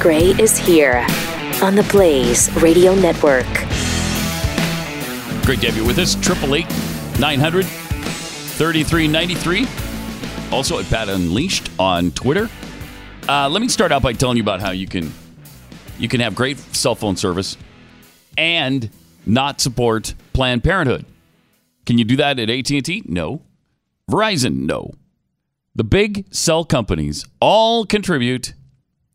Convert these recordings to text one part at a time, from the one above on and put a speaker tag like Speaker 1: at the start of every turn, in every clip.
Speaker 1: Gray is here on the Blaze Radio Network.
Speaker 2: Great to have you with us. 888 900 3393. Also at Pat Unleashed on Twitter. Uh, let me start out by telling you about how you can you can have great cell phone service and not support Planned Parenthood. Can you do that at AT&T? No. Verizon? No. The big cell companies all contribute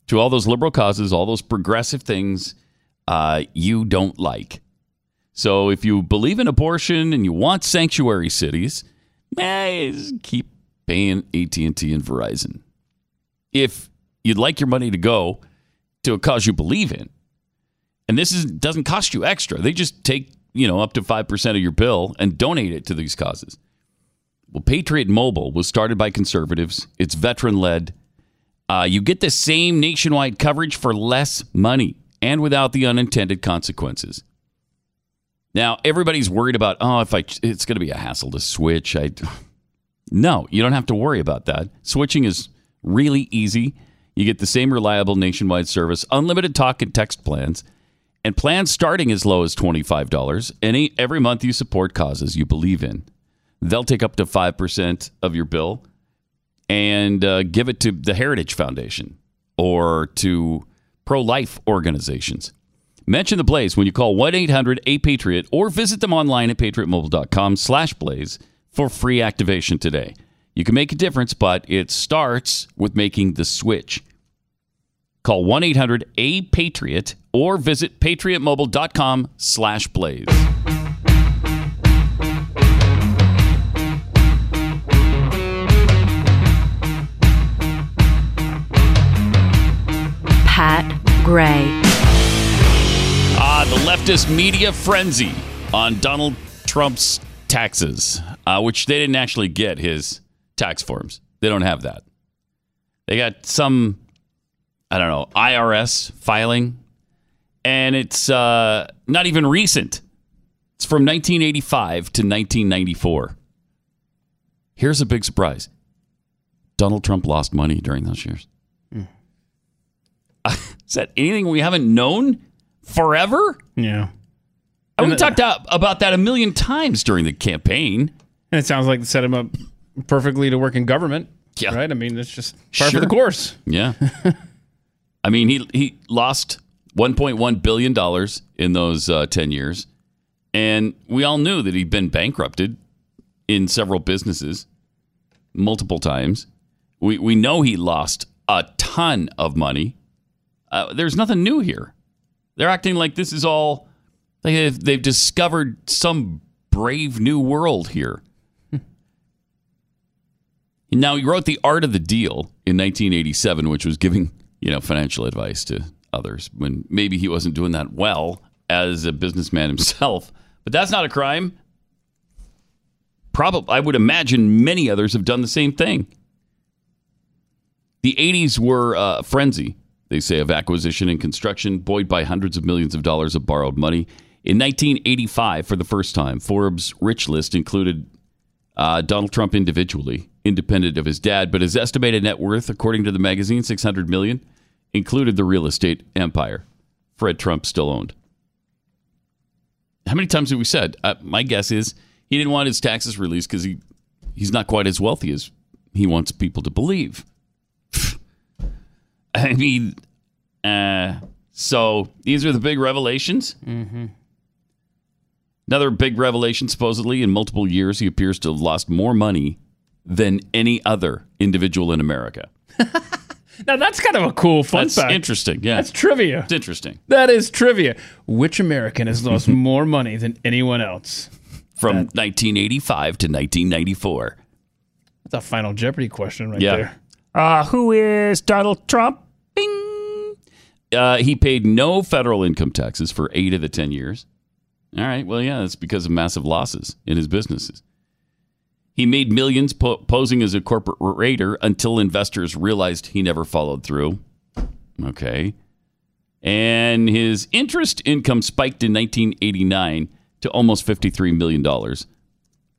Speaker 2: to all those liberal causes, all those progressive things uh, you don't like. So if you believe in abortion and you want sanctuary cities, eh, keep paying AT&T and Verizon. If you'd like your money to go to a cause you believe in, and this is doesn't cost you extra. They just take, you know, up to 5% of your bill and donate it to these causes. Well, Patriot Mobile was started by conservatives. It's veteran-led. Uh, you get the same nationwide coverage for less money and without the unintended consequences. Now, everybody's worried about, oh, if I it's going to be a hassle to switch. I No, you don't have to worry about that. Switching is really easy. You get the same reliable nationwide service, unlimited talk and text plans, and plans starting as low as $25. Any e, every month you support causes you believe in. They'll take up to 5% of your bill and uh, give it to the Heritage Foundation or to pro life organizations. Mention the Blaze when you call 1 800 A Patriot or visit them online at patriotmobile.com slash blaze for free activation today. You can make a difference, but it starts with making the switch. Call 1 800 A Patriot or visit patriotmobile.com slash blaze.
Speaker 1: Pat Gray.
Speaker 2: Ah, the leftist media frenzy on Donald Trump's taxes, uh, which they didn't actually get his tax forms. They don't have that. They got some, I don't know, IRS filing, and it's uh, not even recent. It's from 1985 to 1994. Here's a big surprise Donald Trump lost money during those years. Is that anything we haven't known forever?
Speaker 3: Yeah.
Speaker 2: And we talked out about that a million times during the campaign.
Speaker 3: And it sounds like they set him up perfectly to work in government.
Speaker 2: Yeah.
Speaker 3: Right? I mean, that's just
Speaker 2: Sure.
Speaker 3: par for the course.
Speaker 2: Yeah. I mean, he he lost 1.1 billion dollars in those uh, 10 years, and we all knew that he'd been bankrupted in several businesses multiple times. We we know he lost a ton of money. Uh, there's nothing new here. They're acting like this is all they have, they've discovered some brave new world here. Now he wrote The Art of the Deal in 1987, which was giving you know financial advice to others when maybe he wasn't doing that well as a businessman himself. But that's not a crime. Probably, I would imagine many others have done the same thing. The 80s were uh, a frenzy, they say, of acquisition and construction, buoyed by hundreds of millions of dollars of borrowed money. In 1985, for the first time, Forbes' rich list included uh, Donald Trump individually, independent of his dad, but his estimated net worth, according to the magazine, 600 million, included the real estate empire Fred Trump still owned. How many times have we said? Uh, my guess is he didn't want his taxes released because he he's not quite as wealthy as he wants people to believe. I mean, uh, so these are the big revelations. Another big revelation, supposedly, in multiple years, he appears to have lost more money than any other individual in America.
Speaker 3: Now, that's kind of a cool fun
Speaker 2: That's
Speaker 3: fact.
Speaker 2: interesting. Yeah.
Speaker 3: That's trivia.
Speaker 2: it's interesting.
Speaker 3: That is trivia. Which American has lost more money than anyone else?
Speaker 2: From 1985 to 1994.
Speaker 3: That's a final Jeopardy question right
Speaker 2: Yeah.
Speaker 3: there.
Speaker 2: Uh, who is Donald Trump? Bing. Uh, he paid no federal income taxes for eight of the 10 years. All right. Well, yeah, that's because of massive losses in his businesses. He made millions po- posing as a corporate raider until investors realized he never followed through. Okay. And his interest income spiked in 1989 to almost $53 million.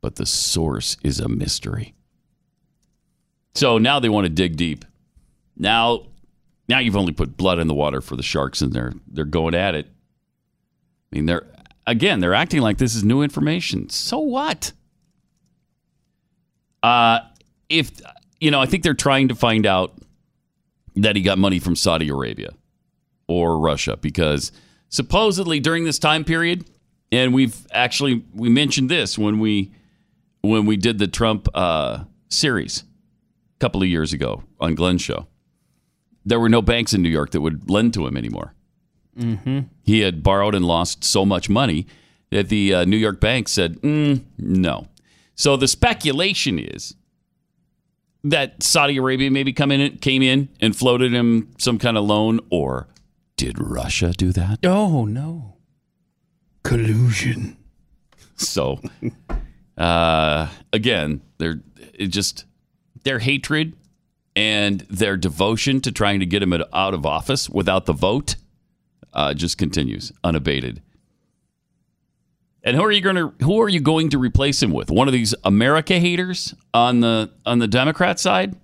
Speaker 2: But the source is a mystery. So now they want to dig deep. Now Now you've only put blood in the water for the sharks, and they're they're going at it. I mean, they're again they're acting like this is new information. So what? Uh, if you know, I think they're trying to find out that he got money from Saudi Arabia or Russia because supposedly during this time period, and we've actually we mentioned this when we when we did the Trump uh, series a couple of years ago on Glenn's show. There were no banks in New York that would lend to him anymore. He had borrowed and lost so much money that the uh, New York bank said, mm, no. So the speculation is that Saudi Arabia maybe come in, came in and floated him some kind of loan, or did Russia do that?
Speaker 3: Oh no. Collusion.
Speaker 2: So, uh, again, they're it just their hatred and their devotion to trying to get him out of office without the vote uh, just continues unabated. And who are you going to who are you going to replace him with? One of these America haters on the on the Democrat side?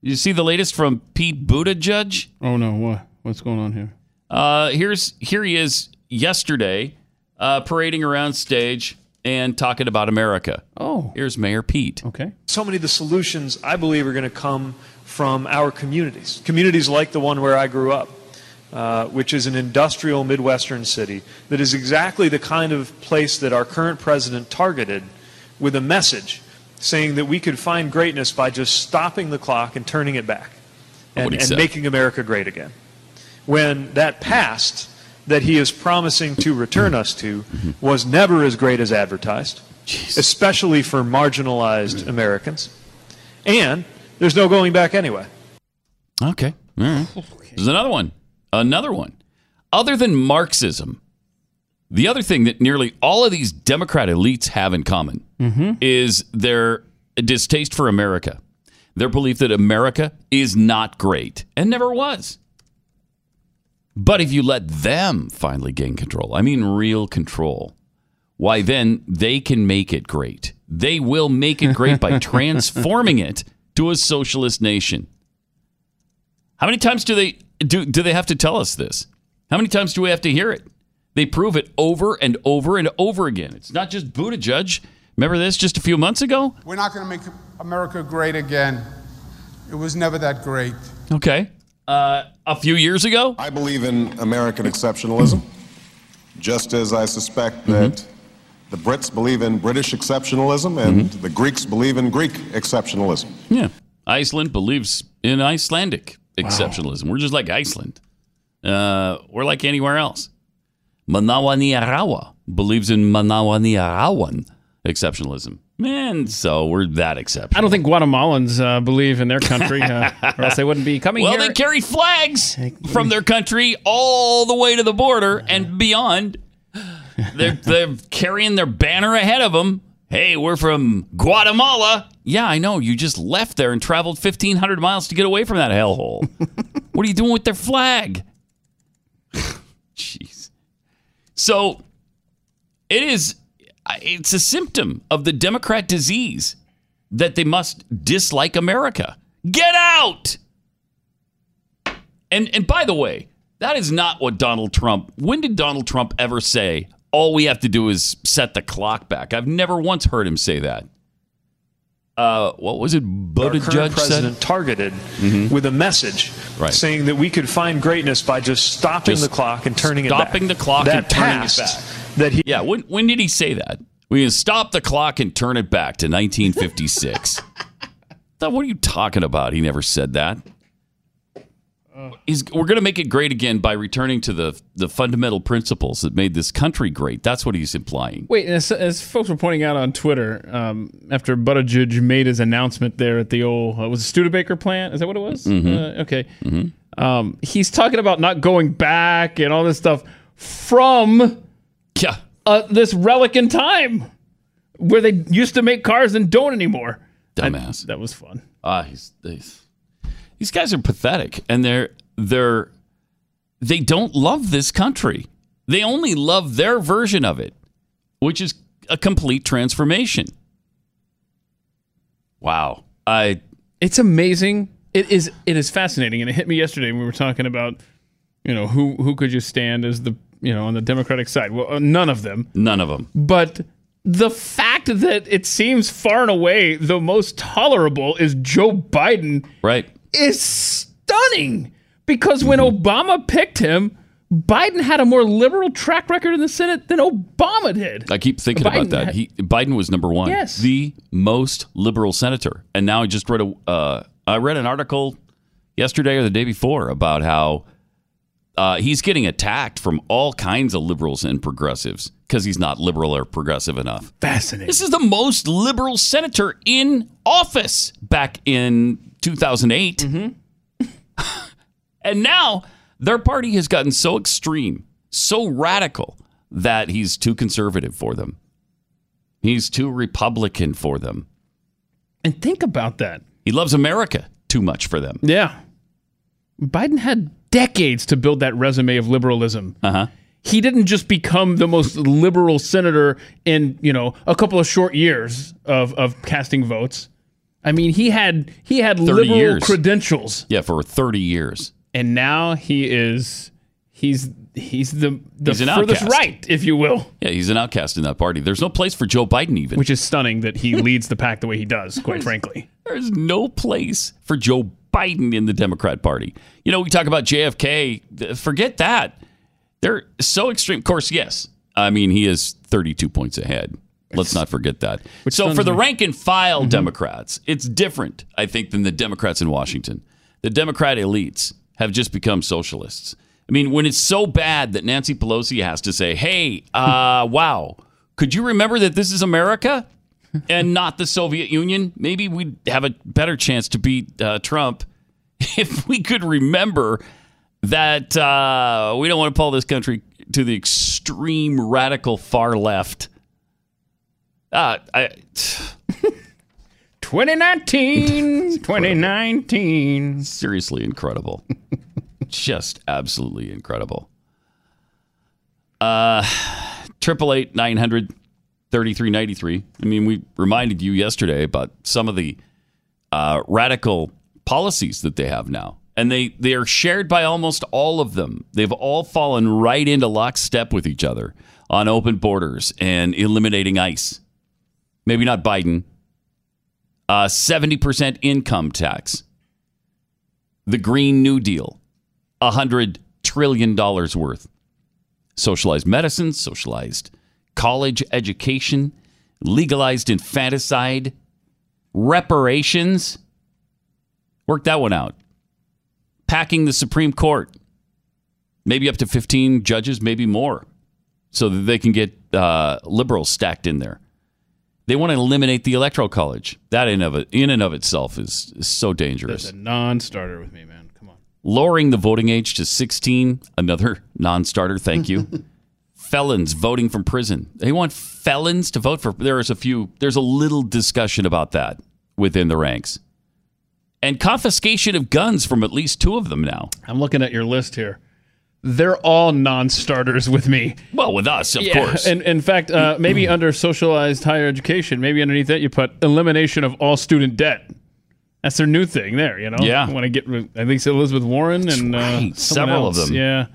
Speaker 2: You see the latest from Pete Buttigieg?
Speaker 3: Oh no, what? What's going on here?
Speaker 2: Uh, here's here he is yesterday, uh, parading around stage and talking about America.
Speaker 3: Oh.
Speaker 2: Here's Mayor Pete.
Speaker 3: Okay.
Speaker 4: So many of the solutions, I believe, are going to come from our communities. Communities like the one where I grew up, uh, which is an industrial Midwestern city that is exactly the kind of place that our current president targeted with a message saying that we could find greatness by just stopping the clock and turning it back and,
Speaker 2: What he
Speaker 4: and
Speaker 2: said.
Speaker 4: making America great again. When that past that he is promising to return us to was never as great as advertised especially for marginalized Americans. And there's no going back anyway.
Speaker 2: Okay. All right. There's another one. Another one. Other than Marxism, the other thing that nearly all of these Democrat elites have in common is their distaste for America, their belief that America is not great and never was. But if you let them finally gain control, I mean real control, why then they can make it great. They will make it great by transforming it to a socialist nation. How many times do they do do they have to tell us this? How many times do we have to hear it? They prove it over and over and over again. It's not just Buttigieg. Remember this just a few months ago?
Speaker 5: We're not going to make America great again. It was never that great.
Speaker 2: Okay. Uh, a few years ago?
Speaker 6: I believe in American exceptionalism, just as I suspect
Speaker 7: Mm-hmm.
Speaker 6: that the Brits believe in British exceptionalism and
Speaker 7: Mm-hmm.
Speaker 6: the Greeks believe in Greek exceptionalism.
Speaker 2: Yeah. Iceland believes in Icelandic exceptionalism. We're just like Iceland. Uh, we're like anywhere else. Manawaniarawa believes in Manawaniarawan exceptionalism. And so we're that exceptional.
Speaker 3: I don't think Guatemalans uh, believe in their country, uh, or else they wouldn't be coming
Speaker 2: Well,
Speaker 3: here.
Speaker 2: they carry flags from their country all the way to the border and beyond. They're, they're carrying their banner ahead of them. Hey, we're from Guatemala. Yeah, I know. You just left there and traveled 1,500 miles to get away from that hellhole. what are you doing with their flag? Jeez. So it is, it's a symptom of the Democrat disease that they must dislike America. Get out! And and by the way, that is not what Donald Trump. When did Donald Trump ever say all we have to do is set the clock back? I've never once heard him say that. Uh, what was it?
Speaker 4: Our
Speaker 2: Buttigieg said.
Speaker 4: current president targeted with a message
Speaker 2: Mm-hmm. Right.
Speaker 4: saying that we could find greatness by just stopping
Speaker 2: Just
Speaker 4: the clock and turning it back.
Speaker 2: stopping the clock
Speaker 4: that
Speaker 2: and turning it
Speaker 4: past
Speaker 2: back.
Speaker 4: That he
Speaker 2: Yeah, when when did he say that? We can stop the clock and turn it back to 1956. Thought, what are you talking about? He never said that. He's, we're going to make it great again by returning to the the fundamental principles that made this country great. That's what he's implying.
Speaker 3: Wait, as, as folks were pointing out on Twitter, um, after Buttigieg made his announcement there at the old uh, was it Studebaker plant, is that what it was? Uh, okay, um, he's talking about not going back and all this stuff from
Speaker 2: Yeah.
Speaker 3: uh, this relic in time where they used to make cars and don't anymore.
Speaker 2: Dumbass.
Speaker 3: That was fun.
Speaker 2: Ah, he's, he's these guys are pathetic, and they're they're they don't love this country. They only love their version of it, which is a complete transformation. Wow, I
Speaker 3: It's amazing. It is it is fascinating, and it hit me yesterday when we were talking about, you know, who who could you stand as the you know on the Democratic side? Well, uh, none of them.
Speaker 2: None of them.
Speaker 3: But the fact that it seems far and away the most tolerable is Joe Biden
Speaker 2: Right.
Speaker 3: is stunning because when Obama picked him, Biden had a more liberal track record in the Senate than Obama did.
Speaker 2: I keep thinking
Speaker 3: Biden
Speaker 2: about that.
Speaker 3: had-
Speaker 2: He, Biden was number one,
Speaker 3: Yes.
Speaker 2: the most liberal senator. And now I just read a, uh, I read an article yesterday or the day before about how uh, he's getting attacked from all kinds of liberals and progressives because he's not liberal or progressive enough.
Speaker 3: Fascinating.
Speaker 2: This is the most liberal senator in office back in 2008. and now their party has gotten so extreme, so radical, that he's too conservative for them. He's too Republican for them.
Speaker 3: And think about that.
Speaker 2: He loves America too much for them.
Speaker 3: Yeah. Biden had decades to build that resume of liberalism. Uh huh. He didn't just become the most liberal senator in, you know, a couple of short years of, of casting votes. I mean, he had he had liberal
Speaker 2: years.
Speaker 3: credentials.
Speaker 2: Yeah, for 30 years.
Speaker 3: And now he is he's he's the the
Speaker 2: He's an
Speaker 3: furthest
Speaker 2: outcast.
Speaker 3: right, if you will.
Speaker 2: Yeah, he's an outcast in that party. There's no place for Joe Biden, even.
Speaker 3: Which is stunning that he leads the pack the way he does, quite frankly.
Speaker 2: There's no place for Joe Biden in the Democrat Party. You know, we talk about JFK. th- Forget that. They're so extreme. Of course, yes. I mean, he is 32 points ahead. Let's not forget that. So, for
Speaker 3: stuns
Speaker 2: the
Speaker 3: me. Mm-hmm.
Speaker 2: rank and file Democrats, it's different, I think, than the Democrats in Washington. The Democrat elites have just become socialists. I mean, when it's so bad that Nancy Pelosi has to say, hey, uh, wow, could you remember that this is America? and not the Soviet Union, maybe we'd have a better chance to beat uh, Trump if we could remember that uh, we don't want to pull this country to the extreme radical far left. Uh, I,
Speaker 3: 2019 2019
Speaker 2: seriously incredible. Just absolutely incredible. Uh, triple eight nine hundred thirty three ninety three. I mean, we reminded you yesterday about some of the uh, radical policies that they have now, and they they are shared by almost all of them. They've all fallen right into lockstep with each other on open borders and eliminating ICE. Maybe not Biden. Uh, 70% income tax the Green New Deal, $100 trillion worth. Socialized medicine, socialized college education, legalized infanticide, reparations. Work that one out. Packing the Supreme Court, maybe up to 15 judges, maybe more, so that they can get uh, liberals stacked in there. They want to eliminate the Electoral College. That in, of, in and of itself is, is so dangerous
Speaker 3: That's a non-starter with me, man. Come on.
Speaker 2: lowering the voting age to 16 another non-starter thank you felons voting from prison they want felons to vote for there is a few there's a little discussion about that within the ranks and confiscation of guns from at least two of them now
Speaker 3: I'm looking at your list here. They're all non-starters with me.
Speaker 2: well with us of course
Speaker 3: And in fact, uh, maybe under socialized higher education, maybe underneath that you put elimination of all student debt. That's their new thing there, you know?
Speaker 2: Yeah.
Speaker 3: When I get, rid- I think it's Elizabeth Warren and uh,
Speaker 2: right.
Speaker 3: someone
Speaker 2: Several of
Speaker 3: else.
Speaker 2: them.
Speaker 3: Yeah.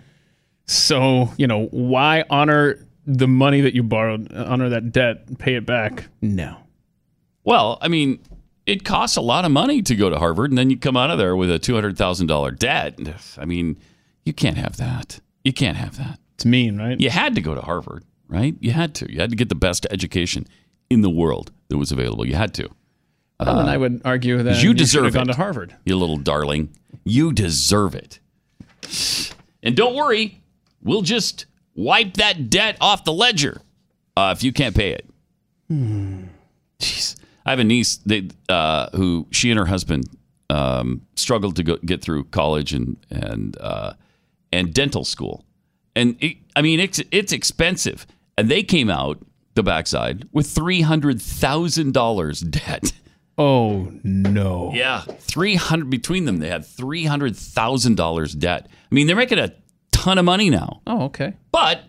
Speaker 3: So, you know, why honor the money that you borrowed, honor that debt, pay it back? No.
Speaker 2: well i mean it costs a lot of money to go to harvard and then you come out of there with a $200000 debt i mean you can't have that you can't have that
Speaker 3: It's mean, right?
Speaker 2: you had to go to Harvard, right? You had to. You had to get the best education in the world that was available. You had to.
Speaker 3: Well, then I would argue that
Speaker 2: you
Speaker 3: should have
Speaker 2: deserve
Speaker 3: gone
Speaker 2: it.
Speaker 3: to Harvard.
Speaker 2: You little darling. You deserve it. And don't worry, we'll just wipe that debt off the ledger uh, if you can't pay it. Jeez. I have a niece they, uh, who she and her husband um, struggled to go, get through college and and uh, and dental school, and it, I mean it's it's expensive, and they came out the backside with three hundred thousand dollars debt.
Speaker 3: Oh, no.
Speaker 2: Yeah, three hundred between them, they had three hundred thousand dollars debt. I mean, they're making a ton of money now,
Speaker 3: Oh, okay.
Speaker 2: but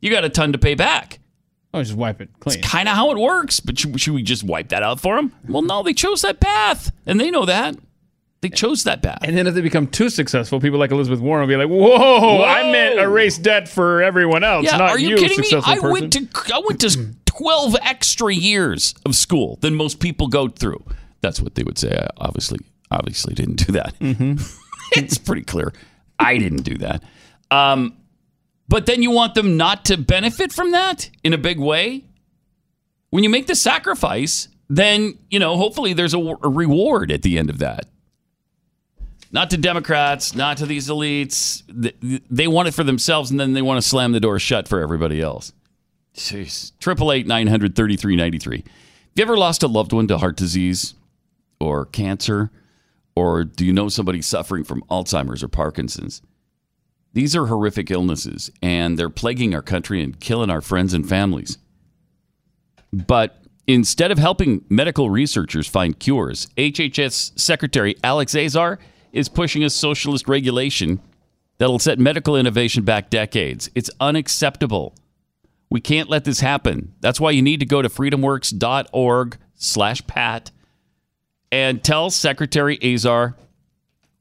Speaker 2: you got a ton to pay back.
Speaker 3: Oh, just wipe it clean.
Speaker 2: Kind of how it works. But should, should we just wipe that out for them? Well, no, they chose that path, and they know that. They They chose that path.
Speaker 3: And then if they become too successful, people like Elizabeth Warren will be like, "Whoa, I meant erase debt for everyone else,
Speaker 2: yeah,
Speaker 3: not
Speaker 2: are you,
Speaker 3: you,
Speaker 2: kidding me?
Speaker 3: successful
Speaker 2: I
Speaker 3: person."
Speaker 2: went to I went to twelve extra years of school than most people go through. That's what they would say. I obviously obviously didn't do that.
Speaker 3: Mm-hmm.
Speaker 2: it's pretty clear. I didn't do that. Um, but then you want them not to benefit from that in a big way. When you make the sacrifice, then you know hopefully there's a, a reward at the end of that. Not to Democrats, not to these elites. Th- They want it for themselves, and then they want to slam the door shut for everybody else. Jeez. Triple eight nine hundred thirty three ninety three. Have you ever lost a loved one to heart disease or cancer, or do you know somebody suffering from Alzheimer's or Parkinson's? These are horrific illnesses, and they're plaguing our country and killing our friends and families. But instead of helping medical researchers find cures, HHS Secretary Alex Azar is pushing a socialist regulation that'll set medical innovation back decades. It's unacceptable. We can't let this happen. That's why you need to go to freedomworks.org slash pat and tell Secretary Azar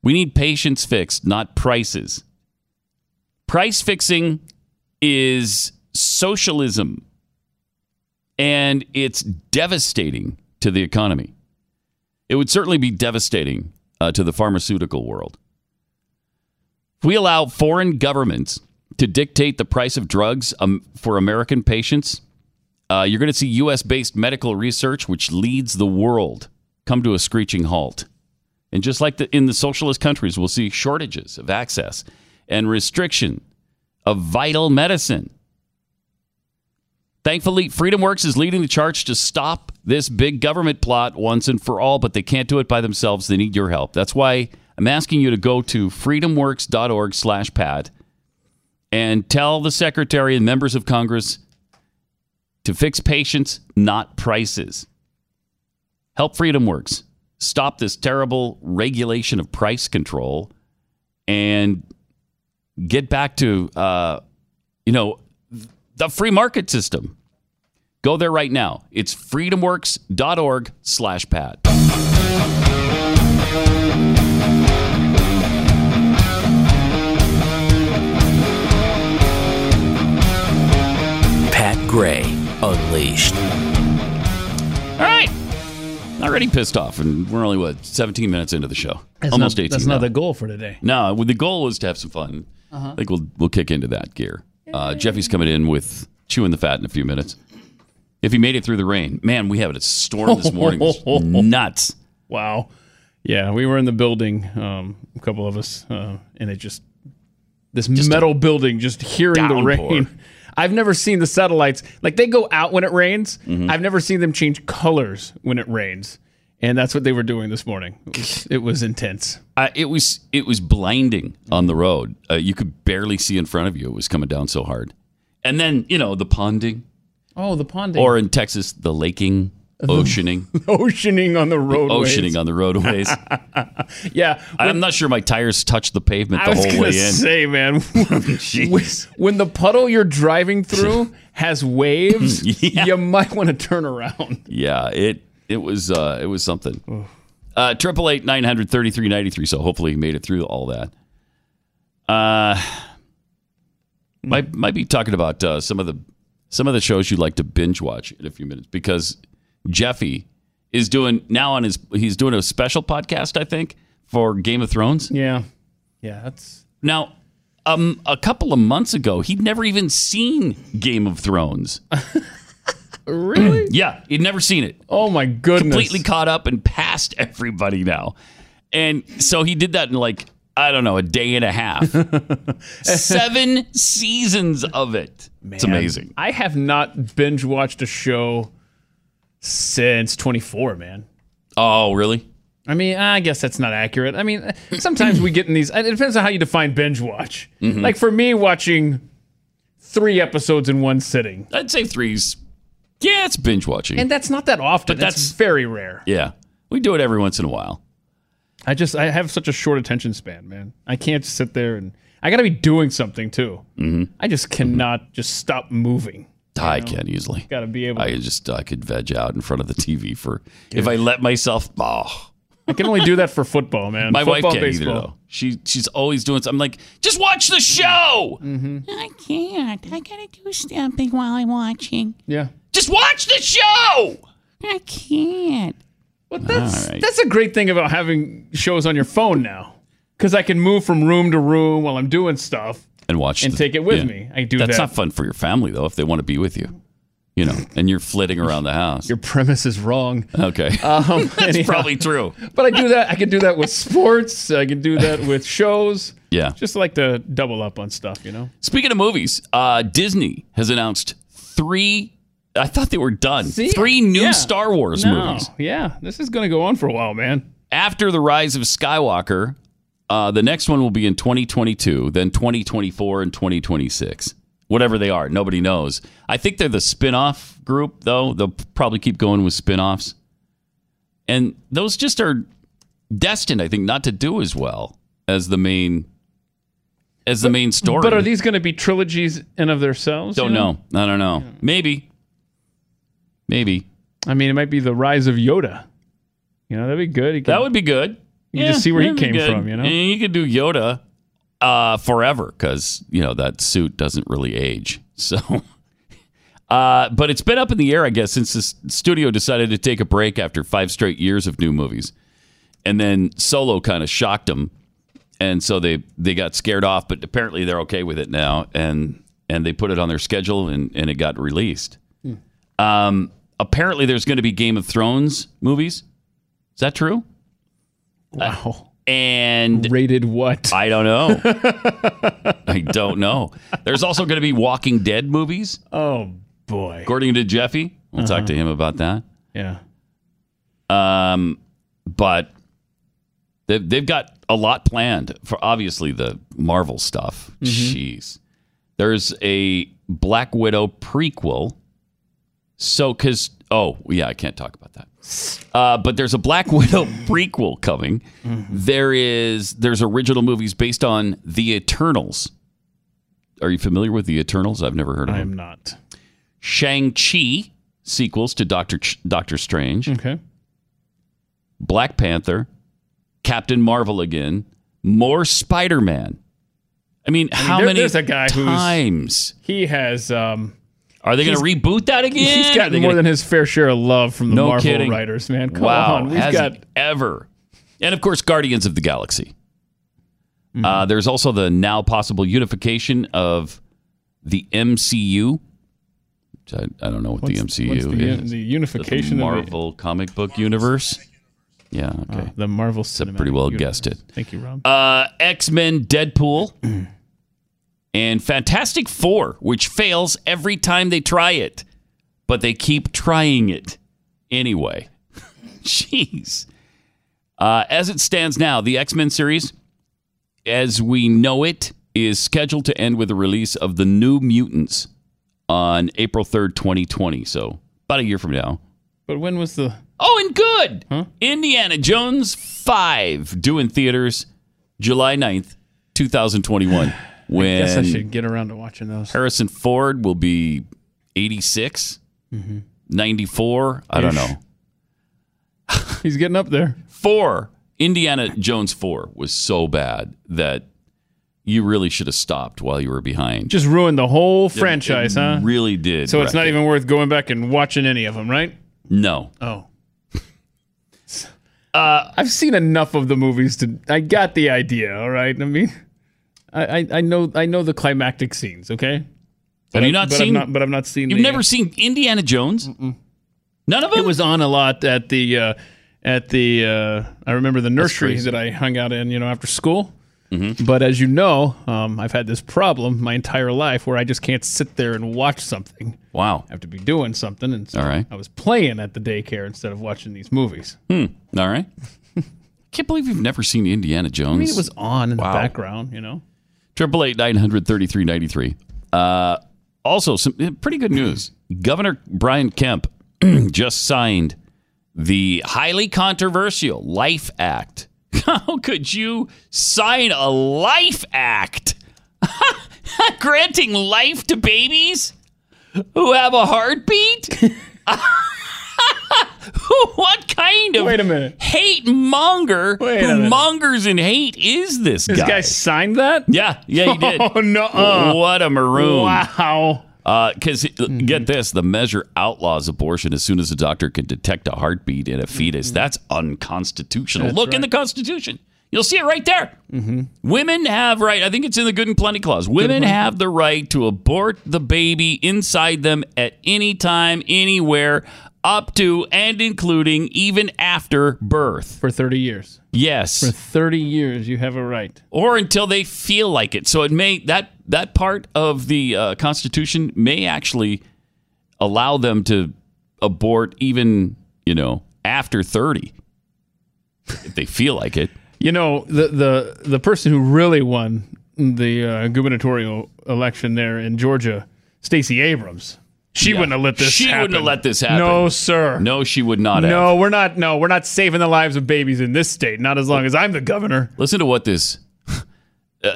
Speaker 2: we need patients fixed, not prices. Price fixing is socialism and it's devastating to the economy. It would certainly be devastating uh, to the pharmaceutical world. If we allow foreign governments to dictate the price of drugs um, for American patients, uh, you're going to see U.S. based medical research, which leads the world, come to a screeching halt. And just like the, in the socialist countries, we'll see shortages of access and restriction of vital medicine. Thankfully, FreedomWorks is leading the charge to stop this big government plot once and for all, but they can't do it by themselves. They need your help. That's why I'm asking you to go to freedomworks.org slash Pat and tell the secretary and members of Congress to fix patients, not prices. Help FreedomWorks stop this terrible regulation of price control and get back to, uh, you know, the free market system. Go there right now. It's freedomworks.org slash Pat.
Speaker 8: Pat Gray Unleashed.
Speaker 2: All right. Already pissed off, and we're only, what, 17 minutes into the show. Almost 18
Speaker 3: That's not
Speaker 2: now.
Speaker 3: the goal for today.
Speaker 2: No, well, the goal was to have some fun.
Speaker 3: Uh-huh.
Speaker 2: I think we'll we'll kick into that gear. Uh, Jeffy's coming in with chewing the fat in a few minutes. If he made it through the rain, man, we had a storm this morning. It was nuts.
Speaker 3: Wow. Yeah, we were in the building, um, a couple of us, uh, and it just this metal building, just hearing the
Speaker 2: downpour.
Speaker 3: rain. I've never seen the satellites like they go out when it rains. I've never seen them change colors when it rains, and that's what they were doing this morning. It was, it was intense.
Speaker 2: Uh, it was it was blinding on the road. Uh, you could barely see in front of you. It was coming down so hard. And then you know the ponding,
Speaker 3: Oh, the ponding
Speaker 2: or in Texas the laking, oceaning,
Speaker 3: oceaning on the road.
Speaker 2: oceaning on the roadways.
Speaker 3: Yeah,
Speaker 2: I'm not sure my tires touched the pavement
Speaker 3: I
Speaker 2: the
Speaker 3: was
Speaker 2: whole
Speaker 3: gonna
Speaker 2: way in.
Speaker 3: say, man, when, when the puddle you're driving through has waves,
Speaker 2: Yeah.
Speaker 3: you might want to turn around.
Speaker 2: Yeah, it it was uh, it was something. Uh, Triple eight nine hundred thirty three ninety three. So hopefully he made it through all that. Uh, might might be talking about uh, some of the some of the shows you like to binge watch in a few minutes because Jeffy is doing now on his he's doing a special podcast I think for Game of Thrones.
Speaker 3: Yeah, yeah, that's
Speaker 2: Now, um, a couple of months ago he'd never even seen Game of Thrones.
Speaker 3: really.
Speaker 2: Yeah, he'd never seen it.
Speaker 3: Oh my goodness!
Speaker 2: completely caught up and past everybody now. And so he did that in like, I don't know, a day and a half. Seven seasons of it. It's amazing.
Speaker 3: I have not binge watched a show since 24, man.
Speaker 2: Oh, really?
Speaker 3: I mean, I guess that's not accurate. I mean, uh, sometimes we get in these. It depends on how you define binge watch. Like for me, watching three episodes in one sitting,
Speaker 2: I'd say threes. Yeah, it's binge watching.
Speaker 3: and that's not that often.
Speaker 2: But
Speaker 3: that's,
Speaker 2: that's-
Speaker 3: very rare.
Speaker 2: yeah. We do it every once in a while.
Speaker 3: I just I have such a short attention span, man. I can't just sit there and I got to be doing something too. Mm-hmm. I just cannot just stop moving.
Speaker 2: I can't easily.
Speaker 3: Got to be able.
Speaker 2: I
Speaker 3: to
Speaker 2: just I could veg out in front of the TV for if I let myself. Oh,
Speaker 3: I can only do that for football, man.
Speaker 2: My
Speaker 3: football,
Speaker 2: wife can't either, though. She she's always doing something. I'm like, just watch the show.
Speaker 3: Mm.
Speaker 9: I can't. I gotta do something while I'm watching.
Speaker 3: Yeah.
Speaker 2: Just watch the show.
Speaker 9: I can't.
Speaker 3: Well, that's
Speaker 2: All right.
Speaker 3: that's a great thing about having shows on your phone now, because I can move from room to room while I'm doing stuff.
Speaker 2: And watch
Speaker 3: And
Speaker 2: the-
Speaker 3: take it with me. I do
Speaker 2: That's
Speaker 3: that.
Speaker 2: not fun for your family though, if they want to be with you, you know, and you're flitting around the house.
Speaker 3: Your premise is wrong.
Speaker 2: okay,
Speaker 3: Um,
Speaker 2: that's
Speaker 3: anyhow.
Speaker 2: probably true.
Speaker 3: But I do that. I can do that with sports. I can do that with shows.
Speaker 2: Yeah.
Speaker 3: Just like to double up on stuff, you know.
Speaker 2: Speaking of movies, uh, Disney has announced three. I thought they were done.
Speaker 3: See?
Speaker 2: Three new
Speaker 3: Yeah.
Speaker 2: Star Wars
Speaker 3: No.
Speaker 2: movies.
Speaker 3: Yeah. This is going to go on for a while, man.
Speaker 2: after the rise of Skywalker, uh, the next one will be in 2022, then 2024 and 2026. Whatever they are, nobody knows. I think they're the spin-off group, though. They'll probably keep going with spin-offs. And those just are destined, I think, not to do as well as the main as the main story.
Speaker 3: But are these going to be trilogies in of themselves?
Speaker 2: don't
Speaker 3: you
Speaker 2: know. I don't know. Maybe. Maybe.
Speaker 3: I mean, it might be the rise of Yoda. You know, that'd be good. He could-
Speaker 2: That would be good.
Speaker 3: You just see where he
Speaker 2: that'd be
Speaker 3: came
Speaker 2: good.
Speaker 3: from, you know?
Speaker 2: And you could do Yoda uh, forever because you know that suit doesn't really age. So, uh, but it's been up in the air, I guess, since the s- studio decided to take a break after five straight years of new movies, and then Solo kind of shocked them, and so they they got scared off. But apparently they're okay with it now, and and they put it on their schedule, and and it got released. Um, apparently there's going to be Game of Thrones movies. Is that true?
Speaker 3: wow.
Speaker 2: And
Speaker 3: Rated what?
Speaker 2: I don't know. I don't know. There's also going to be Walking Dead movies,
Speaker 3: oh boy.
Speaker 2: according to Jeffy. We'll talk to him about that.
Speaker 3: Yeah.
Speaker 2: Mm-hmm. Um, but they've, they've got a lot planned for obviously the Marvel stuff.
Speaker 3: Mm-hmm.
Speaker 2: Jeez. There's a Black Widow prequel. So, because, oh, yeah, I can't talk about that. Uh, but there's a Black Widow prequel coming.
Speaker 3: Mm-hmm.
Speaker 2: There is, there's original movies based on The Eternals. Are you familiar with The Eternals? I've never heard of
Speaker 3: I
Speaker 2: them.
Speaker 3: am not.
Speaker 2: Shang-Chi sequels to Doctor, Ch- Doctor Strange.
Speaker 3: Okay.
Speaker 2: Black Panther, Captain Marvel again, more Spider Man. I mean, how
Speaker 3: there-
Speaker 2: many
Speaker 3: there's a guy who's-
Speaker 2: times
Speaker 3: He has um
Speaker 2: are they going to reboot that again?
Speaker 3: he's
Speaker 2: Are they
Speaker 3: gotten more
Speaker 2: gonna-
Speaker 3: than his fair share of love from the
Speaker 2: No
Speaker 3: Marvel
Speaker 2: kidding.
Speaker 3: writers, man. Come
Speaker 2: wow,
Speaker 3: on. We've
Speaker 2: has
Speaker 3: got
Speaker 2: ever, and of course, Guardians of the Galaxy.
Speaker 3: Hmm.
Speaker 2: Uh, there's also the now possible unification of the MCU. which I, I don't know what the
Speaker 3: what's-
Speaker 2: MCU
Speaker 3: what's the,
Speaker 2: is.
Speaker 3: the
Speaker 2: The
Speaker 3: unification of the-
Speaker 2: Marvel comic book universe. Yeah, okay.
Speaker 3: the, Marvel cinematic
Speaker 2: pretty well
Speaker 3: universe.
Speaker 2: guessed it.
Speaker 3: Thank you, Rob.
Speaker 2: uh, X Men Deadpool, and Fantastic Four, which fails every time they try it, but they keep trying it anyway. Jeez. Uh, as it stands now, the X Men series, as we know it, is scheduled to end with the release of The New Mutants on April 3rd, 2020. So, about a year from now.
Speaker 3: but when was the
Speaker 2: Oh, and good. Indiana Jones 5 due in theaters July 9th, 2021. When
Speaker 3: guess I should get around to watching those.
Speaker 2: Harrison Ford will be 86, 94. I don't
Speaker 3: Mm-hmm. Ish.
Speaker 2: know.
Speaker 3: He's getting up there.
Speaker 2: Four, Indiana Jones 4 was so bad that you really should have stopped while you were behind.
Speaker 3: Just ruined the whole franchise,
Speaker 2: It
Speaker 3: huh?
Speaker 2: Really did.
Speaker 3: so it's
Speaker 2: wreck
Speaker 3: not
Speaker 2: it.
Speaker 3: even worth going back and watching any of them, right?
Speaker 2: No.
Speaker 3: Oh. uh, I've seen enough of the movies to. I got the idea. All right. I mean, I, I, I know I know the climactic scenes. Okay.
Speaker 2: Have you not
Speaker 3: but
Speaker 2: seen?
Speaker 3: I've not, but I've not seen.
Speaker 2: you've
Speaker 3: the- uh,
Speaker 2: never seen Indiana Jones? None of them?
Speaker 3: It was on a lot at the uh, at the. Uh, I remember the nursery
Speaker 2: crazy. Mm-hmm.
Speaker 3: that I hung out in. You know, after school. But as you know, um, I've had this problem my entire life where I just can't sit there and watch something.
Speaker 2: wow.
Speaker 3: I have to be doing something, and so
Speaker 2: All right.
Speaker 3: I was playing at the daycare instead of watching these movies.
Speaker 2: All right. Can't believe you've never seen Indiana Jones.
Speaker 3: I mean, it was on in
Speaker 2: Hmm. Wow.
Speaker 3: the background, you know.
Speaker 2: triple eight nine hundred thirty three ninety three. Uh, also, some eh, pretty good news. Governor Brian Kemp just signed the highly controversial Life Act. How could you sign a Life Act granting life to babies who have a heartbeat? what kind of
Speaker 3: Wait a minute.
Speaker 2: hate monger
Speaker 3: Wait a
Speaker 2: who
Speaker 3: minute.
Speaker 2: mongers and hate is this
Speaker 3: This
Speaker 2: guy?
Speaker 3: guy signed that?
Speaker 2: yeah, yeah, he did.
Speaker 3: Oh, nuh-uh.
Speaker 2: What a maroon!
Speaker 3: Wow. Mm-hmm.
Speaker 2: Because get this, the measure outlaws abortion as soon as a doctor can detect a heartbeat in a
Speaker 3: Mm-hmm.
Speaker 2: fetus. That's unconstitutional. Look in the Constitution. You'll see it right there.
Speaker 3: Mm-hmm.
Speaker 2: Women have right. I think it's in the Good and Plenty Clause. Women have the right to abort the baby inside them at any time, anywhere, up to and including even after birth.
Speaker 3: For 30 years. For
Speaker 2: Yes,
Speaker 3: 30 years, you have a right.
Speaker 2: or until they feel like it. So it may that that part of the uh, Constitution may actually allow them to abort even you know after thirty if they feel like it.
Speaker 3: You know, the the, the person who really won the uh, gubernatorial election there in Georgia, Stacey Abrams. She wouldn't have let this
Speaker 2: She
Speaker 3: happen.
Speaker 2: wouldn't have let this happen.
Speaker 3: No, sir.
Speaker 2: No, she would not. have.
Speaker 3: No, we're not. No, we're not saving the lives of babies in this state. Not as long as I'm the governor.
Speaker 2: Listen to what this uh,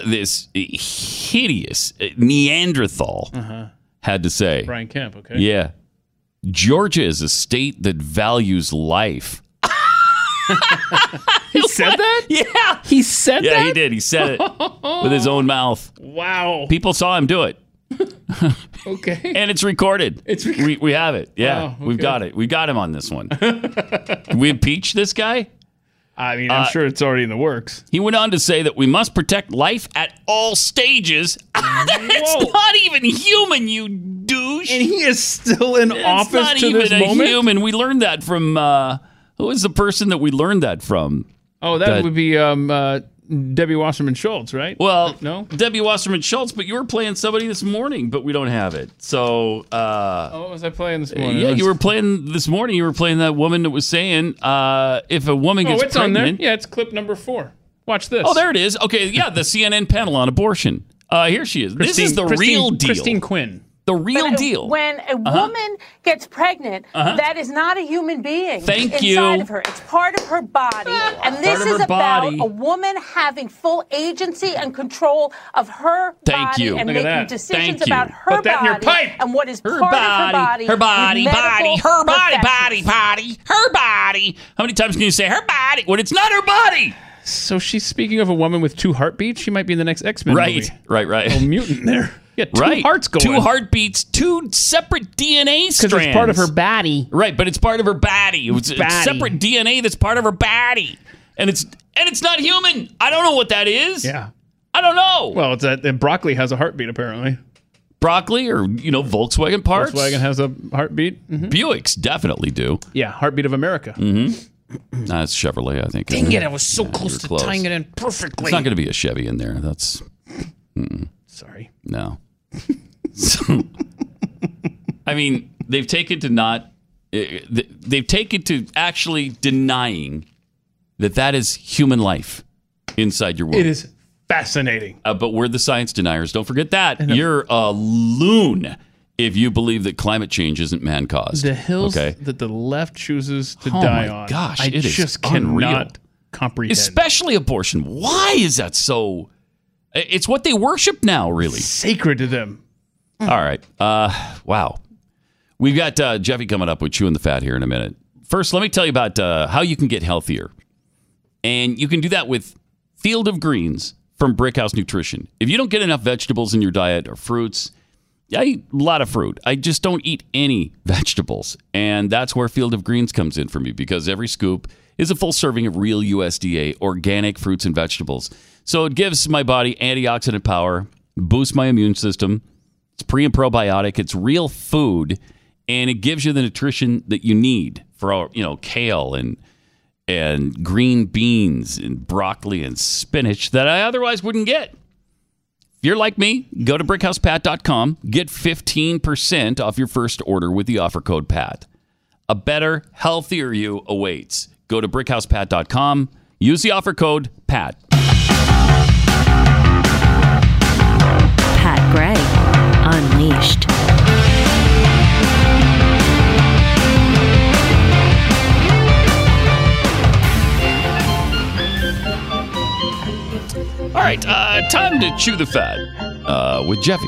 Speaker 2: this hideous Neanderthal
Speaker 3: Uh-huh.
Speaker 2: had to say.
Speaker 3: Brian Kemp. Okay.
Speaker 2: Yeah. Georgia is a state that values life.
Speaker 3: He said that.
Speaker 2: Yeah.
Speaker 3: He said
Speaker 2: Yeah,
Speaker 3: that.
Speaker 2: he did. He said it with his own mouth.
Speaker 3: Wow.
Speaker 2: People saw him do it,
Speaker 3: Okay.
Speaker 2: and it's recorded.
Speaker 3: It's rec-
Speaker 2: we, we have it. Yeah,
Speaker 3: Wow,
Speaker 2: we've
Speaker 3: okay.
Speaker 2: got it. We got him on this one. we impeach this guy.
Speaker 3: I mean,
Speaker 2: Uh,
Speaker 3: I'm sure it's already in the works.
Speaker 2: He went on to say that we must protect life at all stages. That's
Speaker 3: Whoa.
Speaker 2: not even human, you douche.
Speaker 3: And he is still in
Speaker 2: It's
Speaker 3: office
Speaker 2: not
Speaker 3: to
Speaker 2: even
Speaker 3: this
Speaker 2: a
Speaker 3: moment.
Speaker 2: human. We learned that from uh, who is the person that we learned that from?
Speaker 3: Oh, that,
Speaker 2: That-
Speaker 3: would be um, uh, Debbie Wasserman Schultz, right?
Speaker 2: Well,
Speaker 3: No?
Speaker 2: Uh, Debbie Wasserman Schultz, but you were playing somebody this morning, but we don't have it. So, uh,
Speaker 3: Oh, what was I playing this morning?
Speaker 2: yeah, you were playing this morning. You were playing that woman that was saying, uh, if a woman
Speaker 3: Oh,
Speaker 2: gets
Speaker 3: it's on
Speaker 2: pregnant,
Speaker 3: there. Yeah, it's clip number four. Watch this.
Speaker 2: oh, there it is. Okay, yeah, the CNN panel on abortion. Uh, here she is. this is
Speaker 3: Christine-
Speaker 2: the
Speaker 3: Christine-
Speaker 2: real deal.
Speaker 3: Christine Quinn.
Speaker 2: the real
Speaker 10: But
Speaker 2: deal. Uh-huh.
Speaker 10: When a woman gets pregnant, that is not a human being
Speaker 2: Thank
Speaker 10: inside
Speaker 2: you. Ah.
Speaker 10: of her. It's part of her body. and this
Speaker 2: of
Speaker 10: is
Speaker 2: her
Speaker 10: about
Speaker 2: body.
Speaker 10: a woman having full agency and control of her
Speaker 2: Thank
Speaker 10: body
Speaker 2: you.
Speaker 10: and
Speaker 2: Look
Speaker 3: at
Speaker 10: making
Speaker 3: that.
Speaker 10: decisions
Speaker 2: Thank you.
Speaker 10: about her
Speaker 3: Put
Speaker 10: body
Speaker 3: that in your pipe.
Speaker 10: and what is
Speaker 2: her
Speaker 10: part
Speaker 2: body,
Speaker 10: of her
Speaker 2: her body,
Speaker 10: body. with
Speaker 2: body,
Speaker 10: medical
Speaker 2: her body, body,
Speaker 10: professionals.
Speaker 2: body, her body. How many times can you say her body when it's not her body?
Speaker 3: So she's speaking of a woman with two heartbeats. She might be in the next X Men
Speaker 2: Right, right, right.
Speaker 3: A mutant there. Yeah, Oh, two
Speaker 2: right.
Speaker 3: hearts going.
Speaker 2: Two heartbeats, two separate DNA strands.
Speaker 3: Because it's part of her body.
Speaker 2: Right, but it's part of her body. It was- It's,
Speaker 3: Body.
Speaker 2: separate DNA that's part of her body, and it's and it's not human. I don't know what that is.
Speaker 3: Yeah.
Speaker 2: I don't know.
Speaker 3: Well, it's that and broccoli has a heartbeat apparently.
Speaker 2: Broccoli or you know Volkswagen parts.
Speaker 3: Volkswagen has a heartbeat.
Speaker 2: Buicks definitely do.
Speaker 3: Yeah, heartbeat of America.
Speaker 2: Mm. Nah, it's Chevrolet, I think.
Speaker 8: Dang it, I was so close
Speaker 2: you're
Speaker 8: to
Speaker 2: close.
Speaker 8: tying it in perfectly.
Speaker 2: It's not going to be a Chevy in there. That's
Speaker 3: Sorry.
Speaker 2: No. so, I mean, they've taken to not, eh, eh, they've taken to actually denying that that is human life inside your womb.
Speaker 3: It is fascinating.
Speaker 2: Uh, but we're the science deniers. Don't forget that. You're a loon if you believe that climate change isn't man caused.
Speaker 3: The hills
Speaker 2: Okay.
Speaker 3: that the left chooses to
Speaker 2: Oh
Speaker 3: die
Speaker 2: my
Speaker 3: on.
Speaker 2: gosh,
Speaker 3: I
Speaker 2: it is
Speaker 3: just
Speaker 2: unreal.
Speaker 3: cannot comprehend.
Speaker 2: Especially abortion. Why is that so? eh, It's what they worship now, really.
Speaker 3: sacred to them.
Speaker 2: All right. Uh, wow. We've got uh, Jeffy coming up with Chewing the Fat here in a minute. First, let me tell you about uh, how you can get healthier. And you can do that with Field of Greens from Brickhouse Nutrition. If you don't get enough vegetables in your diet or fruits, I eat a lot of fruit. I just don't eat any vegetables. And that's where Field of Greens comes in for me because every scoop is a full serving of real USDA organic fruits and vegetables. So it gives my body antioxidant power, boosts my immune system. It's pre and probiotic. It's real food, and it gives you the nutrition that you need for all you know kale and and green beans and broccoli and spinach that I otherwise wouldn't get. If you're like me, go to brickhousepat.com, get 15% off your first order with the offer code PAT. A better, healthier you awaits. Go to brickhousepat.com, use the offer code PAT.
Speaker 1: Pat Gray, Unleashed.
Speaker 2: All right, uh, time to chew the fat uh, with Jeffy.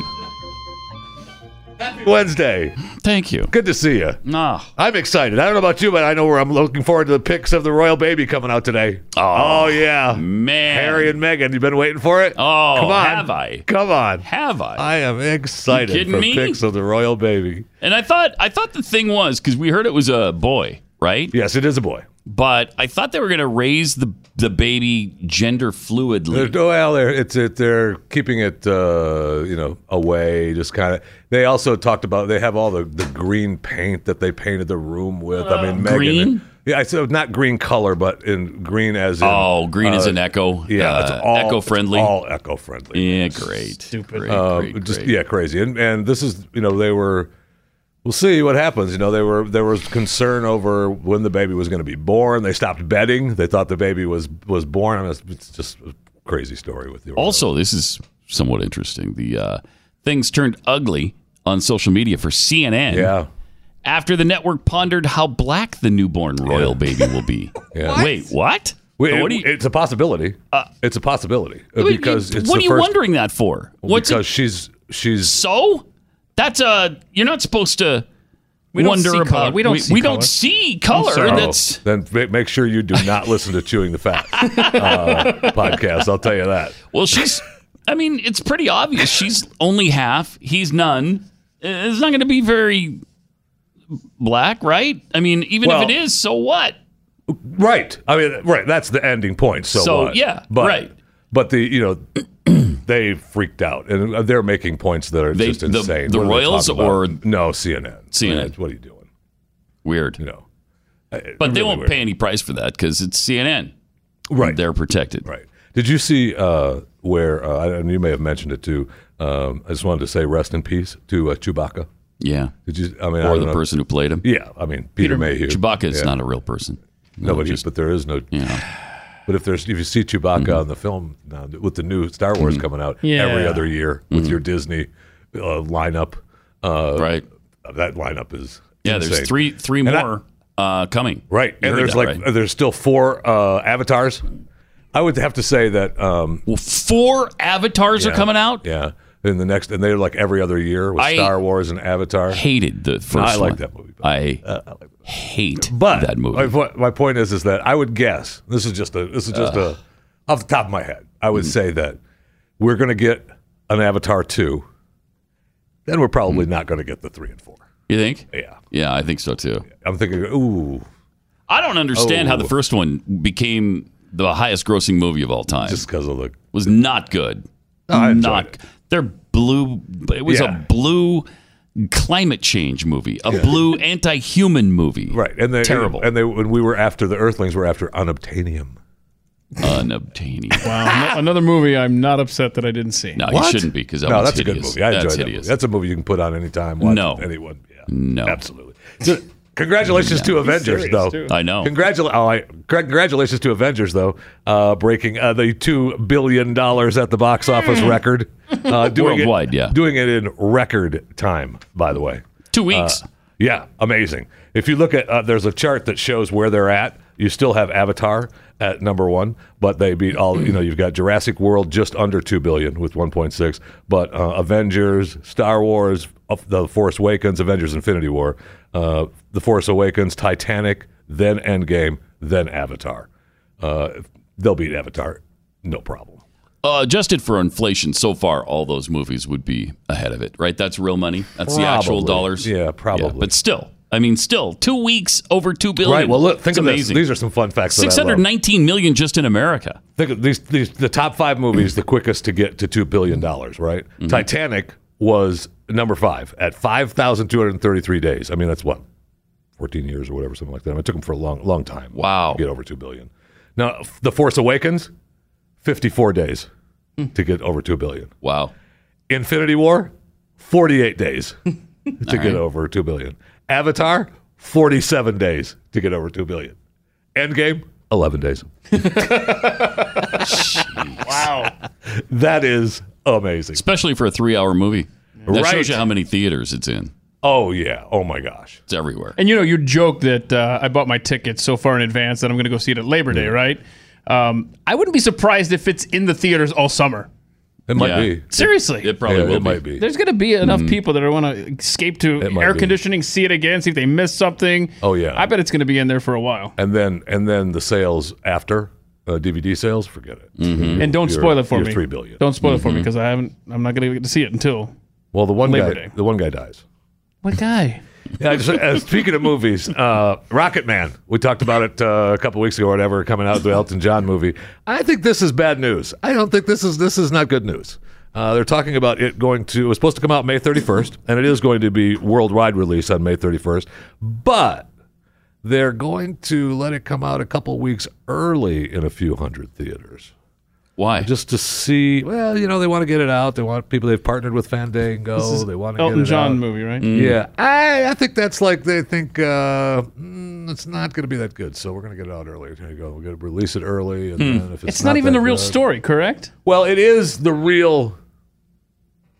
Speaker 7: Wednesday.
Speaker 2: Thank you.
Speaker 7: Good to see you.
Speaker 2: Ah,
Speaker 7: I'm excited. I don't know about you, but I know where I'm looking forward to the pics of the royal baby coming out today.
Speaker 2: Oh,
Speaker 7: yeah.
Speaker 2: man.
Speaker 7: Harry and Meghan, you been waiting for it?
Speaker 2: Oh,
Speaker 7: come on.
Speaker 2: have I?
Speaker 7: Come on.
Speaker 2: have I?
Speaker 7: I am excited
Speaker 2: You kidding
Speaker 7: for
Speaker 2: me?
Speaker 7: pics of the royal baby.
Speaker 2: And I thought I thought the thing was because we heard it was a boy, right?
Speaker 7: Yes, it is a boy.
Speaker 2: But I thought they were going to raise the the baby gender fluidly.
Speaker 7: There's no well, they're, it's it, they're keeping it uh, you know away, just kind of. They also talked about they have all the, the green paint that they painted the room with. I mean, Megan,
Speaker 2: Uh, green?
Speaker 7: yeah, so not green color, but in green as in
Speaker 2: Oh, green is
Speaker 7: uh,
Speaker 2: an echo.
Speaker 7: Yeah,
Speaker 2: Uh,
Speaker 7: it's all
Speaker 2: eco-friendly.
Speaker 7: it's all eco friendly.
Speaker 2: yeah, great. Stupid. Great,
Speaker 7: Um,
Speaker 2: great,
Speaker 7: just
Speaker 2: great.
Speaker 7: yeah, crazy. And and this is you know they were. We'll see what happens. You know, they were there was concern over when the baby was going to be born. They stopped betting. They thought the baby was was born. I mean, it's, it's just a crazy story with the
Speaker 2: Also, this is somewhat interesting. The uh, things turned ugly on social media for CNN
Speaker 7: Yeah,
Speaker 2: after the network pondered how black the newborn royal baby will be.
Speaker 7: Yeah.
Speaker 2: Wait, what?
Speaker 7: Wait,
Speaker 2: what do
Speaker 7: it-
Speaker 2: you,
Speaker 7: it's a possibility. it's a possibility uh,
Speaker 2: wait,
Speaker 7: because
Speaker 2: you-
Speaker 7: it's
Speaker 2: what
Speaker 7: the
Speaker 2: are you
Speaker 7: first,
Speaker 2: wondering that for? What's
Speaker 7: because
Speaker 2: it,
Speaker 7: she's she's
Speaker 2: so? That's a you're not supposed to
Speaker 3: don't
Speaker 2: wonder
Speaker 3: see
Speaker 2: about.
Speaker 3: color. We don't see
Speaker 2: we
Speaker 3: color.
Speaker 2: don't see color.
Speaker 3: sorry.
Speaker 2: That's
Speaker 7: then ma- make sure you do not listen to chewing the fat uh, podcast. I'll tell you that.
Speaker 2: Well, she's. I mean, it's pretty obvious. She's only half. He's none. Uh, It's not going to be very black, right? I mean, even
Speaker 7: Well-
Speaker 2: if it is, so what?
Speaker 7: Right. I mean, right. That's the ending point. So,
Speaker 2: So,
Speaker 7: what?
Speaker 2: yeah,
Speaker 7: But,
Speaker 2: right.
Speaker 7: But the you know they freaked out and uh, they're making points that are
Speaker 2: They-
Speaker 7: just
Speaker 2: the-
Speaker 7: insane.
Speaker 2: the
Speaker 7: What are they
Speaker 2: Royals
Speaker 7: talking about?
Speaker 2: or-
Speaker 7: no CNN?
Speaker 2: CNN.
Speaker 7: what are you doing?
Speaker 2: Weird.
Speaker 7: You know.
Speaker 2: but they
Speaker 7: really
Speaker 2: won't
Speaker 7: weird.
Speaker 2: pay any price for that because it's CNN.
Speaker 7: Right.
Speaker 2: They're protected.
Speaker 7: Right. Did you see uh, where, uh, I- and you may have mentioned it too, um, I just wanted to say rest in peace to uh, Chewbacca.
Speaker 2: Yeah.
Speaker 7: Did you, I mean, I
Speaker 2: Or
Speaker 7: don't
Speaker 2: the
Speaker 7: know.
Speaker 2: person who played him.
Speaker 7: Yeah, I mean, Peter, Mayhew.
Speaker 2: Chewbacca is
Speaker 7: Yeah.
Speaker 2: not a real person.
Speaker 7: No, but, he- but there is no. But if there's if you see Chewbacca
Speaker 2: Mm-hmm.
Speaker 7: on the film now with the new Star Wars coming out
Speaker 3: Yeah.
Speaker 7: every other year with your Disney uh, lineup, uh,
Speaker 2: Mm-hmm. Right.
Speaker 7: That lineup is
Speaker 2: Yeah.
Speaker 7: insane.
Speaker 2: There's three three
Speaker 7: I-
Speaker 2: more uh, coming.
Speaker 7: right,
Speaker 2: You
Speaker 7: and
Speaker 2: heard
Speaker 7: there's
Speaker 2: that,
Speaker 7: like
Speaker 2: right?
Speaker 7: there's still four uh, avatars. I would have to say that um,
Speaker 2: Well, four avatars are
Speaker 7: yeah,
Speaker 2: coming out.
Speaker 7: Yeah, in the next, and they're like every other year with
Speaker 2: I-
Speaker 7: Star Wars and Avatar.
Speaker 2: Hated the first
Speaker 7: I like
Speaker 2: one.
Speaker 7: that movie, but-
Speaker 2: I, hate
Speaker 7: But
Speaker 2: that movie.
Speaker 7: My, po- my point is, is that I would guess this is just a this is just a off the top of my head. I
Speaker 2: Mm.
Speaker 7: would say that we're going to get an Avatar two. Then we're probably not going to get the three and four.
Speaker 2: You think?
Speaker 7: Yeah.
Speaker 2: Mm. Yeah, I think so too.
Speaker 7: I'm thinking, ooh,
Speaker 2: I don't understand how the
Speaker 7: Oh.
Speaker 2: first one became the highest grossing movie of all time.
Speaker 7: just because of the
Speaker 2: was not good.
Speaker 7: I enjoyed
Speaker 2: not
Speaker 7: it.
Speaker 2: they're blue it was
Speaker 7: Yeah.
Speaker 2: a blue climate change movie, a blue anti-human movie.
Speaker 7: right and they
Speaker 2: terrible.
Speaker 7: and they when we were after the Earthlings, were after unobtainium.
Speaker 2: unobtainium.
Speaker 3: Wow, no- another movie I'm not upset that I didn't see.
Speaker 2: No, you shouldn't be because that
Speaker 7: No,
Speaker 2: one's
Speaker 7: that's a
Speaker 2: hideous.
Speaker 7: good movie. I enjoyed
Speaker 2: that's
Speaker 7: that. movie.
Speaker 2: hideous.
Speaker 7: That's a movie you can put on anytime. Watch
Speaker 2: No.
Speaker 7: with anyone. Yeah.
Speaker 2: No.
Speaker 7: absolutely. So, congratulations to Avengers,
Speaker 3: serious,
Speaker 7: though.
Speaker 3: too.
Speaker 2: I know.
Speaker 7: Congratula- oh, I, cra- congratulations to Avengers, though, uh, breaking uh, the two billion dollars at the box
Speaker 3: Hmm.
Speaker 7: office record. Uh, doing
Speaker 2: Worldwide,
Speaker 7: it,
Speaker 2: yeah.
Speaker 7: doing it in record time. By the way,
Speaker 2: Two
Speaker 7: uh,
Speaker 2: weeks.
Speaker 7: yeah, amazing. If you look at, uh, there's a chart that shows where they're at. You still have Avatar at number one, but they beat all. You know, you've got Jurassic World just under two billion with 1.6, but uh, Avengers, Star Wars, uh, The Force Awakens, Avengers: Infinity War, uh, The Force Awakens, Titanic, then Endgame, then Avatar. Uh, they'll beat Avatar, no problem.
Speaker 2: uh, adjusted for inflation so far, all those movies would be ahead of it, right? That's real money. That's the actual
Speaker 7: Probably.
Speaker 2: dollars.
Speaker 7: Yeah, probably.
Speaker 2: but still, I mean, still, two weeks over two billion.
Speaker 7: Right. Well, look, think
Speaker 2: It's
Speaker 7: of
Speaker 2: amazing.
Speaker 7: this. These are some fun facts. that I love.
Speaker 2: 619 million just in America.
Speaker 7: Think of these, these the top five movies the quickest to get to two billion dollars, right? Titanic was number five at five thousand two hundred thirty three days. I mean, that's what fourteen years or whatever, something like that. I mean, it took them for a long, long time.
Speaker 2: Wow.
Speaker 7: to get over two billion. Now, F- The Force Awakens, fifty four days to get over two billion.
Speaker 2: Wow.
Speaker 7: Infinity War, forty eight days to get over two billion. Avatar, forty seven days to get over two billion. Endgame, eleven days.
Speaker 3: Wow.
Speaker 7: That is amazing.
Speaker 2: Especially for a three hour movie. That
Speaker 7: Right.
Speaker 2: shows you how many theaters it's in.
Speaker 7: Oh yeah. Oh my gosh.
Speaker 2: It's everywhere.
Speaker 3: And you know, you joke that uh, I bought my tickets so far in advance that I'm going
Speaker 2: Mm.
Speaker 3: to go see it at Labor Day, right? Um, I wouldn't be surprised if it's in the theaters all summer.
Speaker 7: It might be.
Speaker 3: Seriously.
Speaker 2: It probably
Speaker 7: Yeah,
Speaker 2: will
Speaker 7: it
Speaker 2: be.
Speaker 7: might be.
Speaker 3: There's going to be enough people that are want to escape to
Speaker 7: Mm-hmm. It might
Speaker 3: air
Speaker 7: be.
Speaker 3: conditioning, see it again, see if they missed something.
Speaker 7: Oh, yeah.
Speaker 3: I bet it's going to be in there for a while.
Speaker 7: and then and then the sales after uh, DVD sales, forget it.
Speaker 2: Mm-hmm.
Speaker 3: And don't
Speaker 7: You're-
Speaker 3: spoil it for
Speaker 7: you're
Speaker 3: me.
Speaker 7: three billion. Mm-hmm.
Speaker 3: Don't spoil it for me because I haven't. I'm not going to get to see it until
Speaker 7: Well, the one
Speaker 3: Labor
Speaker 7: guy,
Speaker 3: Day.
Speaker 7: the one guy dies.
Speaker 3: what guy?
Speaker 7: Yeah, I just, uh, speaking of movies, uh, Rocket Man. We talked about it uh, a couple weeks ago, or whatever, coming out the Elton John movie. I think this is bad news. I don't think this is this is not good news. Uh, they're talking about it going to. It was supposed to come out May 31st, and it is going to be worldwide release on May 31st. But they're going to let it come out a couple weeks early in a few hundred theaters.
Speaker 2: Why?
Speaker 7: just to see. Well, you know, they want to get it out. They want people they've partnered with Fandango. Oh, They want to
Speaker 3: Elton
Speaker 7: get it
Speaker 3: John
Speaker 7: out. Mm.
Speaker 3: movie, right?
Speaker 7: Yeah, I, I think that's like they think uh, mm, it's not going to be that good, so we're going to get it out early. Here you go. We're going to release it early, and then if it's,
Speaker 3: Hmm. It's, not, even
Speaker 7: that
Speaker 3: the real
Speaker 7: good-
Speaker 3: story, correct?
Speaker 7: Well, it is the real.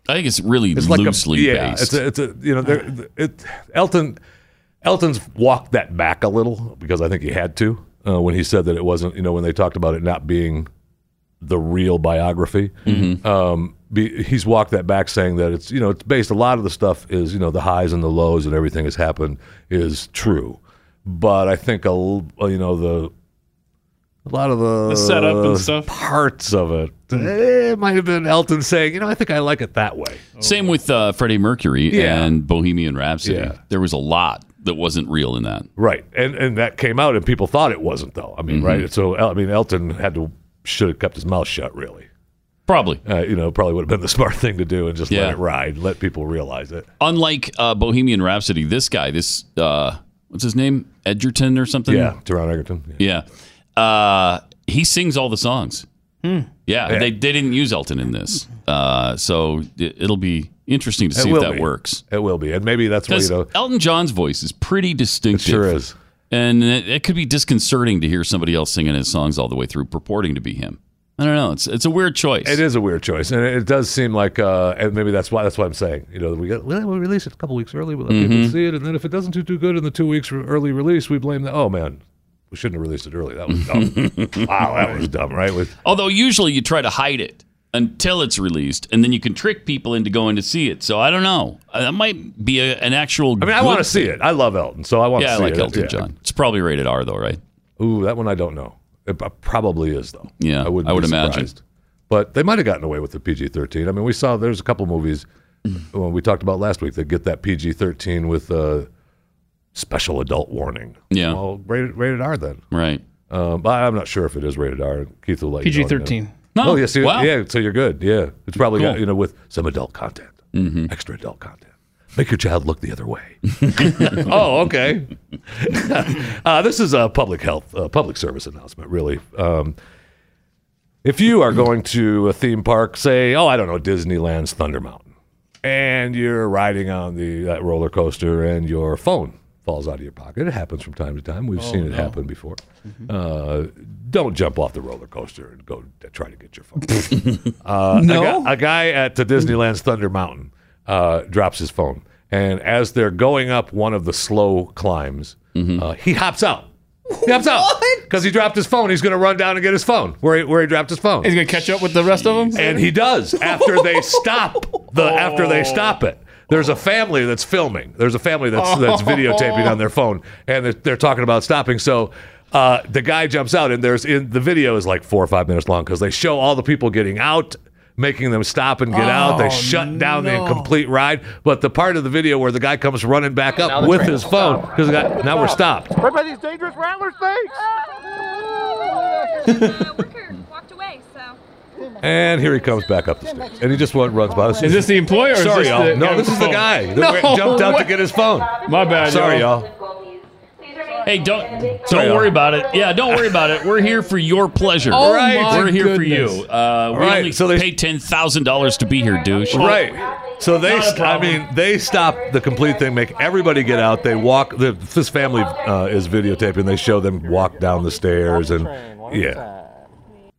Speaker 2: I think it's really
Speaker 7: It's like
Speaker 2: loosely
Speaker 7: a yeah.
Speaker 2: based.
Speaker 7: It's a, it's a you know they're- it. Elton Elton's walked that back a little because I think he had to uh, when he said that it wasn't. You know, when they talked about it not being the real biography. Um, be, he's walked that back, saying that it's you know it's based. A lot of the stuff is you know the highs and the lows and everything that's happened is true, but I think a l- uh, you know the a lot of the,
Speaker 3: The setup
Speaker 7: Uh,
Speaker 3: and stuff.
Speaker 7: parts of it. eh, It might have been Elton saying, you know, I think I like it that way.
Speaker 2: Same with uh, Freddie Mercury
Speaker 7: Yeah.
Speaker 2: and Bohemian Rhapsody.
Speaker 7: Yeah.
Speaker 2: There was a lot that wasn't real in that.
Speaker 7: Right, and and that came out, and people thought it wasn't though. I mean,
Speaker 2: Mm-hmm.
Speaker 7: right? So El- I mean, Elton had to should have kept his mouth shut. Really,
Speaker 2: Probably.
Speaker 7: uh, you know, probably would have been the smart thing to do and just
Speaker 2: Yeah.
Speaker 7: let it ride, let people realize it.
Speaker 2: Unlike uh, Bohemian Rhapsody, this guy, this uh, what's his name, Edgerton or something.
Speaker 7: Yeah, Teron Egerton. Yeah.
Speaker 2: yeah. Uh, he sings all the songs. Yeah, They, they didn't use Elton in this, uh, so it, it'll be interesting to see if
Speaker 7: will
Speaker 2: that
Speaker 7: be.
Speaker 2: works.
Speaker 7: It will be, and maybe that's where you
Speaker 2: Because
Speaker 7: know,
Speaker 2: Elton John's voice is pretty distinctive.
Speaker 7: sure is.
Speaker 2: And it, it could be disconcerting to hear somebody else singing his songs all the way through, purporting to be him. I don't know. It's it's a weird choice.
Speaker 7: It is a weird choice, and it does seem like, uh, and maybe that's why that's why I'm saying, you know, we got well, we'll release it a couple weeks early, we'll let
Speaker 2: Mm-hmm.
Speaker 7: people see it, and then if it doesn't do too good in the two weeks re- early release, we blame the oh man, we shouldn't have released it early. That was dumb. wow, that was dumb, right? With
Speaker 2: Although usually you try to hide it until it's released, and then you can trick people into going to see it. So I don't know. Uh, That might be a, an actual.
Speaker 7: I mean, I want to see it. I love Elton, so I want to
Speaker 2: Yeah, I
Speaker 7: see
Speaker 2: like
Speaker 7: it.
Speaker 2: Elton
Speaker 7: Yeah.
Speaker 2: John. It's probably rated R though, right?
Speaker 7: Ooh, that one I don't know. It p- probably is though.
Speaker 2: Yeah,
Speaker 7: wouldn't
Speaker 2: I would
Speaker 7: be
Speaker 2: imagine.
Speaker 7: surprised. But they might have gotten away with the PG thirteen. I mean, we saw there's a couple movies
Speaker 2: Mm.
Speaker 7: uh, we talked about last week that get that PG thirteen with uh, special adult warning.
Speaker 2: Yeah.
Speaker 7: well, rated rated R then.
Speaker 2: Right.
Speaker 7: Um, but I'm not sure if it is rated R. Keith will let you know
Speaker 3: PG
Speaker 7: in a
Speaker 3: thirteen.
Speaker 7: minute.
Speaker 2: No,
Speaker 7: Oh yeah, see,
Speaker 2: wow.
Speaker 7: yeah. So you're good. Yeah, it's probably got
Speaker 2: Cool. Mm-hmm.
Speaker 7: you know with some adult content, extra adult content. Make your child look the other way. oh, okay. uh, this is a public health, uh, public service announcement, really. Um, if you are going to a theme park, say, oh, I don't know, Disneyland's Thunder Mountain, and you're riding on the that roller coaster and your phone falls out of your pocket, it happens from time to time. We've seen it happen before. Uh, don't jump off the roller coaster and go t- try to get your phone. Uh,
Speaker 3: no.
Speaker 7: A guy, a guy at the Disneyland's Thunder Mountain uh, drops his phone, and as they're going up one of the slow climbs, uh, he hops out. He hops out because he dropped his phone. He's going to run down and get his phone where he, where he dropped his phone
Speaker 3: He's gonna catch up with the rest of them.
Speaker 7: and he does after they stop the after
Speaker 3: Oh.
Speaker 7: they stop it. There's a family that's filming. There's a family that's that's videotaping on their phone, and they're, they're talking about stopping. So. Uh, the guy jumps out, and there's in the video is like four or five minutes long because they show all the people getting out, making them stop and get out.
Speaker 3: Oh,
Speaker 7: They shut down the incomplete ride. But the part of the video where the guy comes running back up with his phone because now we're stopped.
Speaker 8: Remember these dangerous rattlers things?
Speaker 11: uh, walked away, so.
Speaker 7: And here he comes back up the stairs, and he just went, runs by.
Speaker 3: Is this the employer? Or
Speaker 7: Sorry,
Speaker 3: is this
Speaker 7: y'all.
Speaker 3: the guy with
Speaker 7: no, this is the
Speaker 3: phone?
Speaker 7: guy that
Speaker 3: No,
Speaker 7: went- jumped out
Speaker 3: what?
Speaker 7: to get his phone.
Speaker 3: My bad.
Speaker 7: Sorry,
Speaker 3: y'all.
Speaker 7: y'all.
Speaker 2: Hey, don't don't
Speaker 7: Sorry,
Speaker 2: worry
Speaker 7: Al.
Speaker 2: about it. Yeah, don't worry about it. We're here for your pleasure.
Speaker 3: Oh, Right. my
Speaker 2: We're here for
Speaker 3: goodness.
Speaker 2: you. Uh, we
Speaker 7: Right,
Speaker 2: only
Speaker 7: so they-
Speaker 2: pay ten thousand dollars to be here, douche.
Speaker 7: Right. So they,
Speaker 2: Not a
Speaker 7: st- I
Speaker 2: problem.
Speaker 7: mean, they stop the complete thing, make everybody get out. They walk. The, this family uh, is videotaping. They show them walk down the stairs and yeah.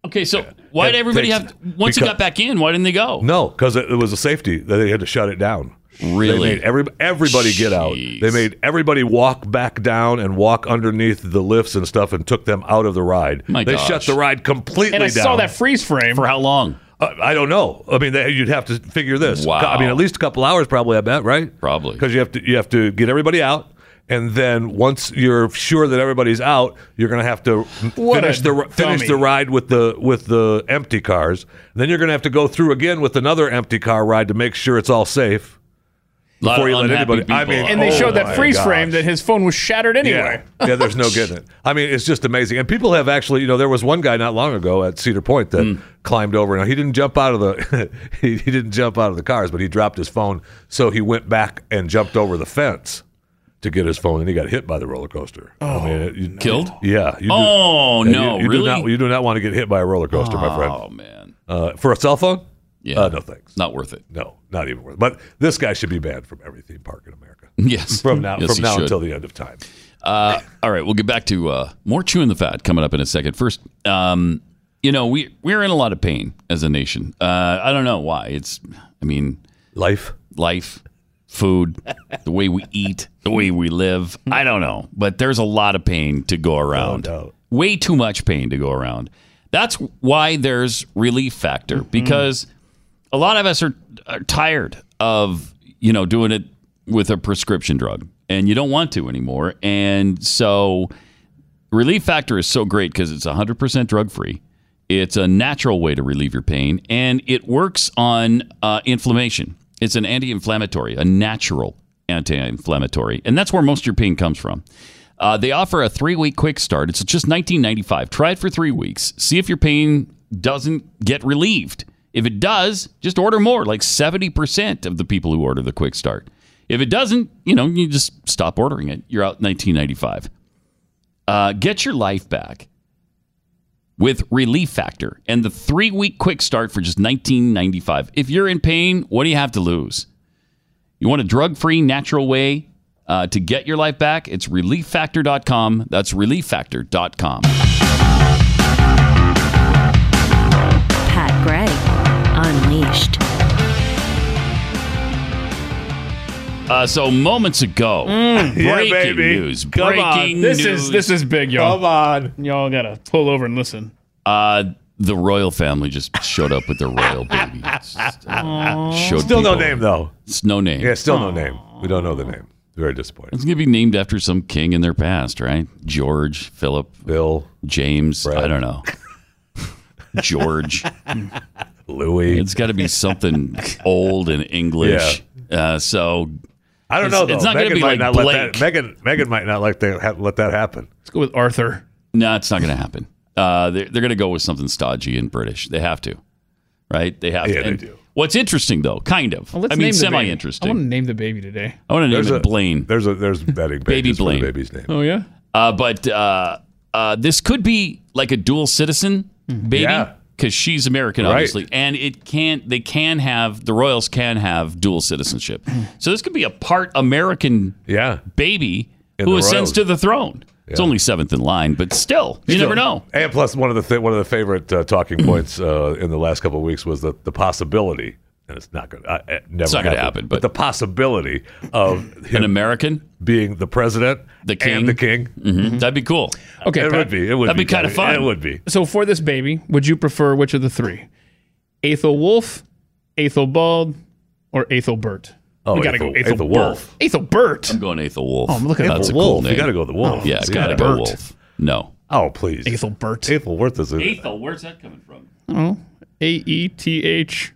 Speaker 2: Okay, so why did
Speaker 7: That
Speaker 2: everybody
Speaker 7: takes-
Speaker 2: have? Once it
Speaker 7: because-
Speaker 2: got back in, why didn't they go?
Speaker 7: No, because it, it was a safety. They had to shut it down.
Speaker 2: Really?
Speaker 7: They made every, everybody get out.
Speaker 2: Jeez.
Speaker 7: They made everybody walk back down and walk underneath the lifts and stuff and took them out of the ride.
Speaker 2: My
Speaker 7: they
Speaker 2: gosh.
Speaker 7: shut the ride completely
Speaker 3: And I
Speaker 7: down.
Speaker 3: saw that freeze frame.
Speaker 2: For how long?
Speaker 7: Uh, I don't know. I mean, they, you'd have to figure this.
Speaker 2: Wow.
Speaker 7: I mean, at least a couple hours, probably. I bet, right? Probably. Because you have to you have to get everybody out, and then once you're sure that everybody's out, you're going to have to
Speaker 3: What
Speaker 7: finish
Speaker 3: a
Speaker 7: the ri- finish
Speaker 3: dummy.
Speaker 7: the ride with the with the empty cars. Then you're going to have to go through again with another empty car ride to make sure it's all safe.
Speaker 2: Lot of
Speaker 7: before you let
Speaker 2: unhappy
Speaker 7: anybody. I
Speaker 2: people
Speaker 7: mean,
Speaker 3: and they
Speaker 7: oh
Speaker 3: showed that
Speaker 7: my
Speaker 3: freeze
Speaker 7: gosh.
Speaker 3: frame that his phone was shattered anyway.
Speaker 7: Yeah. yeah, there's no getting it. I mean, it's just amazing. And people have actually, you know, there was one guy not long ago at Cedar Point that
Speaker 2: Hmm.
Speaker 7: climbed over. Now he didn't jump out of the he, he didn't jump out of the cars, but he dropped his phone, so he went back and jumped over the fence to get his phone, and he got hit by the roller coaster. Oh, I mean, it- you,
Speaker 2: Killed?
Speaker 7: Yeah. You
Speaker 2: Oh,
Speaker 7: yeah,
Speaker 2: no,
Speaker 7: You, you
Speaker 2: really?
Speaker 7: do not you do not want to get hit by a roller coaster, my friend.
Speaker 2: Oh,
Speaker 7: man. Uh, for a cell phone?
Speaker 2: Yeah.
Speaker 7: Uh, no thanks.
Speaker 2: Not worth it.
Speaker 7: No, not even worth it. But this guy should be banned from every theme park in America.
Speaker 2: Yes.
Speaker 7: From now
Speaker 2: Yes,
Speaker 7: from
Speaker 2: he
Speaker 7: now
Speaker 2: should.
Speaker 7: until the end of time.
Speaker 2: Uh, all right, we'll get back to uh, more chewing the fat coming up in a second. First, um, you know, we we're in a lot of pain as a nation. Uh, I don't know why. It's, I mean,
Speaker 7: life,
Speaker 2: life, food, the way we eat, the way we live. I don't know, but there's a lot of pain to go around. Way too much pain to go around. That's why there's relief factor because a lot of us are, are tired of you know doing it with a prescription drug and you don't want to anymore and so relief factor is so great because it's 100% drug free it's a natural way to relieve your pain and it works on uh, inflammation it's an anti-inflammatory a natural anti-inflammatory and that's where most of your pain comes from uh, they offer a three-week quick start it's just 1995 try it for three weeks see if your pain doesn't get relieved if it does, just order more, like 70% of the people who order the quick start. If it doesn't, you know, you just stop ordering it. You're out 1995. Uh, get your life back with Relief Factor and the three week quick start for just 1995. If you're in pain, what do you have to lose? You want a drug free, natural way uh, to get your life back? It's relieffactor.com. That's relieffactor.com.
Speaker 1: Pat Gray, Unleashed.
Speaker 2: Uh, so moments ago, breaking
Speaker 3: Yeah, baby.
Speaker 2: news.
Speaker 3: Come
Speaker 2: breaking
Speaker 3: on. This is-
Speaker 2: news.
Speaker 3: this is big, y'all. Come
Speaker 7: on,
Speaker 3: y'all gotta pull over and listen.
Speaker 2: Uh, the royal family just showed up with their royal baby. Showed
Speaker 7: Still no
Speaker 2: people-
Speaker 7: name though.
Speaker 2: It's no name.
Speaker 7: Yeah, still no name. We don't know the name. Very disappointing.
Speaker 2: It's gonna be named after some king in their past, right? George, Philip,
Speaker 7: Bill,
Speaker 2: James. I don't know. George,
Speaker 7: Louis.
Speaker 2: It's got to be something old and English. Uh, so
Speaker 7: I don't
Speaker 2: it's-
Speaker 7: know. Though.
Speaker 2: It's not
Speaker 7: Megan
Speaker 2: gonna be like
Speaker 7: might not
Speaker 2: Blake.
Speaker 7: Let that, Megan, Megan might not like to ha- let that happen.
Speaker 3: Let's go with Arthur.
Speaker 2: No, it's not going to happen. Uh, they're they're going to go with something stodgy and British. They have to, right? They have
Speaker 7: Yeah,
Speaker 2: to.
Speaker 7: they
Speaker 2: And
Speaker 7: do.
Speaker 2: What's interesting though, kind of. I mean, semi
Speaker 3: I want
Speaker 2: interesting.
Speaker 3: to name the baby today.
Speaker 2: I want to name
Speaker 7: There's
Speaker 2: it
Speaker 7: a-
Speaker 2: Blaine.
Speaker 7: There's a there's betting
Speaker 2: Baby
Speaker 7: pages for the
Speaker 2: Blaine.
Speaker 7: baby's name.
Speaker 3: Oh yeah.
Speaker 2: Uh, but uh, uh, this could be like a dual citizen baby
Speaker 7: Yeah.
Speaker 2: because she's American,
Speaker 7: Right.
Speaker 2: obviously, and it can they can have the royals can have dual citizenship. so this could be a part American
Speaker 7: Yeah.
Speaker 2: baby
Speaker 7: In
Speaker 2: who
Speaker 7: the
Speaker 2: ascends
Speaker 7: royals.
Speaker 2: to the throne. It's
Speaker 7: Yeah.
Speaker 2: only seventh in line, but still, you never know.
Speaker 7: And plus, one of the th- one of the favorite uh, talking points uh, in the last couple of weeks was the the possibility, and it's not going to uh, never
Speaker 2: not gonna
Speaker 7: happened,
Speaker 2: happen,
Speaker 7: but,
Speaker 2: but-
Speaker 7: the possibility of
Speaker 2: An
Speaker 7: him
Speaker 2: American,
Speaker 7: being the president,
Speaker 2: the king,
Speaker 7: and the king.
Speaker 2: Mhm. That'd be cool.
Speaker 3: Okay.
Speaker 7: It
Speaker 3: Pat.
Speaker 7: would be. It would
Speaker 2: That'd be kinda
Speaker 7: kinda-
Speaker 2: fun.
Speaker 7: It would be.
Speaker 3: So for this baby, would you prefer which of the three? Aethel Wolf, Aethel Bald, or Aethel Burt?
Speaker 7: Oh,
Speaker 3: we gotta
Speaker 7: Aethel-
Speaker 3: go Aethel, Wolf.
Speaker 7: Aethel Wolf.
Speaker 3: Aethel Burt.
Speaker 2: I'm going Aethel Wolf.
Speaker 3: Oh, I'm looking at
Speaker 2: That's a
Speaker 7: the
Speaker 2: cool
Speaker 7: wolf.
Speaker 2: name.
Speaker 7: You got to go with the wolf.
Speaker 2: Yeah, it's got to
Speaker 7: Yeah.
Speaker 2: go
Speaker 7: Bert.
Speaker 2: wolf. No.
Speaker 7: Oh please,
Speaker 3: Aethel Burt.
Speaker 7: Aethel Worth is a,
Speaker 2: Aethel, where's that coming from?
Speaker 3: Oh, A E T H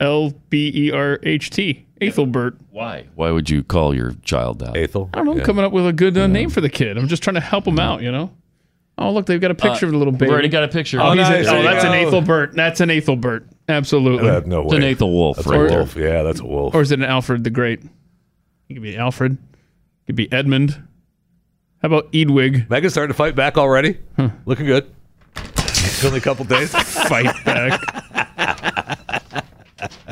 Speaker 3: L B E R H T. Aethelbert.
Speaker 2: Why? Why would you call your child that?
Speaker 7: Aethel.
Speaker 3: I don't know. I'm
Speaker 7: Yeah.
Speaker 3: coming up with a good uh, name for the kid. I'm just trying to help him out, you know? Oh, look, they've got a picture of the little
Speaker 2: Uh, We've
Speaker 3: baby.
Speaker 2: already got a picture.
Speaker 3: oh, he's
Speaker 7: nice.
Speaker 3: a- oh,
Speaker 7: There you
Speaker 3: that's an
Speaker 7: go.
Speaker 3: Aethelbert. That's an Aethelbert. Absolutely.
Speaker 7: Uh, no
Speaker 2: It's
Speaker 7: way.
Speaker 2: an Aethel Wolf
Speaker 7: That's
Speaker 2: right
Speaker 7: a
Speaker 2: there.
Speaker 7: wolf. Yeah, that's a wolf.
Speaker 3: Or is it an Alfred the Great? It could be Alfred. It could be Edmund. How about Edwig?
Speaker 7: Megan's starting to fight back already. Looking good. It's only a couple days.
Speaker 3: Fight back.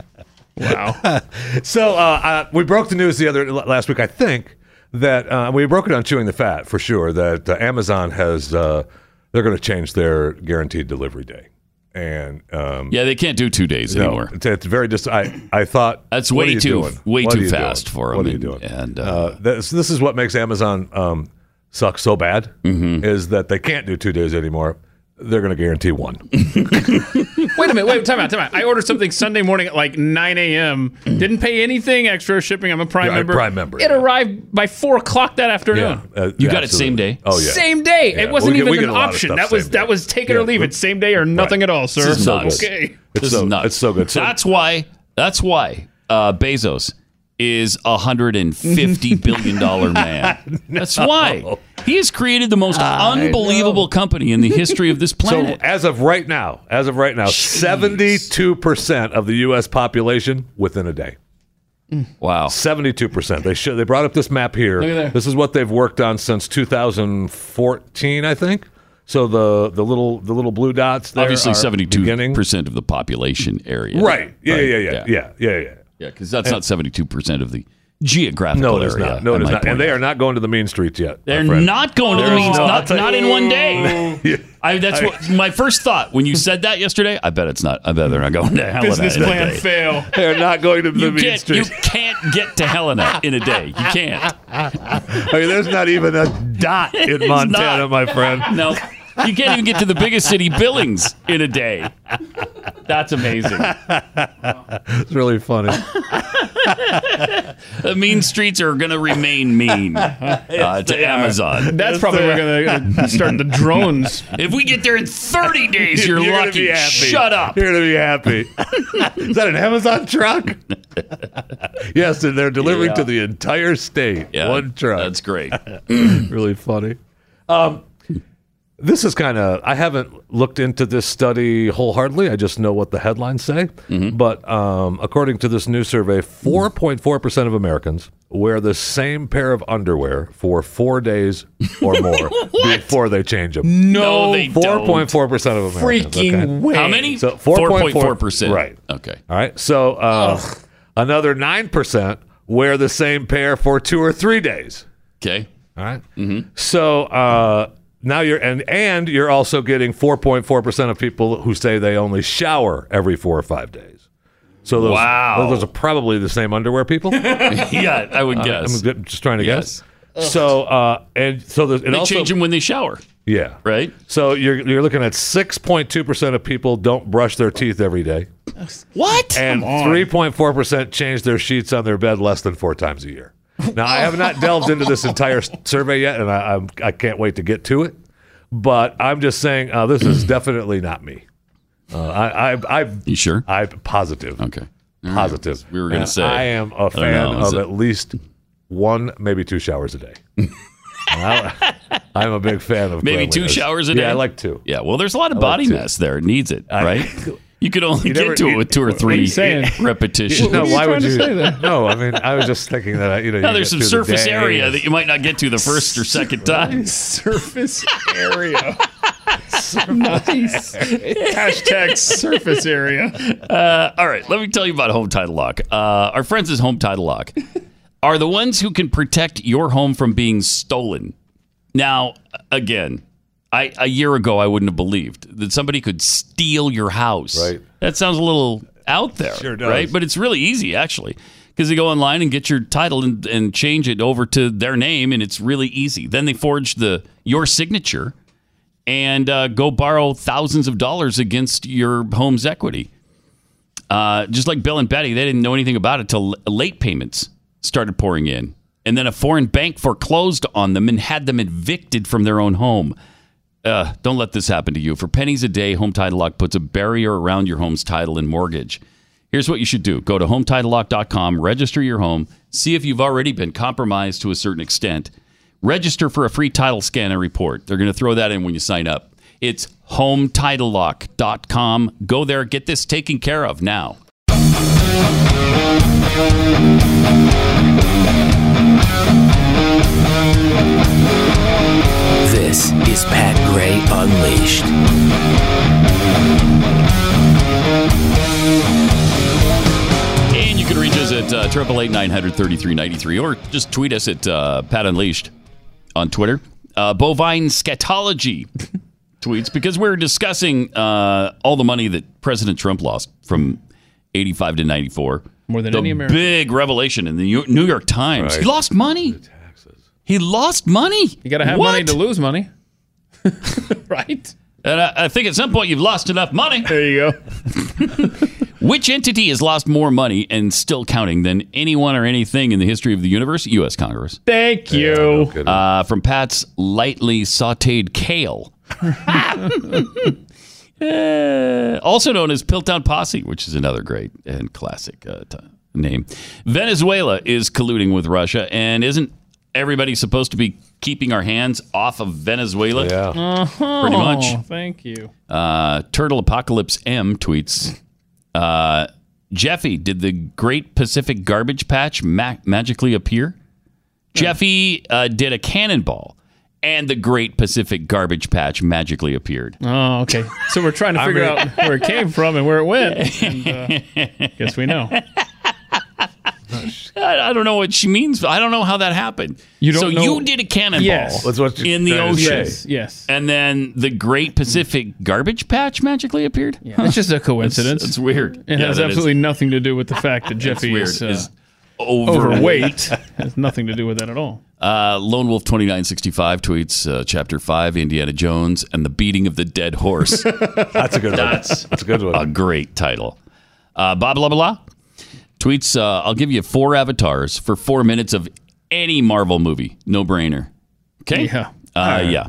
Speaker 3: wow.
Speaker 7: so uh, uh, we broke the news the other last week, I think, that uh, we broke it on chewing the fat for sure. That uh, Amazon has uh, they're going to change their guaranteed delivery day, and um,
Speaker 2: Yeah, they can't do two days
Speaker 7: no,
Speaker 2: anymore.
Speaker 7: it's, it's very dis- I I thought
Speaker 2: That's
Speaker 7: what
Speaker 2: way
Speaker 7: are you
Speaker 2: too-
Speaker 7: doing?
Speaker 2: way
Speaker 7: What
Speaker 2: too
Speaker 7: are you
Speaker 2: fast
Speaker 7: doing?
Speaker 2: for 'em
Speaker 7: What are you
Speaker 2: and-
Speaker 7: doing?
Speaker 2: and, uh,
Speaker 7: uh, this this
Speaker 2: Mm-hmm.
Speaker 7: is what makes Amazon um, suck so bad is that they can't do two days anymore. They're going to guarantee one.
Speaker 3: Wait a minute. Wait, time out, time out. I ordered something Sunday morning at like 9 a.m. Didn't pay anything extra shipping. I'm a Prime
Speaker 7: Yeah,
Speaker 3: member.
Speaker 7: Prime member,
Speaker 3: It arrived by four o'clock that afternoon.
Speaker 7: uh,
Speaker 2: You got it
Speaker 7: absolutely.
Speaker 2: same day?
Speaker 7: Oh yeah.
Speaker 3: Same day.
Speaker 7: Yeah,
Speaker 3: It wasn't
Speaker 7: we get- we
Speaker 3: even
Speaker 7: get
Speaker 3: an
Speaker 7: a lot of
Speaker 3: option.
Speaker 7: stuff
Speaker 3: That was
Speaker 7: same
Speaker 3: that
Speaker 7: day.
Speaker 3: was take it or
Speaker 7: Yeah,
Speaker 3: leave
Speaker 7: we-
Speaker 3: it. Same day or nothing at all, sir.
Speaker 2: This is nuts.
Speaker 3: Okay.
Speaker 7: It's
Speaker 2: This
Speaker 7: so,
Speaker 2: is nuts.
Speaker 7: It's so good. So,
Speaker 2: That's why. That's why uh, Bezos is a hundred and fifty billion dollar man. That's why he has created the most unbelievable company in the history of this
Speaker 7: so
Speaker 2: planet.
Speaker 7: as of right now, as of right now, seventy-two percent of the U.S. population within a day.
Speaker 2: wow.
Speaker 7: Seventy-two percent. They show, They brought up this map here.
Speaker 3: Look at there.
Speaker 7: This is what they've worked on since 2014, I think. So the the little the little blue dots. There
Speaker 2: Obviously,
Speaker 7: are
Speaker 2: seventy-two
Speaker 7: beginning-
Speaker 2: percent of the population area.
Speaker 7: Right. Yeah, yeah. Yeah. Yeah. Yeah. Yeah. yeah.
Speaker 2: Yeah, because that's not seventy-two percent of the geographical
Speaker 7: No, it
Speaker 2: area.
Speaker 7: is not. No,
Speaker 2: I
Speaker 7: it is
Speaker 2: might
Speaker 7: not.
Speaker 2: point
Speaker 7: And they
Speaker 2: out.
Speaker 7: are not going to the mean streets yet. my
Speaker 2: They're
Speaker 7: friend.
Speaker 2: not going to the
Speaker 7: There is
Speaker 2: means.
Speaker 7: no- I'll
Speaker 2: not
Speaker 7: tell
Speaker 2: not
Speaker 7: you-
Speaker 2: in one day.
Speaker 7: Yeah.
Speaker 2: I, that's what my first thought when you said that yesterday. I bet it's not. I bet they're not going to Helena.
Speaker 3: Business
Speaker 2: in a
Speaker 3: plan
Speaker 2: day.
Speaker 3: fail.
Speaker 7: They're not going to the
Speaker 2: You
Speaker 7: mean
Speaker 2: can't, you
Speaker 7: streets.
Speaker 2: can't get to Helena in a day. You can't.
Speaker 7: I mean, there's not even a dot in
Speaker 2: It's
Speaker 7: Montana,
Speaker 2: not.
Speaker 7: my friend.
Speaker 2: No. You can't even get to the biggest city, Billings, in a day. That's amazing.
Speaker 7: It's really funny.
Speaker 2: The mean streets are going to remain mean uh, to Amazon.
Speaker 3: That's probably we're gonna uh, start the drones.
Speaker 2: If we get there in 30 days, you're,
Speaker 7: gonna
Speaker 2: lucky.
Speaker 7: be happy.
Speaker 2: Shut up.
Speaker 7: You're gonna be happy. Is that an Amazon truck? yes, and they're delivering
Speaker 2: Yeah.
Speaker 7: to the entire state.
Speaker 2: Yeah,
Speaker 7: One truck.
Speaker 2: That's great.
Speaker 7: really funny. Um, this is kind of I haven't looked into this study wholeheartedly. I just know what the headlines say.
Speaker 2: Mm-hmm.
Speaker 7: But um, according to this new survey, 4.4 percent of Americans wear the same pair of underwear for four days or more before they change them.
Speaker 2: No, they
Speaker 7: Four
Speaker 2: don't.
Speaker 7: point four percent of Americans.
Speaker 3: Freaking
Speaker 7: okay?
Speaker 3: way.
Speaker 2: How many?
Speaker 7: So
Speaker 2: 4.4%.
Speaker 7: Right.
Speaker 2: Okay.
Speaker 7: All right. So uh, another nine percent wear the same pair for two or three days.
Speaker 2: Okay.
Speaker 7: All Mm-hmm. So uh, now you're and and you're also getting 4.4 percent of people who say they only shower every four or five days. So those,
Speaker 2: Wow.
Speaker 7: those are probably the same underwear people. I'm
Speaker 2: Yeah, I would guess.
Speaker 7: good- just trying to
Speaker 2: Yes.
Speaker 7: guess. So uh, and so there's, and
Speaker 2: they
Speaker 7: also
Speaker 2: change them when they shower,
Speaker 7: yeah
Speaker 2: right?
Speaker 7: So you're you're looking at 6.2 percent of people don't brush their teeth every day.
Speaker 2: What?
Speaker 7: and 3.4% change their sheets on their bed less than four times a year. Now, I have not delved into this entire s- survey yet, and I, I'm, I can't wait to get to it. But I'm just saying, uh, this is definitely not me. Uh, I, I, I,
Speaker 2: You sure?
Speaker 7: I'm positive.
Speaker 2: Okay.
Speaker 7: Positive.
Speaker 2: We were gonna
Speaker 7: And
Speaker 2: say.
Speaker 7: I am a
Speaker 2: don't
Speaker 7: fan
Speaker 2: know, is
Speaker 7: of
Speaker 2: it-
Speaker 7: at least one, maybe two showers a day. I, am a big fan of
Speaker 2: Maybe two
Speaker 7: cleanliness.
Speaker 2: showers a day.
Speaker 7: Yeah, I like two.
Speaker 2: Yeah, well, there's a lot of body
Speaker 7: two.
Speaker 2: mess there. It needs it, right? you could only
Speaker 7: You
Speaker 2: get
Speaker 7: never-
Speaker 2: to it
Speaker 7: you-
Speaker 2: with two or
Speaker 7: what are
Speaker 2: three
Speaker 3: you saying?
Speaker 2: repetitions.
Speaker 7: no,
Speaker 3: are you
Speaker 7: why
Speaker 3: trying
Speaker 7: would
Speaker 3: to
Speaker 7: you?
Speaker 3: say there?
Speaker 7: No, I mean, I was just thinking that I, you know,
Speaker 2: Now,
Speaker 7: you
Speaker 2: there's some
Speaker 7: get through the
Speaker 2: surface
Speaker 7: day.
Speaker 2: area that you might not get to the first or second time.
Speaker 3: surface area. nice. Hashtag surface area.
Speaker 2: Uh, All right, let me tell you about Home Title Lock. Uh, our friends at Home Title Lock are the ones who can protect your home from being stolen. Now, again, I, a year ago, I wouldn't have believed that somebody could steal your house.
Speaker 7: Right.
Speaker 2: That sounds a little out there.
Speaker 7: Sure does.
Speaker 2: Right? But it's really easy, actually, because they go online and get your title and, and change it over to their name, and it's really easy. Then they forge the your signature and uh, go borrow thousands of dollars against your home's equity. Uh, just like Bill and Betty, they didn't know anything about it till l- late payments started pouring in. And then a foreign bank foreclosed on them and had them evicted from their own home. Uh, don't let this happen to you. For pennies a day, Home Title Lock puts a barrier around your home's title and mortgage. Here's what you should do go to hometitlelock.com, register your home, see if you've already been compromised to a certain extent. Register for a free title scan and report. They're going to throw that in when you sign up. It's hometitlelock.com. Go there, get this taken care of now.
Speaker 12: This is Pat Gray Unleashed.
Speaker 2: And you can reach us at uh, triple eight nine hundred thirty three ninety three, or just tweet us at uh, Pat Unleashed on Twitter. Uh, bovine scatology tweets because we're discussing uh, all the money that President Trump lost from eighty five to ninety four.
Speaker 3: More than
Speaker 2: the
Speaker 3: any American.
Speaker 2: Big revelation in the New New York Times. He lost money. He lost money.
Speaker 3: You gotta have
Speaker 2: What?
Speaker 3: money to lose money. right?
Speaker 2: And I, I think at some point you've lost enough money. There
Speaker 3: you go.
Speaker 2: Which entity has lost more money and still counting than anyone or anything in the history of the universe? U.S. Congress.
Speaker 3: Thank you.
Speaker 2: uh, from Pat's lightly sauteed kale, Uh, also known as Piltdown Posse, which is another great and classic uh, t- name. Venezuela is colluding with Russia, and isn't everybody supposed to be keeping our hands off of Venezuela?
Speaker 3: Uh-huh.
Speaker 2: Pretty much.
Speaker 3: Thank you.
Speaker 2: Uh, Turtle Apocalypse M tweets uh, Jeffy, did the Great Pacific Garbage Patch ma- magically appear? Jeffy uh, did a cannonball, and the Great Pacific Garbage Patch magically appeared.
Speaker 3: Oh, okay. So we're trying to
Speaker 2: I'm
Speaker 3: figure
Speaker 2: ready.
Speaker 3: out where it came from and where it went. And, uh, guess we know.
Speaker 2: I, I don't know what she means. I don't know how that happened.
Speaker 3: You don't
Speaker 2: so
Speaker 3: know-
Speaker 2: you did a cannonball
Speaker 3: Yes. That's what you're
Speaker 2: in the
Speaker 3: trying to
Speaker 2: ocean.
Speaker 3: say. Yes, yes.
Speaker 2: And then the Great Pacific Garbage Patch magically appeared? Yeah.
Speaker 3: It's just a coincidence.
Speaker 2: It's, weird.
Speaker 3: It
Speaker 2: Yeah,
Speaker 3: has
Speaker 2: that is-
Speaker 3: absolutely nothing to do with the fact that
Speaker 2: It's
Speaker 3: Jeffy
Speaker 2: weird.
Speaker 3: is, uh,
Speaker 2: Is overweight.
Speaker 3: overweight. has nothing to do with that at all.
Speaker 2: Uh, Lone Wolf 2965 tweets uh, Chapter 5 Indiana Jones and the Beating of the Dead Horse.
Speaker 7: That's a good one.
Speaker 2: That's,
Speaker 7: That's a good one.
Speaker 2: A great title. Uh, blah, blah, blah. Tweets uh, I'll give you four avatars for four minutes of any Marvel movie. No brainer. Okay?
Speaker 3: Yeah.
Speaker 2: Uh, yeah.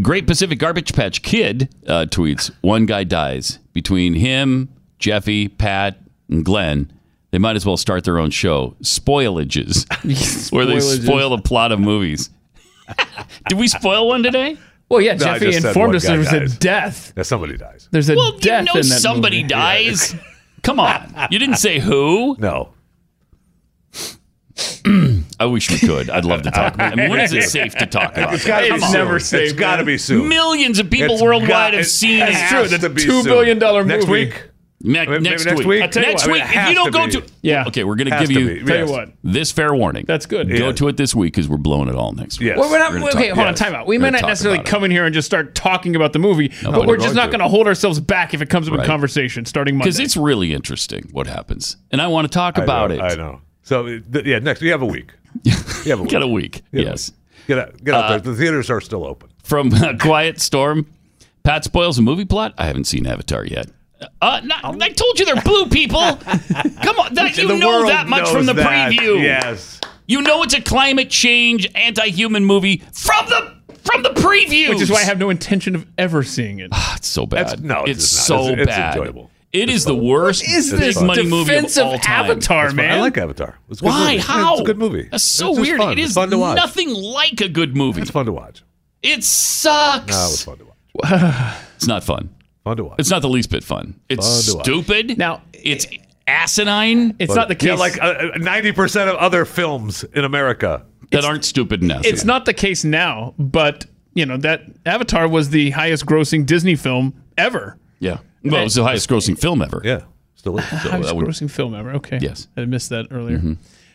Speaker 2: Great Pacific Garbage Patch Kid uh, tweets One guy dies. Between him, Jeffy, Pat, and Glenn, they might as well start their own show. Spoilages. Where they
Speaker 3: Spoilages.
Speaker 2: spoil the plot of movies. Did we spoil one today?
Speaker 3: Well, yeah,
Speaker 2: No, I
Speaker 3: Jeffy
Speaker 2: just said
Speaker 3: informed
Speaker 2: one
Speaker 3: us
Speaker 2: guy
Speaker 3: there was
Speaker 2: dies.
Speaker 3: a death.
Speaker 7: Yeah, somebody dies.
Speaker 3: There's a
Speaker 2: well,
Speaker 3: death
Speaker 2: you know
Speaker 3: in that
Speaker 2: somebody
Speaker 3: movie.
Speaker 2: dies. Come on. You didn't say who.
Speaker 7: No.
Speaker 2: I wish we could. I'd love to talk about it. I mean, when is it safe to talk about?
Speaker 7: It's gotta
Speaker 2: that?
Speaker 7: be
Speaker 2: Come on.
Speaker 7: soon. It's got to be soon.
Speaker 2: Millions of people
Speaker 7: It's
Speaker 2: worldwide
Speaker 7: got-
Speaker 2: have
Speaker 7: it
Speaker 2: seen
Speaker 7: has
Speaker 2: it.
Speaker 7: to be soon. Next week.
Speaker 2: Ne-
Speaker 7: Maybe
Speaker 2: next,
Speaker 7: next
Speaker 2: week.
Speaker 7: week?
Speaker 2: Next week. if you don't go to
Speaker 3: Yeah.
Speaker 2: okay, we're gonna
Speaker 3: Has
Speaker 2: give
Speaker 3: to
Speaker 2: you.
Speaker 3: be, Tell you yes. what.
Speaker 2: This fair warning. That's
Speaker 3: good.
Speaker 2: Go
Speaker 3: Yeah.
Speaker 2: to it this week because we're blowing it all next week.
Speaker 3: Well, we're not,
Speaker 2: We're gonna
Speaker 3: okay,
Speaker 2: talk-
Speaker 3: hold on,
Speaker 2: yes.
Speaker 3: time out. We
Speaker 2: We're
Speaker 3: may
Speaker 2: gonna
Speaker 3: not
Speaker 2: talk
Speaker 3: necessarily
Speaker 2: about it.
Speaker 3: come in here and just start talking about the movie,
Speaker 2: but
Speaker 3: but
Speaker 2: we're
Speaker 3: we're just
Speaker 2: going
Speaker 3: not
Speaker 2: to.
Speaker 3: going to hold ourselves back if it comes up
Speaker 2: Right.
Speaker 3: in conversation starting Monday.
Speaker 2: because it's really interesting what happens, and I want to talk about
Speaker 7: I know,
Speaker 2: it.
Speaker 7: I know. So th- yeah, next you have a week. You have a week.
Speaker 2: Get a week.
Speaker 7: You have a
Speaker 2: yes.
Speaker 7: week. Get out, get out
Speaker 2: Uh,
Speaker 7: there. The theaters are still open.
Speaker 2: From Quiet Storm, Pat spoils a movie plot. I haven't seen Avatar yet. Uh, not, I told you they're blue people. Come on, that, you
Speaker 7: The
Speaker 2: know
Speaker 7: world
Speaker 2: that much from
Speaker 7: knows
Speaker 2: the
Speaker 7: that.
Speaker 2: preview.
Speaker 7: Yes.
Speaker 2: You know it's a climate change anti-human movie from the from the preview.
Speaker 3: Which is why I have no intention of ever seeing it.
Speaker 2: it's so bad.
Speaker 7: That's- no, it
Speaker 2: it's
Speaker 7: is not.
Speaker 2: so
Speaker 7: It's- it's
Speaker 2: bad.
Speaker 7: enjoyable.
Speaker 2: It is the worst
Speaker 3: What is
Speaker 2: big
Speaker 3: this
Speaker 2: money movie of
Speaker 3: defense of
Speaker 2: all time.
Speaker 3: Avatar,
Speaker 2: That's
Speaker 7: But
Speaker 2: why
Speaker 7: I like Avatar. It's a good
Speaker 2: Why?
Speaker 7: movie.
Speaker 2: How?
Speaker 7: It's a good movie.
Speaker 2: That's so
Speaker 7: It's just
Speaker 2: weird.
Speaker 7: fun.
Speaker 2: It
Speaker 7: It's
Speaker 2: is
Speaker 7: fun to watch.
Speaker 2: nothing like a good movie.
Speaker 7: It's fun to watch.
Speaker 2: It sucks.
Speaker 7: No, it's fun to watch.
Speaker 2: It's not fun.
Speaker 7: Fun to watch.
Speaker 2: It's not the least bit fun. It's
Speaker 7: Fun to watch.
Speaker 2: stupid. Now it's asinine.
Speaker 3: It's not the case.
Speaker 7: Yeah, like uh, ninety percent of other films in America.
Speaker 2: that aren't stupid enough.
Speaker 3: it's not the case now, but you know that Avatar was the highest-grossing Disney film ever.
Speaker 2: yeah. Well, it was the highest grossing film ever.
Speaker 7: Yeah, still is.
Speaker 2: So uh, that would,
Speaker 3: highest-grossing film ever. Okay.
Speaker 2: Yes. Mm-hmm.
Speaker 3: I missed that earlier.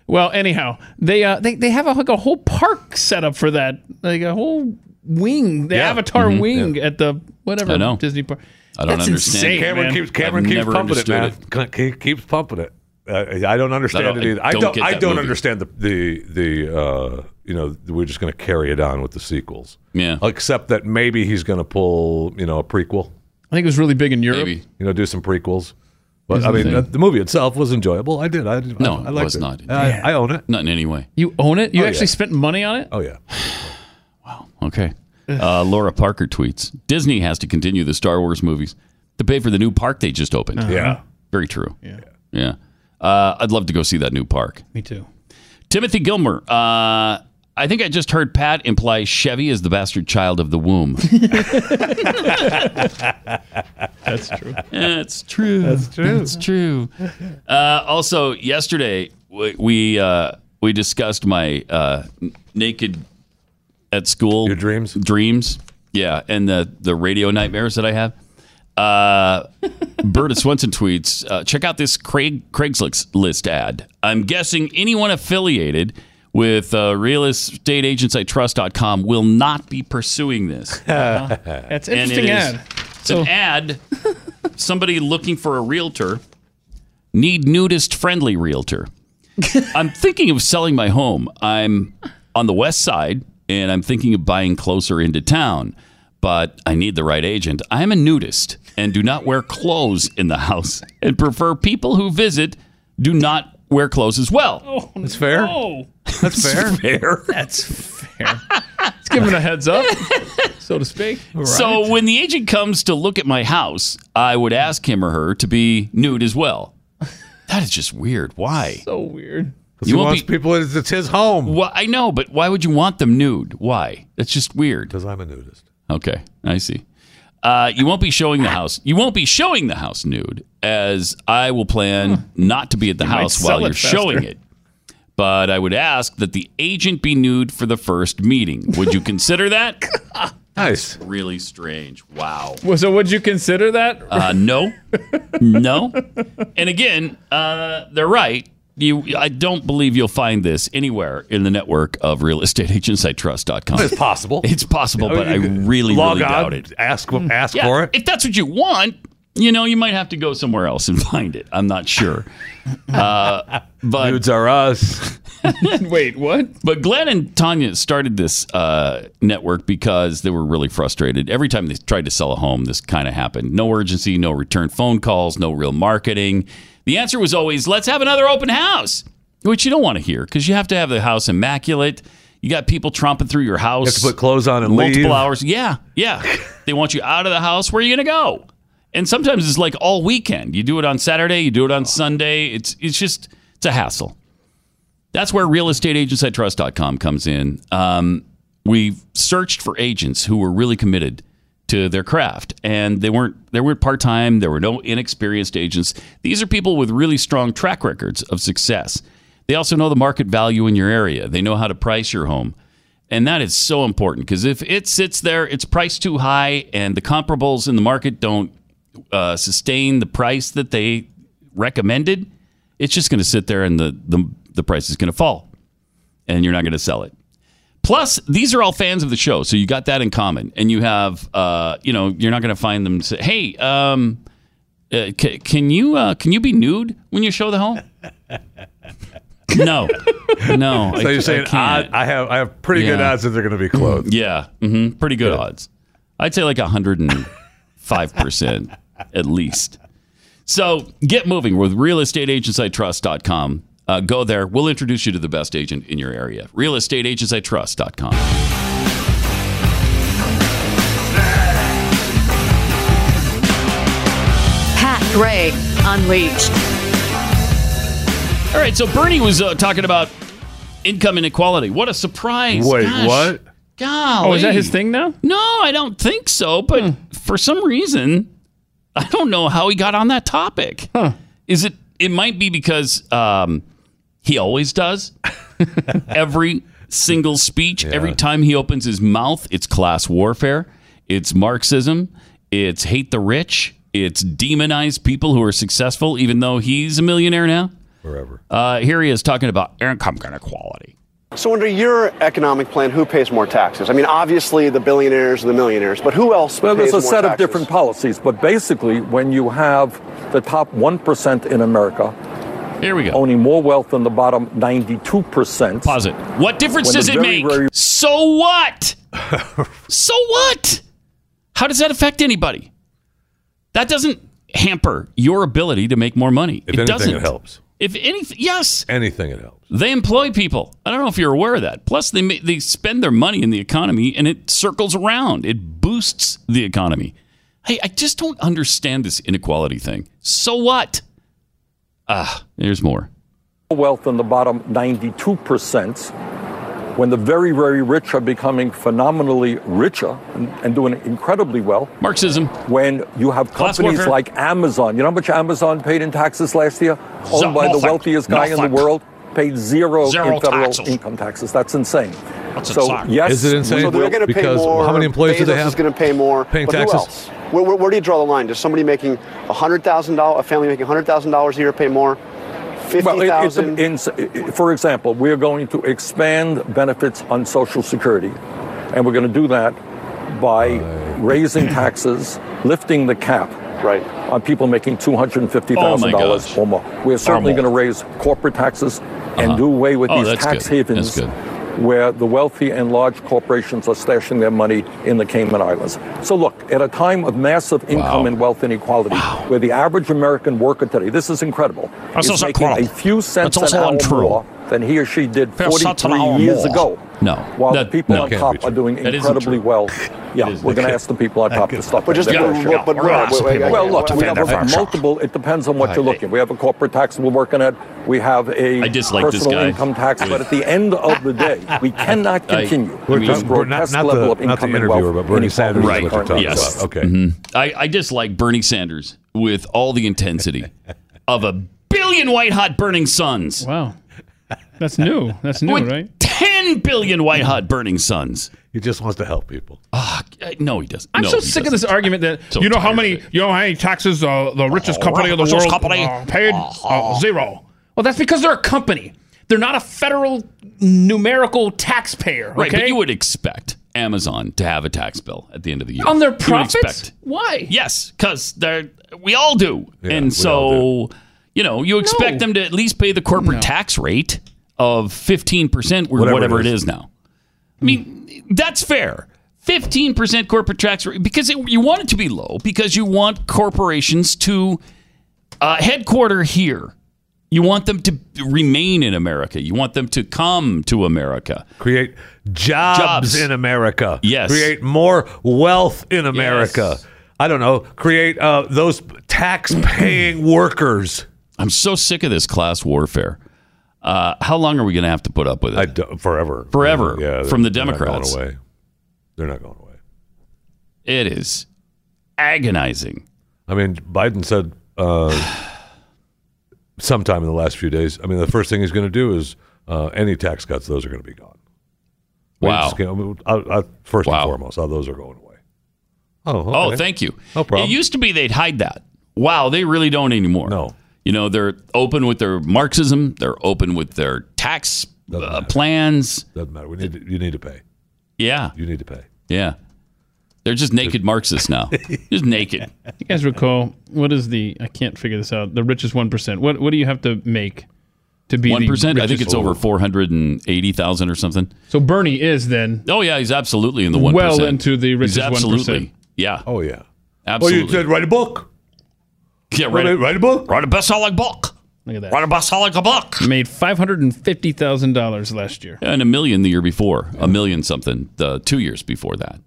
Speaker 3: Well, anyhow, they uh, they they have a, like a whole park set up for that, like a whole wing, the
Speaker 7: Yeah.
Speaker 3: Avatar wing at the whatever
Speaker 2: Mm-hmm. I know.
Speaker 3: Disney park.
Speaker 2: I don't
Speaker 3: That's
Speaker 2: understand.
Speaker 3: Insane,
Speaker 7: Cameron
Speaker 3: man.
Speaker 7: keeps Cameron
Speaker 2: I've
Speaker 7: keeps
Speaker 2: never
Speaker 7: pumping it, man.
Speaker 2: understood
Speaker 7: Ke- keeps pumping it. Uh, I don't understand
Speaker 2: I don't-
Speaker 7: it either. I
Speaker 2: I don't
Speaker 7: don't.
Speaker 2: get
Speaker 7: I
Speaker 2: that
Speaker 7: don't
Speaker 2: movie.
Speaker 7: understand the the the. Uh, you know, we're just going to carry it on with the sequels.
Speaker 2: Yeah.
Speaker 7: Except that maybe he's going to pull you know a prequel.
Speaker 3: I think it was really big in Europe.
Speaker 2: maybe.
Speaker 7: You know, do some prequels. But I
Speaker 2: the
Speaker 7: mean,
Speaker 2: thing.
Speaker 7: uh, the movie itself was enjoyable. I did. I
Speaker 2: No,
Speaker 7: I, I
Speaker 2: it
Speaker 7: liked Uh,
Speaker 2: was not.
Speaker 7: I, I own it.
Speaker 2: Not in any way.
Speaker 3: You own it. You
Speaker 7: Oh,
Speaker 3: actually
Speaker 7: yeah.
Speaker 3: spent money on it.
Speaker 7: Oh yeah.
Speaker 2: Okay. Uh, Laura Parker tweets Disney has to continue the Star Wars movies to pay for the new park they just opened.
Speaker 7: Yeah.
Speaker 2: Very true. Yeah. Yeah. Uh, I'd love to go see that new park.
Speaker 3: Me too.
Speaker 2: Timothy Gilmer. Uh, I think I just heard Pat imply Chevy is the bastard child of the womb.
Speaker 3: That's true.
Speaker 2: That's true. That's true. That's true. Uh, also, yesterday we we, uh, we discussed my uh, n- naked at school
Speaker 7: Your dreams?
Speaker 2: dreams. Yeah, and the the radio nightmares that I have. Uh, Berta Swenson tweets: uh, Check out this Craig Craigslist ad. I'm guessing anyone affiliated with uh, real estate agents I trust.com will not be pursuing this
Speaker 3: That's
Speaker 2: Uh, and
Speaker 3: interesting
Speaker 2: it is-
Speaker 3: ad.
Speaker 2: It's an ad. Somebody looking for a realtor need nudist friendly realtor. I'm thinking of selling my home. I'm on the west side and I'm thinking of buying closer into town. but I need the right agent. I am a nudist and do not wear clothes in the house and prefer people who visit do not wear clothes as well.
Speaker 3: Oh,
Speaker 7: That's fair.
Speaker 3: Oh,
Speaker 7: That's fair. fair.
Speaker 3: That's fair. Let's give him a heads up, so to speak.
Speaker 2: So when the agent comes to look at my house, I would ask him or her to be nude as well. That is just weird. Why?
Speaker 3: so weird.
Speaker 7: he wants people. It's his home.
Speaker 2: Well, I know, but why would you want them nude? Why? That's just weird.
Speaker 7: Because I'm a nudist.
Speaker 2: Okay, I see. Uh, you won't be showing the house. You won't be showing the house nude, as I will plan not to be at the
Speaker 3: might
Speaker 2: house
Speaker 3: sell
Speaker 2: while
Speaker 3: it
Speaker 2: you're showing
Speaker 3: faster.
Speaker 2: it. But I would ask that the agent be nude for the first meeting. Would you consider that?
Speaker 7: Nice.
Speaker 2: really strange. Wow.
Speaker 3: Well, so would you consider that?
Speaker 2: Uh, no, no. And again, uh, they're right. You, I don't believe you'll find this anywhere in the network of real estate agents I trust.com.
Speaker 7: It's possible.
Speaker 2: It's possible, but I
Speaker 7: You could
Speaker 2: really, really
Speaker 7: log on,
Speaker 2: doubt it.
Speaker 7: Ask ask
Speaker 2: Yeah,
Speaker 7: for it.
Speaker 2: If that's what you want, you know, you might have to go somewhere else and find it. I'm not sure. Uh, but
Speaker 7: Nudes are us.
Speaker 3: Wait, what?
Speaker 2: but Glenn and Tanya started this uh, network because they were really frustrated. Every time they tried to sell a home, this kind of happened. No urgency, no return phone calls, no real marketing. The answer was always, let's have another open house, which you don't want to hear because you have to have the house immaculate. You got people tromping through your house.
Speaker 7: You have to put clothes on and
Speaker 2: multiple
Speaker 7: leave.
Speaker 2: hours. Yeah, yeah. they want you out of the house. Where are you going to go? And sometimes it's like all weekend. You do it on Saturday, you do it on Sunday. It's it's just it's a hassle. That's where realestateagentsitrust.com comes in. Um, we searched for agents who were really committed to their craft, and they weren't. They weren't part time. There were no inexperienced agents. These are people with really strong track records of success. They also know the market value in your area. They know how to price your home, and that is so important because if it sits there, it's priced too high, and the comparables in the market don't uh, sustain the price that they recommended, it's just going to sit there and the, the, the price is going to fall and you're not going to sell it. Plus, these are all fans of the show, so you got that in common. And you have, uh, you know, you're not going to find them say, "Hey, um, uh, c- can you uh, can you be nude when you show the home?" no, no.
Speaker 7: So you're saying I,
Speaker 2: can't.
Speaker 7: I have I have pretty good
Speaker 2: Yeah.
Speaker 7: odds that they're going to be clothed.
Speaker 2: Yeah, hmm pretty good odds. I'd say like 105% at least. So get moving with realestateagentsitrust.com. Uh, go there. We'll introduce you to the best agent in your area. Realestateagentsitrust.com.
Speaker 13: Pat Gray Unleashed.
Speaker 2: All right, so Bernie was uh, talking about income inequality. What a surprise.
Speaker 7: Wait,
Speaker 2: Gosh.
Speaker 7: what?
Speaker 2: Golly.
Speaker 3: Oh, is that his thing now?
Speaker 2: No, I don't think so. But for some reason, I don't know how he got on that topic. Is it? It might be because um, he always does. every single speech, every time he opens his mouth, it's class warfare, it's Marxism, it's hate the rich, it's demonize people who are successful, even though he's a millionaire now.
Speaker 7: Forever.
Speaker 2: Uh, here he is talking about income inequality.
Speaker 14: So, under your economic plan, who pays more taxes? I mean, obviously the billionaires and the millionaires, but who else
Speaker 15: Well,
Speaker 14: pays
Speaker 15: there's a
Speaker 14: more
Speaker 15: set of
Speaker 14: taxes?
Speaker 15: different policies, but basically, when you have the top 1% in America
Speaker 2: Here we go.
Speaker 15: owning more wealth than the bottom 92%.
Speaker 2: Pause it. What difference
Speaker 15: When
Speaker 2: does
Speaker 15: the
Speaker 2: it
Speaker 15: very,
Speaker 2: make?
Speaker 15: very-
Speaker 2: so what? so what? How does that affect anybody? That doesn't hamper your ability to make more money.
Speaker 7: If
Speaker 2: it
Speaker 7: anything,
Speaker 2: doesn't.
Speaker 7: it helps.
Speaker 2: If anything, yes.
Speaker 7: Anything it helps.
Speaker 2: They employ people. I don't know if you're aware of that. Plus, they ma- they spend their money in the economy, and it circles around. It boosts the economy. Hey, I just don't understand this inequality thing. So what? Ah, there's more.
Speaker 15: wealth in the bottom 92%, when the very, very rich are becoming phenomenally richer and, and doing incredibly well.
Speaker 2: Marxism.
Speaker 15: When you have
Speaker 2: Class
Speaker 15: companies
Speaker 2: warfare.
Speaker 15: like Amazon, you know how much Amazon paid in taxes last year? Owned by the
Speaker 16: nothing.
Speaker 15: wealthiest guy in
Speaker 16: Nothing.
Speaker 15: the world, paid zero,
Speaker 16: Zero
Speaker 15: in federal
Speaker 16: taxes.
Speaker 15: income taxes. That's insane.
Speaker 16: a
Speaker 15: so,
Speaker 16: tax.
Speaker 15: yes,
Speaker 7: Is it insane?
Speaker 15: we
Speaker 14: So
Speaker 15: will-
Speaker 14: they're going to pay
Speaker 7: Because
Speaker 14: more.
Speaker 7: how many employees do they
Speaker 14: Bezos
Speaker 7: have
Speaker 14: is going to pay more.
Speaker 7: paying
Speaker 14: but
Speaker 7: taxes?
Speaker 14: Who else? Where, where, where do you draw the line? Does somebody making hundred thousand dollars, a family making hundred thousand dollars a year, pay more? Fifty
Speaker 15: Well, it- it's an
Speaker 14: thousand.
Speaker 15: ins- for example, we are going to expand benefits on Social Security, and we're going to do that by raising taxes, lifting the cap
Speaker 14: right.
Speaker 15: on people making two hundred and
Speaker 16: Oh
Speaker 15: fifty thousand dollars or more. We're certainly
Speaker 16: more.
Speaker 15: going to raise corporate taxes and
Speaker 16: Uh-huh.
Speaker 15: do away with
Speaker 16: Oh,
Speaker 15: these
Speaker 16: that's
Speaker 15: tax
Speaker 16: good.
Speaker 15: havens
Speaker 16: That's good.
Speaker 15: where the wealthy and large corporations are stashing their money in the Cayman Islands. So, look, at a time of massive income and wealth inequality, where the average American worker today, this is incredible,
Speaker 2: That's
Speaker 15: is
Speaker 2: also
Speaker 15: making
Speaker 2: incredible.
Speaker 15: a few cents
Speaker 2: That's
Speaker 15: an
Speaker 2: also
Speaker 15: hour
Speaker 2: untrue.
Speaker 15: more than he or she did
Speaker 2: Fair cents an
Speaker 15: 43
Speaker 2: hour
Speaker 15: years
Speaker 2: more.
Speaker 15: ago.
Speaker 2: No.
Speaker 15: While
Speaker 2: That-
Speaker 15: the people
Speaker 2: no.
Speaker 15: on
Speaker 2: Can't be
Speaker 15: top
Speaker 2: true.
Speaker 15: are doing
Speaker 2: That isn't
Speaker 15: incredibly well. Yeah, we're going to ask the people on top to stop.
Speaker 14: But just-
Speaker 15: that
Speaker 14: but-
Speaker 15: bullshit.
Speaker 14: but- but- We're not supposed to
Speaker 15: well,
Speaker 14: be
Speaker 15: look,
Speaker 14: able
Speaker 15: we
Speaker 14: to
Speaker 15: have
Speaker 14: defend
Speaker 15: a
Speaker 14: that.
Speaker 15: multiple. It depends on what
Speaker 14: I-
Speaker 15: you're looking. We have a corporate tax we're working at. We have a
Speaker 2: I dislike this
Speaker 15: personal
Speaker 2: guy.
Speaker 15: income tax. But at the end of the day, we cannot
Speaker 2: I-
Speaker 15: continue
Speaker 2: We're
Speaker 15: this
Speaker 2: talking- we're
Speaker 15: grotesque
Speaker 7: not- not
Speaker 15: level
Speaker 7: the-
Speaker 15: of
Speaker 7: not the
Speaker 15: income and
Speaker 7: interviewer,
Speaker 15: wealth
Speaker 7: but Bernie Sanders
Speaker 15: inequality
Speaker 2: Right.
Speaker 7: what you're talking
Speaker 2: yes.
Speaker 7: about. Okay.
Speaker 2: Mhm. I, I dislike Bernie Sanders with all the intensity of a billion white hot burning suns.
Speaker 3: Wow. That's new. That's new,
Speaker 2: With
Speaker 3: right?
Speaker 2: 10 billion white hot burning suns. Ah, uh,
Speaker 7: He just wants to help people.
Speaker 2: no, he doesn't.
Speaker 3: I'm
Speaker 2: No,
Speaker 3: so
Speaker 2: he
Speaker 3: sick
Speaker 2: doesn't.
Speaker 3: of this argument that
Speaker 2: So
Speaker 3: you know how many you know how many taxes uh, the richest
Speaker 2: Oh,
Speaker 3: company in the
Speaker 2: richest
Speaker 3: world
Speaker 2: company.
Speaker 3: uh, paid
Speaker 2: Uh-huh.
Speaker 3: uh, zero. Well, that's because they're a company. They're not a federal numerical taxpayer.
Speaker 2: Right,
Speaker 3: okay?
Speaker 2: but you would expect Amazon to have a tax bill at the end of the year.
Speaker 3: on their
Speaker 2: You would
Speaker 3: profits.
Speaker 2: expect.
Speaker 3: Why?
Speaker 2: Yes, because they're we all do. and so, you know, you expect them to at least pay the corporate tax rate of 15% or whatever,
Speaker 7: Whatever it
Speaker 2: it, is.
Speaker 7: is.
Speaker 2: now. I mean, that's fair. 15% corporate tax rate because it, you want it to be low because you want corporations to uh, headquarter here. You want them to remain in America. You want them to come to America.
Speaker 7: Create jobs, in America.
Speaker 2: Yes.
Speaker 7: Create more wealth in America. I don't know. Create uh, those tax paying workers.
Speaker 2: I'm so sick of this class warfare. Uh, how long are we going to have to put up with it?
Speaker 7: forever.
Speaker 2: Forever.
Speaker 7: Yeah,
Speaker 2: from the
Speaker 7: they're not going
Speaker 2: Democrats.
Speaker 7: away. They're not going away.
Speaker 2: It is agonizing.
Speaker 7: I mean, Biden said uh, sometime in the last few days. I mean, the first thing he's going to do is uh, any tax cuts; those are going to be gone. I mean,
Speaker 2: Wow.
Speaker 7: just gonna- I mean, I- I- first and foremost, oh, those are going away. Oh,
Speaker 2: Oh,
Speaker 7: okay.
Speaker 2: thank you.
Speaker 7: No problem.
Speaker 2: It used to be they'd hide that. Wow, they really don't anymore. No. You know, they're open with their Marxism, they're open with their tax uh, plans.
Speaker 7: Doesn't matter. We need to, you need to pay.
Speaker 2: Yeah.
Speaker 7: You need to pay.
Speaker 2: Yeah. They're just naked Marxists now. just naked.
Speaker 3: You guys recall what is the? I can't figure this out. The richest one percent. What What do you have to make to be
Speaker 2: One percent.
Speaker 3: The
Speaker 2: I think
Speaker 3: richest-
Speaker 2: it's over four hundred and eighty thousand or something.
Speaker 3: So Bernie is then.
Speaker 2: Oh yeah, he's absolutely in the one
Speaker 3: Well into the richest
Speaker 2: He's absolutely.
Speaker 3: 1%.
Speaker 2: Yeah.
Speaker 7: Oh yeah.
Speaker 2: Absolutely.
Speaker 7: Well, you said write a book.
Speaker 2: yeah. Write,
Speaker 7: write, write a book.
Speaker 2: Write a best-selling book.
Speaker 3: Look at that.
Speaker 2: Write a best-selling book.
Speaker 3: Made five hundred and fifty thousand dollars last year.
Speaker 2: and a million the year before, a million something the two years before that.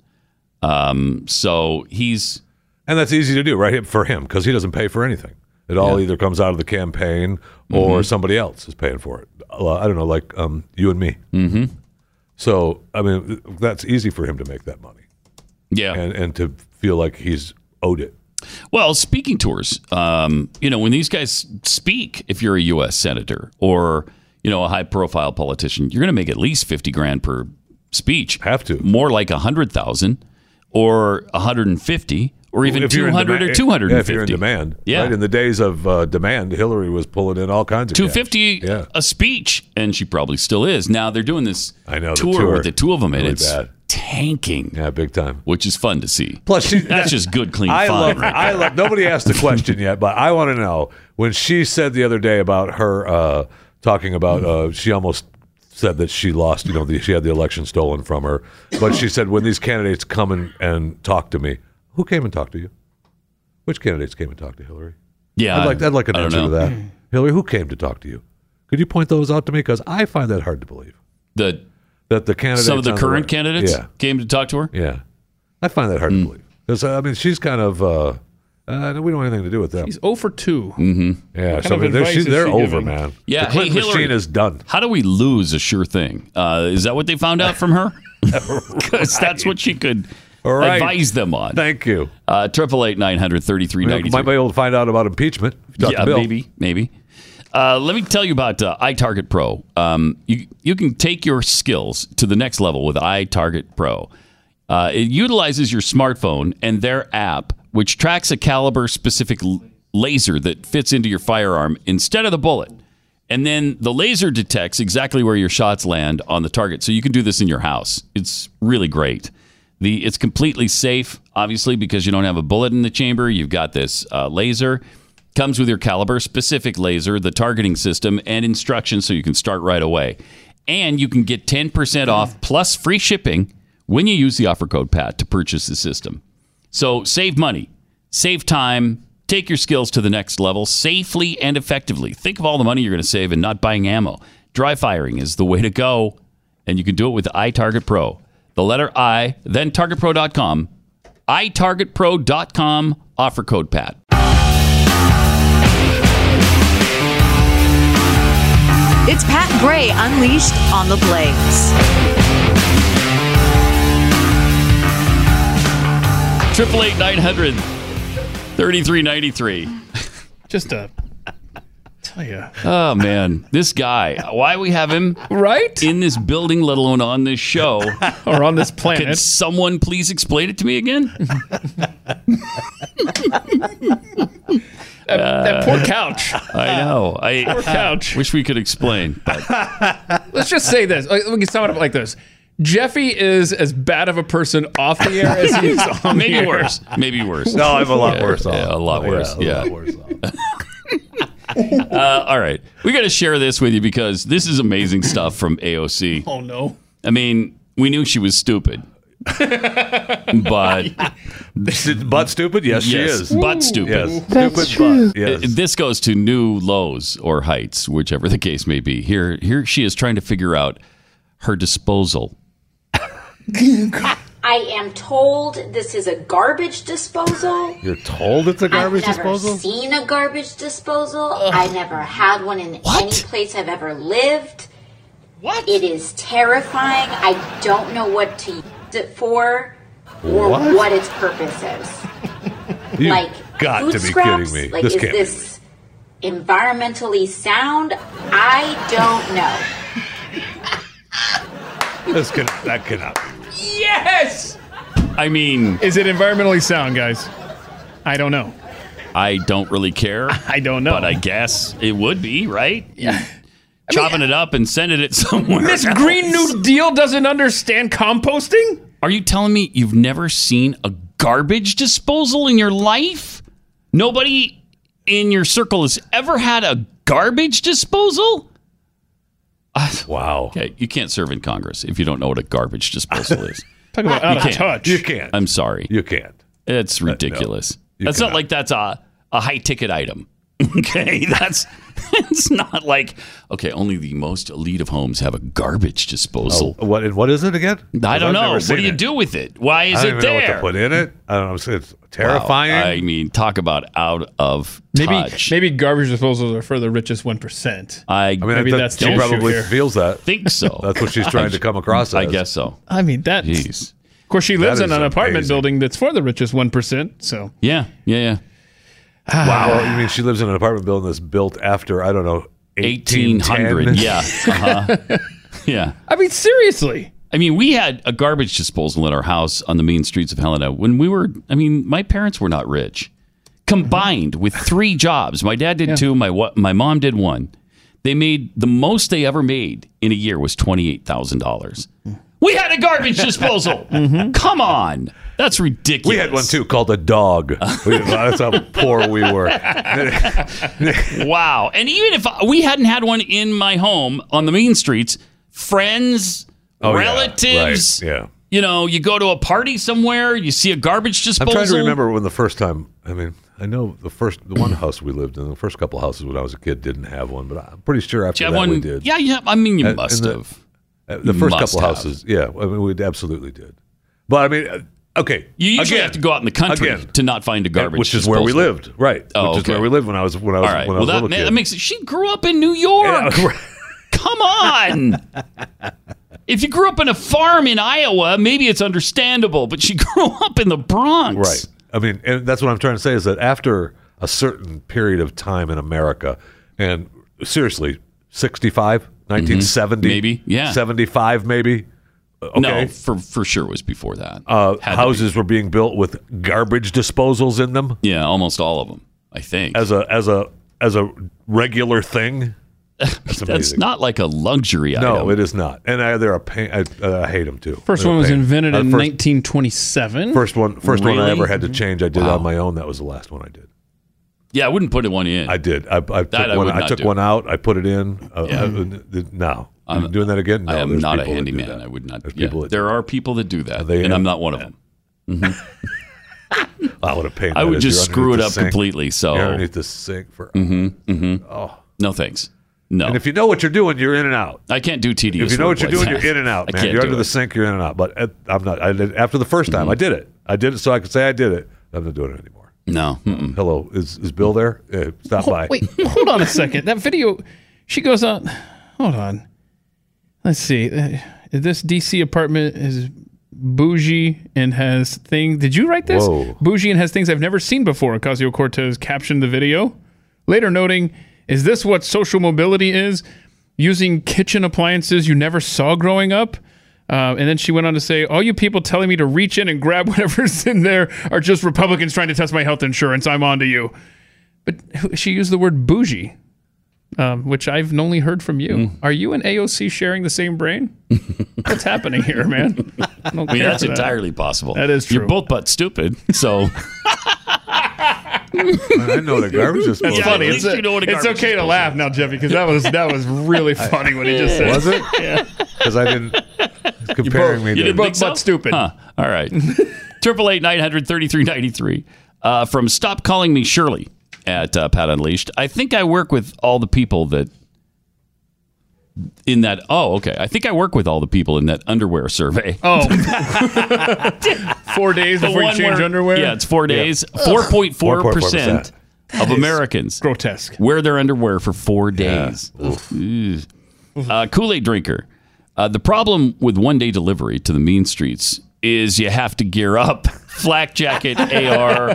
Speaker 2: Um, so he's
Speaker 7: And that's easy to do, right? For him, because he doesn't pay for anything. It all either comes out of the campaign
Speaker 14: Mm-hmm.
Speaker 7: or
Speaker 2: Mhm.
Speaker 7: somebody else is paying for it. Uh, I don't know, like um, you and me. Mm-hmm. So, I mean, that's easy for him to make that money.
Speaker 2: Yeah.
Speaker 7: And, and to feel like he's owed it.
Speaker 2: well speaking tours. Um, you know, when these guys speak, if you're a U.S. senator or you know a high-profile politician, you're going to make at least fifty grand per speech.
Speaker 7: Have to
Speaker 2: more like a hundred thousand or a hundred and fifty or even
Speaker 7: If
Speaker 2: two
Speaker 7: you're in
Speaker 2: hundred
Speaker 7: dema-
Speaker 2: or two hundred
Speaker 7: yeah,
Speaker 2: and
Speaker 7: If you're in
Speaker 2: fifty.
Speaker 7: demand.
Speaker 2: Yeah.
Speaker 7: Right? In the days of uh, demand, Hillary was pulling in all kinds of cash.
Speaker 2: 250 a speech and she probably still is now they're doing this i know
Speaker 7: the
Speaker 2: tour,
Speaker 7: tour.
Speaker 2: with the two of them and
Speaker 7: Really
Speaker 2: it's
Speaker 7: bad.
Speaker 2: tanking
Speaker 7: yeah big time
Speaker 2: which is fun to see
Speaker 7: Plus, she,
Speaker 2: that's just good clean
Speaker 7: I
Speaker 2: fun
Speaker 7: love,
Speaker 2: right
Speaker 7: I
Speaker 2: there.
Speaker 7: love. Nobody asked the question yet, but I want to know when she said the other day about her uh, talking about uh, she almost said that she lost. You know, the, she had the election stolen from her, but she said when these candidates come and, and talk to me, who came and talked to you? Which candidates came and talked to Hillary?
Speaker 2: Yeah,
Speaker 7: I'd like I'd like an
Speaker 2: I don't
Speaker 7: answer to
Speaker 2: know.
Speaker 7: that. Hillary, who came to talk to you? Could you point those out to me? Because I find that hard to believe
Speaker 2: the
Speaker 7: that the candidates
Speaker 2: some of the
Speaker 7: on
Speaker 2: current
Speaker 7: right-
Speaker 2: candidates
Speaker 7: yeah.
Speaker 2: came to talk to her
Speaker 7: Yeah, I find that hard to believe. 'Cause, I mean, she's kind of uh, uh, we don't have anything to do with them.
Speaker 3: He's zero for two.
Speaker 7: Mm-hmm. Yeah,
Speaker 3: What
Speaker 7: so
Speaker 3: kind of
Speaker 7: they're,
Speaker 3: advice
Speaker 7: she,
Speaker 3: is
Speaker 7: they're
Speaker 3: she
Speaker 7: over,
Speaker 3: giving?
Speaker 7: man.
Speaker 2: yeah
Speaker 7: the Clinton
Speaker 2: hey, Hillary,
Speaker 7: machine is done.
Speaker 2: how do we lose a sure thing uh, is that what they found out from her because that's what she could
Speaker 7: Right.
Speaker 2: advise them on Uh,
Speaker 7: thank you
Speaker 2: triple eight nine hundred thirty three
Speaker 7: You
Speaker 2: ninety
Speaker 7: might be able to find out about impeachment. if you talk to
Speaker 2: yeah,
Speaker 7: Bill.
Speaker 2: maybe, maybe. Uh, let me tell you about uh, iTarget Pro. Um, you you can take your skills to the next level with iTarget Pro. Uh, it utilizes your smartphone and their app, which tracks a caliber specific l- laser that fits into your firearm instead of the bullet. And then the laser detects exactly where your shots land on the target. So you can do this in your house. It's really great. The it's completely safe, obviously, because you don't have a bullet in the chamber. You've got this uh, laser. Comes with your caliber, specific laser, the targeting system, and instructions so you can start right away. And you can get 10% off plus free shipping when you use the offer code PAT to purchase the system. So save money, save time, take your skills to the next level safely and effectively. Think of all the money you're going to save in not buying ammo. Dry firing is the way to go, and you can do it with iTarget Pro. The letter I, then targetpro.com, itargetpro.com, offer code PAT.
Speaker 13: It's Pat Gray Unleashed on the Blaze.
Speaker 2: Triple eight nine hundred thirty three ninety three.
Speaker 3: Just a tell you.
Speaker 2: Oh man, this guy. Why we have him right in this building, let alone on this show
Speaker 3: or on this planet?
Speaker 2: Can someone please explain it to me again?
Speaker 3: That,
Speaker 7: Uh,
Speaker 3: that poor couch.
Speaker 2: I know. I
Speaker 3: Poor couch.
Speaker 2: Wish we could explain. But
Speaker 3: Let's just say this. Like, we can sum it up like this. Jeffy is as bad of a person off the air as he is on
Speaker 2: maybe
Speaker 3: the air.
Speaker 2: worse. Maybe worse.
Speaker 7: No, Oh, I'm a lot
Speaker 2: Yeah,
Speaker 7: worse off.
Speaker 2: Yeah, a lot
Speaker 7: Oh, Yeah,
Speaker 2: worse.
Speaker 7: a lot
Speaker 2: Yeah. uh, all right, we got to share this with you because this is amazing stuff from AOC.
Speaker 3: Oh no.
Speaker 2: I mean, we knew she was stupid, but
Speaker 7: butt stupid. Yes, she is.
Speaker 2: butt stupid.
Speaker 7: Yes, That's stupid butt. true. Yes.
Speaker 2: Uh, This goes to new lows or heights, whichever the case may be. Here, here she is trying to figure out her disposal.
Speaker 16: I am told this is a garbage disposal.
Speaker 7: You're told it's a garbage
Speaker 16: I've never
Speaker 7: disposal.
Speaker 16: seen a garbage disposal. I never had one in any place I've ever lived. What? It is terrifying. I don't know what to use it for or
Speaker 7: What?
Speaker 16: what, its purpose is.
Speaker 7: You
Speaker 16: like
Speaker 7: got
Speaker 16: food
Speaker 7: to be
Speaker 16: scraps?
Speaker 7: kidding me.
Speaker 16: Like
Speaker 7: This
Speaker 16: is
Speaker 7: can't be
Speaker 16: this environmentally sound? I don't know.
Speaker 7: This can that cannot. be.
Speaker 16: Yes.
Speaker 2: I mean,
Speaker 3: is it environmentally sound, guys? I don't know.
Speaker 2: I don't really care.
Speaker 3: I don't know,
Speaker 2: but I guess it would be right. Yeah, chopping it up and sending it somewhere.
Speaker 3: This
Speaker 2: else.
Speaker 3: Green New Deal doesn't understand composting?
Speaker 2: Are you telling me you've never seen a garbage disposal in your life? Nobody in your circle has ever had a garbage disposal?
Speaker 7: Wow.
Speaker 2: Okay, you can't serve in Congress if you don't know what a garbage disposal is.
Speaker 3: Talk about out of touch.
Speaker 7: You can't.
Speaker 2: I'm sorry.
Speaker 7: You can't. Uh,
Speaker 2: It's ridiculous. that's not like that's a, a high ticket item. okay, that's it's not like okay, only the most elite of homes have a garbage disposal.
Speaker 7: Oh, what what is it again?
Speaker 2: I don't know.
Speaker 7: I've never
Speaker 2: What
Speaker 7: seen
Speaker 2: do you
Speaker 7: it.
Speaker 2: do with it? Why is it
Speaker 7: I don't even
Speaker 2: there?
Speaker 7: know what to put in it. I don't know. It's, it's terrifying.
Speaker 2: Wow, I mean, talk about out of
Speaker 3: Maybe
Speaker 2: touch.
Speaker 3: maybe garbage disposals are for the richest one percent.
Speaker 2: I,
Speaker 7: I mean,
Speaker 3: maybe
Speaker 7: that-
Speaker 3: that's the
Speaker 7: she
Speaker 3: issue
Speaker 7: probably
Speaker 3: here.
Speaker 7: feels that.
Speaker 2: Think so.
Speaker 7: That's what she's trying to come across.
Speaker 2: I
Speaker 7: as.
Speaker 2: guess so.
Speaker 3: I mean that.
Speaker 2: Jeez.
Speaker 3: Of course, she lives
Speaker 7: That
Speaker 3: in
Speaker 7: is
Speaker 3: an apartment
Speaker 7: amazing.
Speaker 3: building that's for the richest one percent. So
Speaker 2: Yeah, yeah, yeah.
Speaker 7: Wow. I mean, she lives in an apartment building that's built after I don't know.
Speaker 2: 1800. Yeah. Uh-huh. yeah.
Speaker 3: I mean, seriously.
Speaker 2: I mean, we had a garbage disposal in our house on the main streets of Helena when we were, I mean, my parents were not rich. Combined with three jobs, my dad did two, my wa- my mom did one. They made the most they ever made in a year was $28,000. We had a garbage disposal. Come on. That's ridiculous.
Speaker 7: We had one too called a dog. We- that's how poor we were.
Speaker 2: wow. And even if we hadn't had one in my home on the main streets, friends,
Speaker 7: Oh, yeah.
Speaker 2: relatives,
Speaker 7: Right. Yeah.
Speaker 2: you know, you go to a party somewhere, you see a garbage
Speaker 7: I'm
Speaker 2: disposal.
Speaker 7: trying to remember when the first time. I mean, I know the first, the one house we lived in, the first couple houses when I was a kid didn't have one, but I'm pretty sure
Speaker 2: Do
Speaker 7: after
Speaker 2: you have
Speaker 7: that
Speaker 2: one?
Speaker 7: we did.
Speaker 2: Yeah, yeah. I mean, you
Speaker 7: And- and
Speaker 2: must
Speaker 7: the-
Speaker 2: have.
Speaker 7: Uh, the
Speaker 2: You
Speaker 7: first
Speaker 2: must
Speaker 7: couple
Speaker 2: have.
Speaker 7: houses, yeah, I mean, we absolutely did. But I mean, uh, okay,
Speaker 2: You usually
Speaker 7: again,
Speaker 2: have to go out in the country
Speaker 7: again,
Speaker 2: to not find a garbage
Speaker 7: which is where we
Speaker 2: disposal.
Speaker 7: lived, right?
Speaker 2: Oh,
Speaker 7: which is
Speaker 2: okay.
Speaker 7: where we lived when I was when I was
Speaker 2: All right.
Speaker 7: when
Speaker 2: Well,
Speaker 7: I was a
Speaker 2: that,
Speaker 7: little
Speaker 2: that
Speaker 7: kid.
Speaker 2: makes it. She grew up in New York.
Speaker 7: Yeah, right.
Speaker 2: Come on. if you grew up in a farm in Iowa, maybe it's understandable, but she grew up in the Bronx.
Speaker 7: Right. I mean, and that's what I'm trying to say is that after a certain period of time in America, and seriously, 65, 1970,
Speaker 2: Mm-hmm. Maybe, yeah.
Speaker 7: 75, maybe. uh, Okay.
Speaker 2: No, for for sure it was before that.
Speaker 7: uh,
Speaker 2: Had to
Speaker 7: houses were being built with garbage disposals in them
Speaker 2: be. Yeah, almost all of them, I think.
Speaker 7: as a as a as a regular thing. That's amazing.
Speaker 2: That's not like a luxury
Speaker 7: no,
Speaker 2: item.
Speaker 7: it is not. And I, they're a pain. I, uh, I hate them too.
Speaker 3: First
Speaker 7: They're a
Speaker 3: one was
Speaker 7: pain.
Speaker 3: invented
Speaker 7: Uh,
Speaker 3: in
Speaker 7: first,
Speaker 3: 1927.
Speaker 7: first one. First one I
Speaker 2: Really? Mm-hmm.
Speaker 7: ever had to change. I did
Speaker 2: Wow.
Speaker 7: on my own. That was the last one I did.
Speaker 2: Yeah, I wouldn't put one in.
Speaker 7: I did. I, I took,
Speaker 2: That I
Speaker 7: one,
Speaker 2: would
Speaker 7: I
Speaker 2: not
Speaker 7: took
Speaker 2: do.
Speaker 7: one out. I put it in. Uh,
Speaker 2: Yeah.
Speaker 7: uh, no, I'm doing that again. No,
Speaker 2: I am
Speaker 7: there's
Speaker 2: not a
Speaker 7: people that do
Speaker 2: handyman.
Speaker 7: that.
Speaker 2: I would not.
Speaker 7: There's
Speaker 2: yeah,
Speaker 7: people that
Speaker 2: there are people that do that, and I'm not one of them.
Speaker 7: I would have paid.
Speaker 2: I would just screw it up completely. So
Speaker 7: you're underneath the sink for.
Speaker 2: Mm-hmm, mm-hmm.
Speaker 7: Oh
Speaker 2: no, thanks. No.
Speaker 7: And if you know what you're doing, you're in and out.
Speaker 2: I can't do tedious.
Speaker 7: If you know what you're
Speaker 2: work
Speaker 7: doing,
Speaker 2: like
Speaker 7: you're in
Speaker 2: that.
Speaker 7: and out,
Speaker 2: I
Speaker 7: man.
Speaker 2: can't
Speaker 7: You're
Speaker 2: do
Speaker 7: under
Speaker 2: it. Mm-hmm.
Speaker 7: the sink, you're in and out. But uh, I'm not. I did, after the first time, I did it. I did it so I could say I did it. I'm not doing it anymore.
Speaker 2: No.
Speaker 7: Hello, is is Bill there? Uh, stop by.
Speaker 3: Wait, hold on a second. That video, she goes on. Hold on. Let's see. Uh, This DC apartment is bougie and has thing. Did you write this?
Speaker 7: Whoa.
Speaker 3: Bougie and has things I've never seen before. Ocasio Cortez captioned the video, later noting, "Is this what social mobility is? Using kitchen appliances you never saw growing up." Uh, and then she went on to say, "All you people telling me to reach in and grab whatever's in there are just Republicans trying to test my health insurance. I'm on to you." But she used the word bougie, um, which I've only heard from you.
Speaker 2: Mm.
Speaker 3: Are you and AOC sharing the same brain? What's happening here, man? I, don't
Speaker 2: I mean,
Speaker 3: care
Speaker 2: that's
Speaker 3: for that.
Speaker 2: entirely possible.
Speaker 3: That is
Speaker 2: You're
Speaker 3: true.
Speaker 2: both but stupid. So
Speaker 7: I know the garbage is.
Speaker 3: That's
Speaker 2: Yeah,
Speaker 3: funny.
Speaker 2: at
Speaker 3: It's,
Speaker 2: least you know what a
Speaker 3: it's
Speaker 2: garbage
Speaker 3: okay to laugh now, Jeffy, because that was that was really funny when he just said.
Speaker 7: Was it?
Speaker 3: Yeah.
Speaker 7: Because I didn't comparing me.
Speaker 2: you
Speaker 7: to
Speaker 2: didn't think so?
Speaker 3: but stupid.
Speaker 2: Huh. All right. Triple eight nine hundred thirty three ninety three. Uh, from Stop Calling Me Shirley at uh, Pat Unleashed. I think I work with all the people that in that. Oh, okay. I think I work with all the people in that underwear survey.
Speaker 3: Oh, four days
Speaker 2: The
Speaker 3: before you
Speaker 2: one
Speaker 3: change
Speaker 2: where-
Speaker 3: underwear.
Speaker 2: Yeah, it's four days. Four point four
Speaker 7: 4.4%.
Speaker 2: percent of Americans
Speaker 3: grotesque
Speaker 2: wear their underwear for four days. Oof. Uh, Kool Aid drinker. Uh, the problem with one day delivery to the mean streets is you have to gear up. Flak jacket, AR,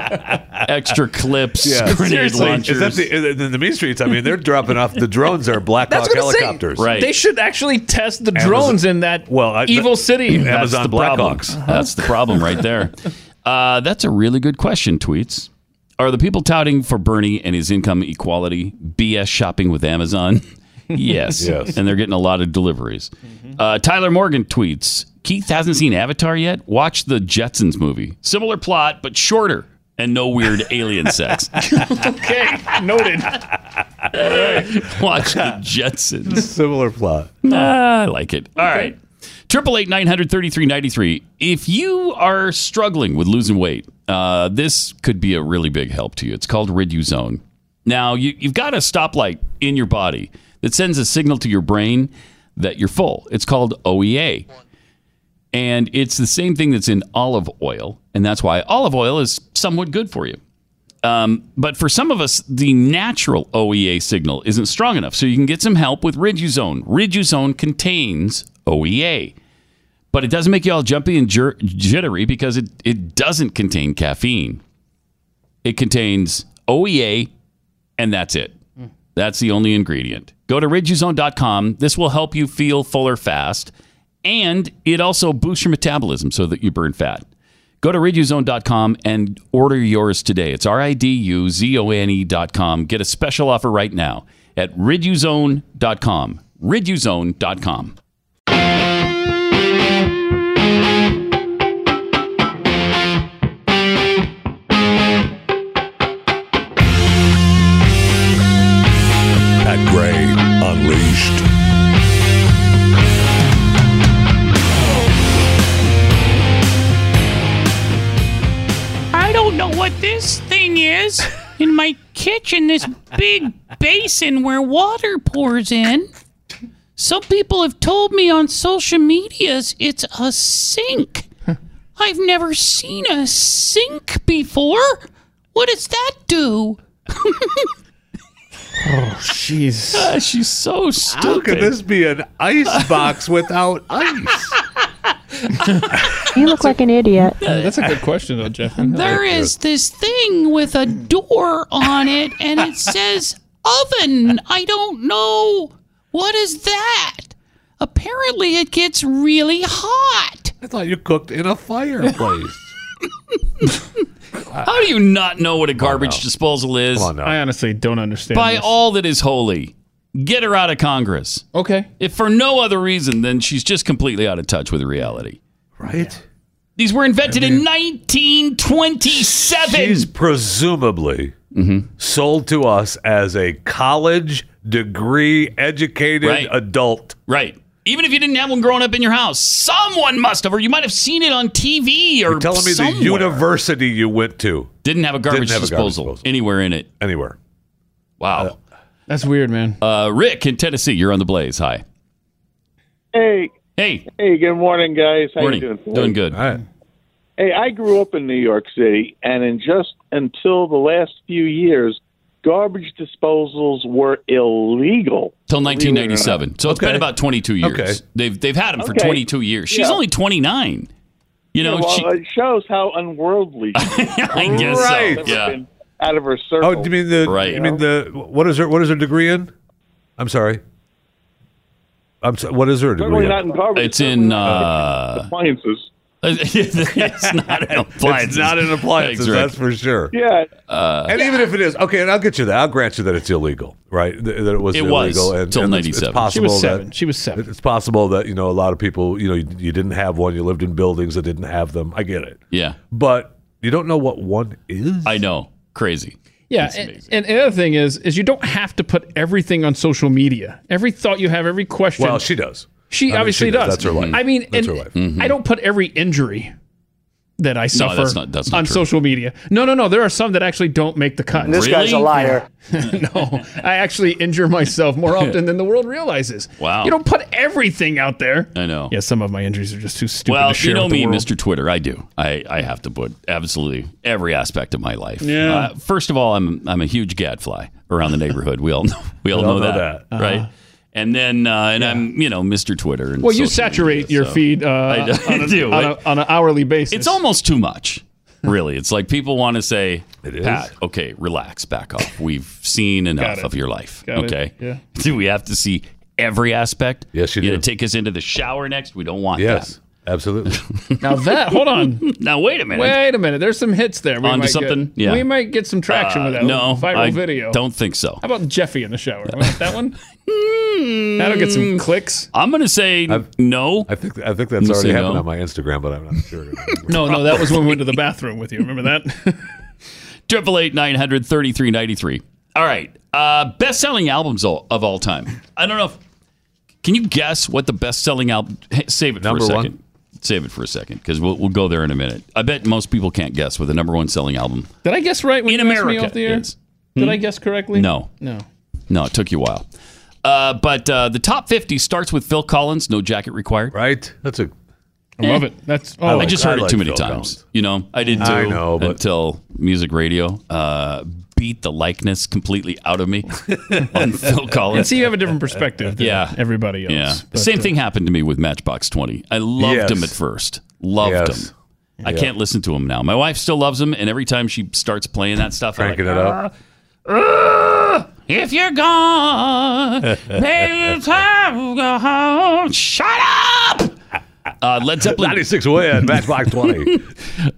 Speaker 2: extra clips, grenade
Speaker 7: Seriously,
Speaker 2: launchers.
Speaker 7: Is that the, in the mean streets? I mean, they're dropping off the drones. Are Black
Speaker 3: That's
Speaker 7: Hawk
Speaker 3: what I'm saying.
Speaker 7: helicopters?
Speaker 3: They should actually test the
Speaker 7: Amazon-
Speaker 3: drones in that
Speaker 7: Well, I-
Speaker 3: evil city.
Speaker 7: Amazon
Speaker 2: the problem.
Speaker 7: Blackhawks.
Speaker 2: That's the problem right there. Uh-huh. Uh, that's a really good question, tweets. Are the people touting for Bernie and his income equality BS shopping with Amazon? yes.
Speaker 7: Yes.
Speaker 2: And they're getting a lot of deliveries. Uh, Tyler Morgan tweets Keith hasn't seen Avatar yet. Watch the Jetsons movie. Similar plot, but shorter and no weird alien sex.
Speaker 3: Okay, noted.
Speaker 2: Watch the Jetsons.
Speaker 7: Similar plot.
Speaker 2: Ah, I like it. All right. Triple eight nine hundred thirty three ninety three. If you are struggling with losing weight, uh, this could be a really big help to you. It's called Riduzone. Now you, you've got a stoplight in your body that sends a signal to your brain that you're full. It's called OEA, and it's the same thing that's in olive oil, and that's why olive oil is somewhat good for you. Um, but for some of us, the natural OEA signal isn't strong enough, so you can get some help with Riduzone. Riduzone contains OEA, but it doesn't make you all jumpy and jir- jittery because it, it doesn't contain caffeine. It contains OEA, and that's it. That's the only ingredient. Go to riduzone.com. This will help you feel fuller fast, and it also boosts your metabolism so that you burn fat. Go to riduzone.com and order yours today. It's R I D U Z O N E.com. Get a special offer right now at riduzone.com. Riduzone.com.
Speaker 7: Pat Gray Unleashed.
Speaker 17: I don't know what this thing is in my kitchen, this big basin where water pours in. Some people have told me on social medias it's a sink. I've never seen a sink before. What does that do?
Speaker 3: Oh, jeez.
Speaker 17: Ah,
Speaker 2: she's so stupid.
Speaker 7: How could this be an ice box without ice?
Speaker 18: You look like an idiot.
Speaker 3: That's a good question, though, Jeff.
Speaker 17: There is this thing with a door on it and it says oven. I don't know. What is that? Apparently, it gets really hot.
Speaker 7: I thought you cooked in a fireplace.
Speaker 2: How do you not know what a garbage disposal is?
Speaker 3: I honestly don't understand.
Speaker 2: By
Speaker 3: this.
Speaker 2: all that is holy, get her out of Congress.
Speaker 3: Okay.
Speaker 2: If for no other reason than she's just completely out of touch with reality.
Speaker 7: Right?
Speaker 2: These were invented in 1927.
Speaker 7: She's presumably sold to us as a college degree educated
Speaker 2: Right.
Speaker 7: adult.
Speaker 2: Right. Even if you didn't have one growing up in your house, someone must have, or you might have seen it on TV or
Speaker 7: You're telling me
Speaker 2: somewhere.
Speaker 7: the university you went to
Speaker 2: didn't have a garbage disposal anywhere in it.
Speaker 7: Anywhere.
Speaker 2: Wow.
Speaker 3: That's weird, man.
Speaker 2: Uh, Rick in Tennessee, you're on the blaze. Hi.
Speaker 8: Hey.
Speaker 2: Hey.
Speaker 8: Hey, good morning, guys. How
Speaker 2: Morning.
Speaker 8: you doing?
Speaker 2: Doing good.
Speaker 8: Hey, I grew up in New York City, and in just until the last few years, garbage disposals were illegal.
Speaker 2: Till 1997. So it's been about 22 years.
Speaker 8: Okay.
Speaker 2: They've they've had him for
Speaker 8: Okay.
Speaker 2: 22 years. She's
Speaker 8: Yeah.
Speaker 2: only 29. You know,
Speaker 8: Yeah, well, uh,
Speaker 2: she,
Speaker 8: it shows how unworldly she is.
Speaker 2: I guess so.
Speaker 7: Right.
Speaker 2: Yeah.
Speaker 8: Been Out of her circle.
Speaker 7: Oh, do you mean the? Right. You mean the? What is her? What is her degree in? I'm sorry. I'm so, what is her degree?
Speaker 8: Certainly
Speaker 7: in?
Speaker 8: not in garbage.
Speaker 2: it's in uh,
Speaker 8: appliances.
Speaker 2: it's not in uh, appliances.
Speaker 7: It's not in appliances.
Speaker 2: Thanks, Rick.
Speaker 7: that's for sure.
Speaker 8: Yeah.
Speaker 7: Uh, and even if it is okay, and I'll get you that. I'll grant you that it's illegal, right? Th- That it was
Speaker 2: It was,
Speaker 7: illegal and,
Speaker 2: till
Speaker 7: and it's- It's,
Speaker 2: 97.
Speaker 7: possible
Speaker 3: She was
Speaker 7: that-
Speaker 3: seven. She was seven.
Speaker 7: It's possible that you know a lot of people, you know, you, you didn't have one. You lived in buildings that didn't have them. I get it,
Speaker 2: Yeah.
Speaker 7: but you don't know what one is.
Speaker 2: I know. Crazy.
Speaker 3: Yeah, and, and the other thing is, is you don't have to put everything on social media. Every thought you have, every question.
Speaker 7: Well, she does.
Speaker 3: She
Speaker 7: I mean,
Speaker 3: obviously
Speaker 7: she does.
Speaker 3: does.
Speaker 7: That's her life.
Speaker 3: I mean,
Speaker 7: That's
Speaker 3: and
Speaker 7: her life.
Speaker 3: I don't put every injury that I suffer
Speaker 2: Mm-hmm. that's not- that's not
Speaker 3: on
Speaker 2: true.
Speaker 3: social media. No, no, no. There are some that actually don't make the cut.
Speaker 2: This guy's a Really? liar.
Speaker 3: no, I actually injure myself more often than the world realizes.
Speaker 2: Wow.
Speaker 3: You don't put everything out there.
Speaker 2: I know.
Speaker 3: Yeah, some of my injuries are just too stupid
Speaker 2: Well,
Speaker 3: to share
Speaker 2: you know
Speaker 3: with the
Speaker 2: me,
Speaker 3: world.
Speaker 2: Mr. Twitter. I do. I, I have to put absolutely every aspect of my life.
Speaker 3: Yeah.
Speaker 2: Uh, first of all, I'm I'm a huge gadfly around the neighborhood. We all know, we all know, that,
Speaker 3: Uh-huh.
Speaker 2: right? And then uh, and I'm you know Mr. Twitter. And
Speaker 3: Well, you
Speaker 2: social
Speaker 3: saturate
Speaker 2: media,
Speaker 3: your
Speaker 2: so-
Speaker 3: feed uh,
Speaker 2: I do-
Speaker 3: on,
Speaker 2: I
Speaker 3: a,
Speaker 2: do,
Speaker 3: on, a,
Speaker 2: right?
Speaker 3: on an hourly basis.
Speaker 2: It's almost too much, really. It's like people want to say, Pat, okay, relax, back off. We've seen enough
Speaker 3: it.
Speaker 2: of your life.
Speaker 3: Got it.
Speaker 2: okay.
Speaker 3: Yeah.
Speaker 2: Do we have to see every aspect? Yes,
Speaker 7: you
Speaker 2: You're
Speaker 7: do.
Speaker 2: gonna take us into the shower next. We don't want
Speaker 7: Yes,
Speaker 2: that.
Speaker 7: absolutely.
Speaker 3: Now that, hold on.
Speaker 2: Now wait a minute.
Speaker 3: Wait a minute. There's some hits there.
Speaker 2: Onto
Speaker 3: might get.
Speaker 2: something? Yeah.
Speaker 3: We might get some traction
Speaker 2: Uh,
Speaker 3: with that.
Speaker 2: no,
Speaker 3: viral
Speaker 2: I
Speaker 3: video.
Speaker 2: Don't think so.
Speaker 3: How about Jeffy in the shower? Want that one?
Speaker 2: Hmm.
Speaker 3: That'll get some clicks.
Speaker 2: I'm gonna say no.
Speaker 7: I think I think that's
Speaker 2: You
Speaker 7: already
Speaker 2: say
Speaker 7: happened
Speaker 2: no.
Speaker 7: on my Instagram, but I'm not sure.
Speaker 3: No, no, that was when we went to the bathroom with you. Remember that?
Speaker 2: Triple eight nine hundred thirty three ninety three. All right. Uh, best selling albums all, of all time. I don't know. if Can you guess what the best selling album? Hey, save it
Speaker 7: Number
Speaker 2: for a
Speaker 7: one?
Speaker 2: second. Save it for a second because we'll, we'll go there in a minute. I bet most people can't guess what the number one selling album.
Speaker 3: Did I guess right when
Speaker 2: In
Speaker 3: you asked me
Speaker 2: America,
Speaker 3: off the air?
Speaker 2: yes.
Speaker 3: Did
Speaker 2: Hmm?
Speaker 3: I guess correctly?
Speaker 2: No.
Speaker 3: No.
Speaker 2: No, it took you a while. Uh, but uh, the top fifty starts with Phil Collins. No jacket required.
Speaker 7: Right. That's a.
Speaker 3: I love it. That's
Speaker 2: Eh. I,
Speaker 3: oh,
Speaker 2: just heard it too many times. You know, I did too.
Speaker 7: I know, but-
Speaker 2: until music radio uh, beat the likeness completely out of me on Phil
Speaker 3: And
Speaker 2: Collins.
Speaker 3: see, you have a different perspective than
Speaker 2: Yeah.
Speaker 3: everybody else.
Speaker 2: Yeah.
Speaker 3: But,
Speaker 2: Same
Speaker 3: uh,
Speaker 2: thing happened to me with Matchbox 20. I loved
Speaker 7: Yes.
Speaker 2: him at first. Loved
Speaker 7: Yes.
Speaker 2: him. I
Speaker 7: Yeah.
Speaker 2: can't listen to him now. My wife still loves him, and every time she starts playing that stuff,
Speaker 7: Cranking
Speaker 2: I'm
Speaker 7: it
Speaker 2: like, "Ah,
Speaker 7: up.
Speaker 17: If you're gone, baby, time to go home. Shut up!
Speaker 2: Uh, Led Zeppelin. uh,
Speaker 7: 96 win, Matchbox 20.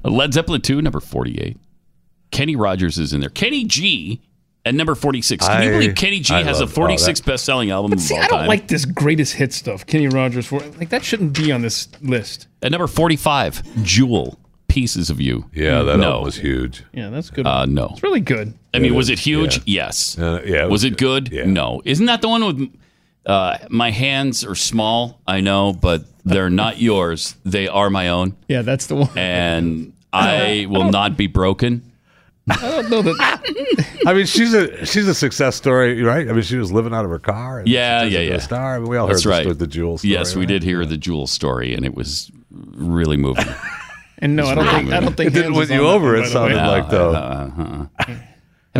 Speaker 2: Led Zeppelin 2, number 48. Kenny Rogers is in there. Kenny G at number 46. Can you
Speaker 3: I-
Speaker 2: believe Kenny G
Speaker 3: I
Speaker 2: has a
Speaker 3: love all
Speaker 2: 46
Speaker 3: that.
Speaker 2: best selling album
Speaker 3: see,
Speaker 2: of all
Speaker 3: I don't
Speaker 2: time?
Speaker 3: like this greatest hit stuff. Kenny Rogers for like that shouldn't be on this list.
Speaker 2: At number 45, Jewel, Pieces of You.
Speaker 7: Yeah, that
Speaker 2: no.
Speaker 7: album was huge.
Speaker 3: Yeah, that's good.
Speaker 2: Uh, no.
Speaker 3: It's really good.
Speaker 2: I mean, was it huge? Yes.
Speaker 7: Uh, yeah.
Speaker 2: was, it good? No. Isn't that the one with uh, my hands are small? I know, but they're not yours. They are my own,
Speaker 3: Yeah, that's the one.
Speaker 2: Eh. and I will not be broken.
Speaker 3: I don't know
Speaker 2: Ah!
Speaker 3: that.
Speaker 7: I mean, she's a she's a success story, right? I mean, she was living out of her car. And
Speaker 2: Yeah,
Speaker 7: she
Speaker 2: yeah,
Speaker 7: turned into
Speaker 2: yeah.
Speaker 7: A star. I mean, we all
Speaker 2: That's
Speaker 7: heard
Speaker 2: right.
Speaker 7: this with the Jewel story.
Speaker 2: yes, we
Speaker 7: right?
Speaker 2: did hear the Jewel story, and it was really moving.
Speaker 3: And no, I don't think I don't think
Speaker 7: It didn't
Speaker 3: Hans
Speaker 7: win
Speaker 3: is
Speaker 7: you
Speaker 3: on that
Speaker 7: over.
Speaker 3: one,
Speaker 7: It
Speaker 3: by the
Speaker 7: sounded
Speaker 3: way.
Speaker 7: like
Speaker 2: Uh,
Speaker 7: though. I mean,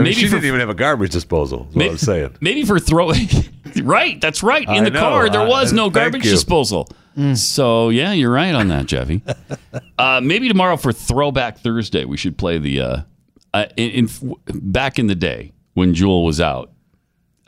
Speaker 2: Maybe
Speaker 7: she
Speaker 2: for-
Speaker 7: didn't even have a garbage disposal. Is what I'm saying.
Speaker 2: Maybe for throwing. right, that's right. In
Speaker 7: I
Speaker 2: the
Speaker 7: know,
Speaker 2: car, there
Speaker 7: I-
Speaker 2: was no
Speaker 7: thank
Speaker 2: garbage
Speaker 7: you. Mm.
Speaker 2: disposal. So yeah, you're right on that, Jeffy. uh, maybe tomorrow for Throwback Thursday, we should play the. Uh, uh, in, in back in the day when Jewel was out,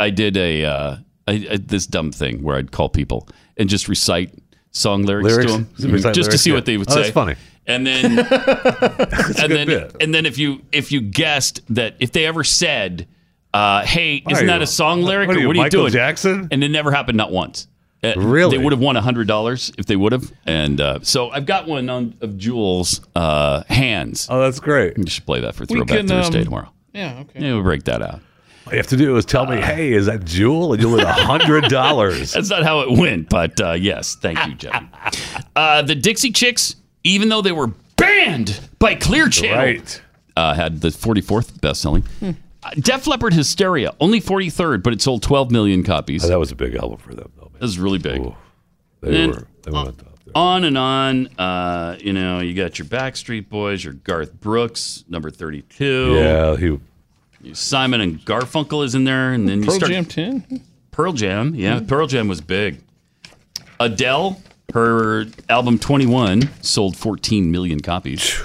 Speaker 2: I did a uh, I, I, this dumb thing where I'd call people and just recite song lyrics,
Speaker 7: Lyrics?
Speaker 2: to them,
Speaker 7: Just recite
Speaker 2: just to
Speaker 7: lyrics,
Speaker 2: see
Speaker 7: yeah.
Speaker 2: what they would
Speaker 7: Oh,
Speaker 2: say.
Speaker 7: that's funny.
Speaker 2: And then, and then, and then if you if you guessed that if they ever said, uh, "Hey,
Speaker 7: Why
Speaker 2: isn't
Speaker 7: are
Speaker 2: that
Speaker 7: you-
Speaker 2: a song lyric?"
Speaker 7: what are
Speaker 2: or
Speaker 7: you,
Speaker 2: what are you
Speaker 7: Michael
Speaker 2: doing?
Speaker 7: Jackson?
Speaker 2: And it never happened, not once. Uh,
Speaker 7: Really?
Speaker 2: They would have won hundred dollars if they would have. And uh, so I've got one on, of Jewel's uh, hands.
Speaker 7: Oh, that's great.
Speaker 2: You should play that for
Speaker 3: We
Speaker 2: Throwback
Speaker 3: can,
Speaker 2: Thursday
Speaker 3: um,
Speaker 2: tomorrow.
Speaker 3: Yeah, okay.
Speaker 2: Yeah, we'll break that out.
Speaker 7: All you have to do is tell me, hey, is that Jewel? And you'll win $100.
Speaker 2: Uh, That's not how it went, but uh, yes, thank you, Joe. uh, the Dixie Chicks, even though they were banned by Clear Channel,
Speaker 7: Right. Hmm.
Speaker 2: uh, had the 44th best-selling. Uh, Def Leppard Hysteria, only 43rd, but it sold 12 million copies.
Speaker 7: that was a big album for them, though.
Speaker 2: That was really big.
Speaker 7: They
Speaker 2: And
Speaker 7: were. They went on top.
Speaker 2: on and on. Uh, you know, you got your Backstreet Boys, your Garth Brooks, number 32.
Speaker 7: Yeah, he
Speaker 2: Simon and Garfunkel is in there, and then
Speaker 3: Pearl
Speaker 2: you start
Speaker 3: Jam 10?
Speaker 2: Pearl Jam. Yeah,
Speaker 3: Mhm.
Speaker 2: Pearl Jam was big. Adele, her album 21 sold 14 million copies.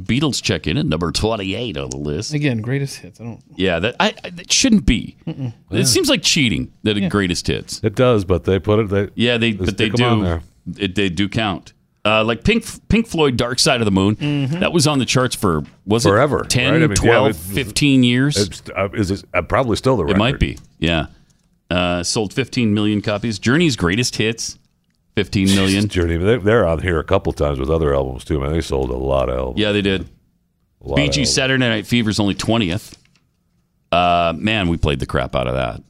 Speaker 2: Beatles check in at number 28 on the list.
Speaker 3: Again, greatest hits. I don't.
Speaker 2: Yeah, that I, I that shouldn't be.
Speaker 3: Mm-mm.
Speaker 2: It seems like cheating that
Speaker 3: Yeah.
Speaker 2: it greatest hits.
Speaker 7: It does, but they put it. They,
Speaker 2: yeah, they
Speaker 7: they
Speaker 2: but they
Speaker 7: stick 'em on
Speaker 2: do.
Speaker 7: there.
Speaker 2: It, they do count. Uh, like Pink Pink Floyd, Dark Side of the Moon.
Speaker 3: Mm-hmm.
Speaker 7: Mhm.
Speaker 2: That was on the charts for was
Speaker 7: Forever,
Speaker 2: it 10,
Speaker 7: right? I mean, yeah,
Speaker 2: 12,
Speaker 7: it's-
Speaker 2: 15 years.
Speaker 7: It's, uh, is it, uh, probably still the record.
Speaker 2: It might be. Yeah. Uh, sold 15 million copies. Journey's greatest hits, 15 million.
Speaker 7: Journey. They, they're on here a couple times with other albums too, man. They sold a lot of albums.
Speaker 2: Yeah, they did.
Speaker 7: A lot of
Speaker 2: BG
Speaker 7: albums.
Speaker 2: Saturday Night Fever's only 20th. Uh, man, we played the crap out of that.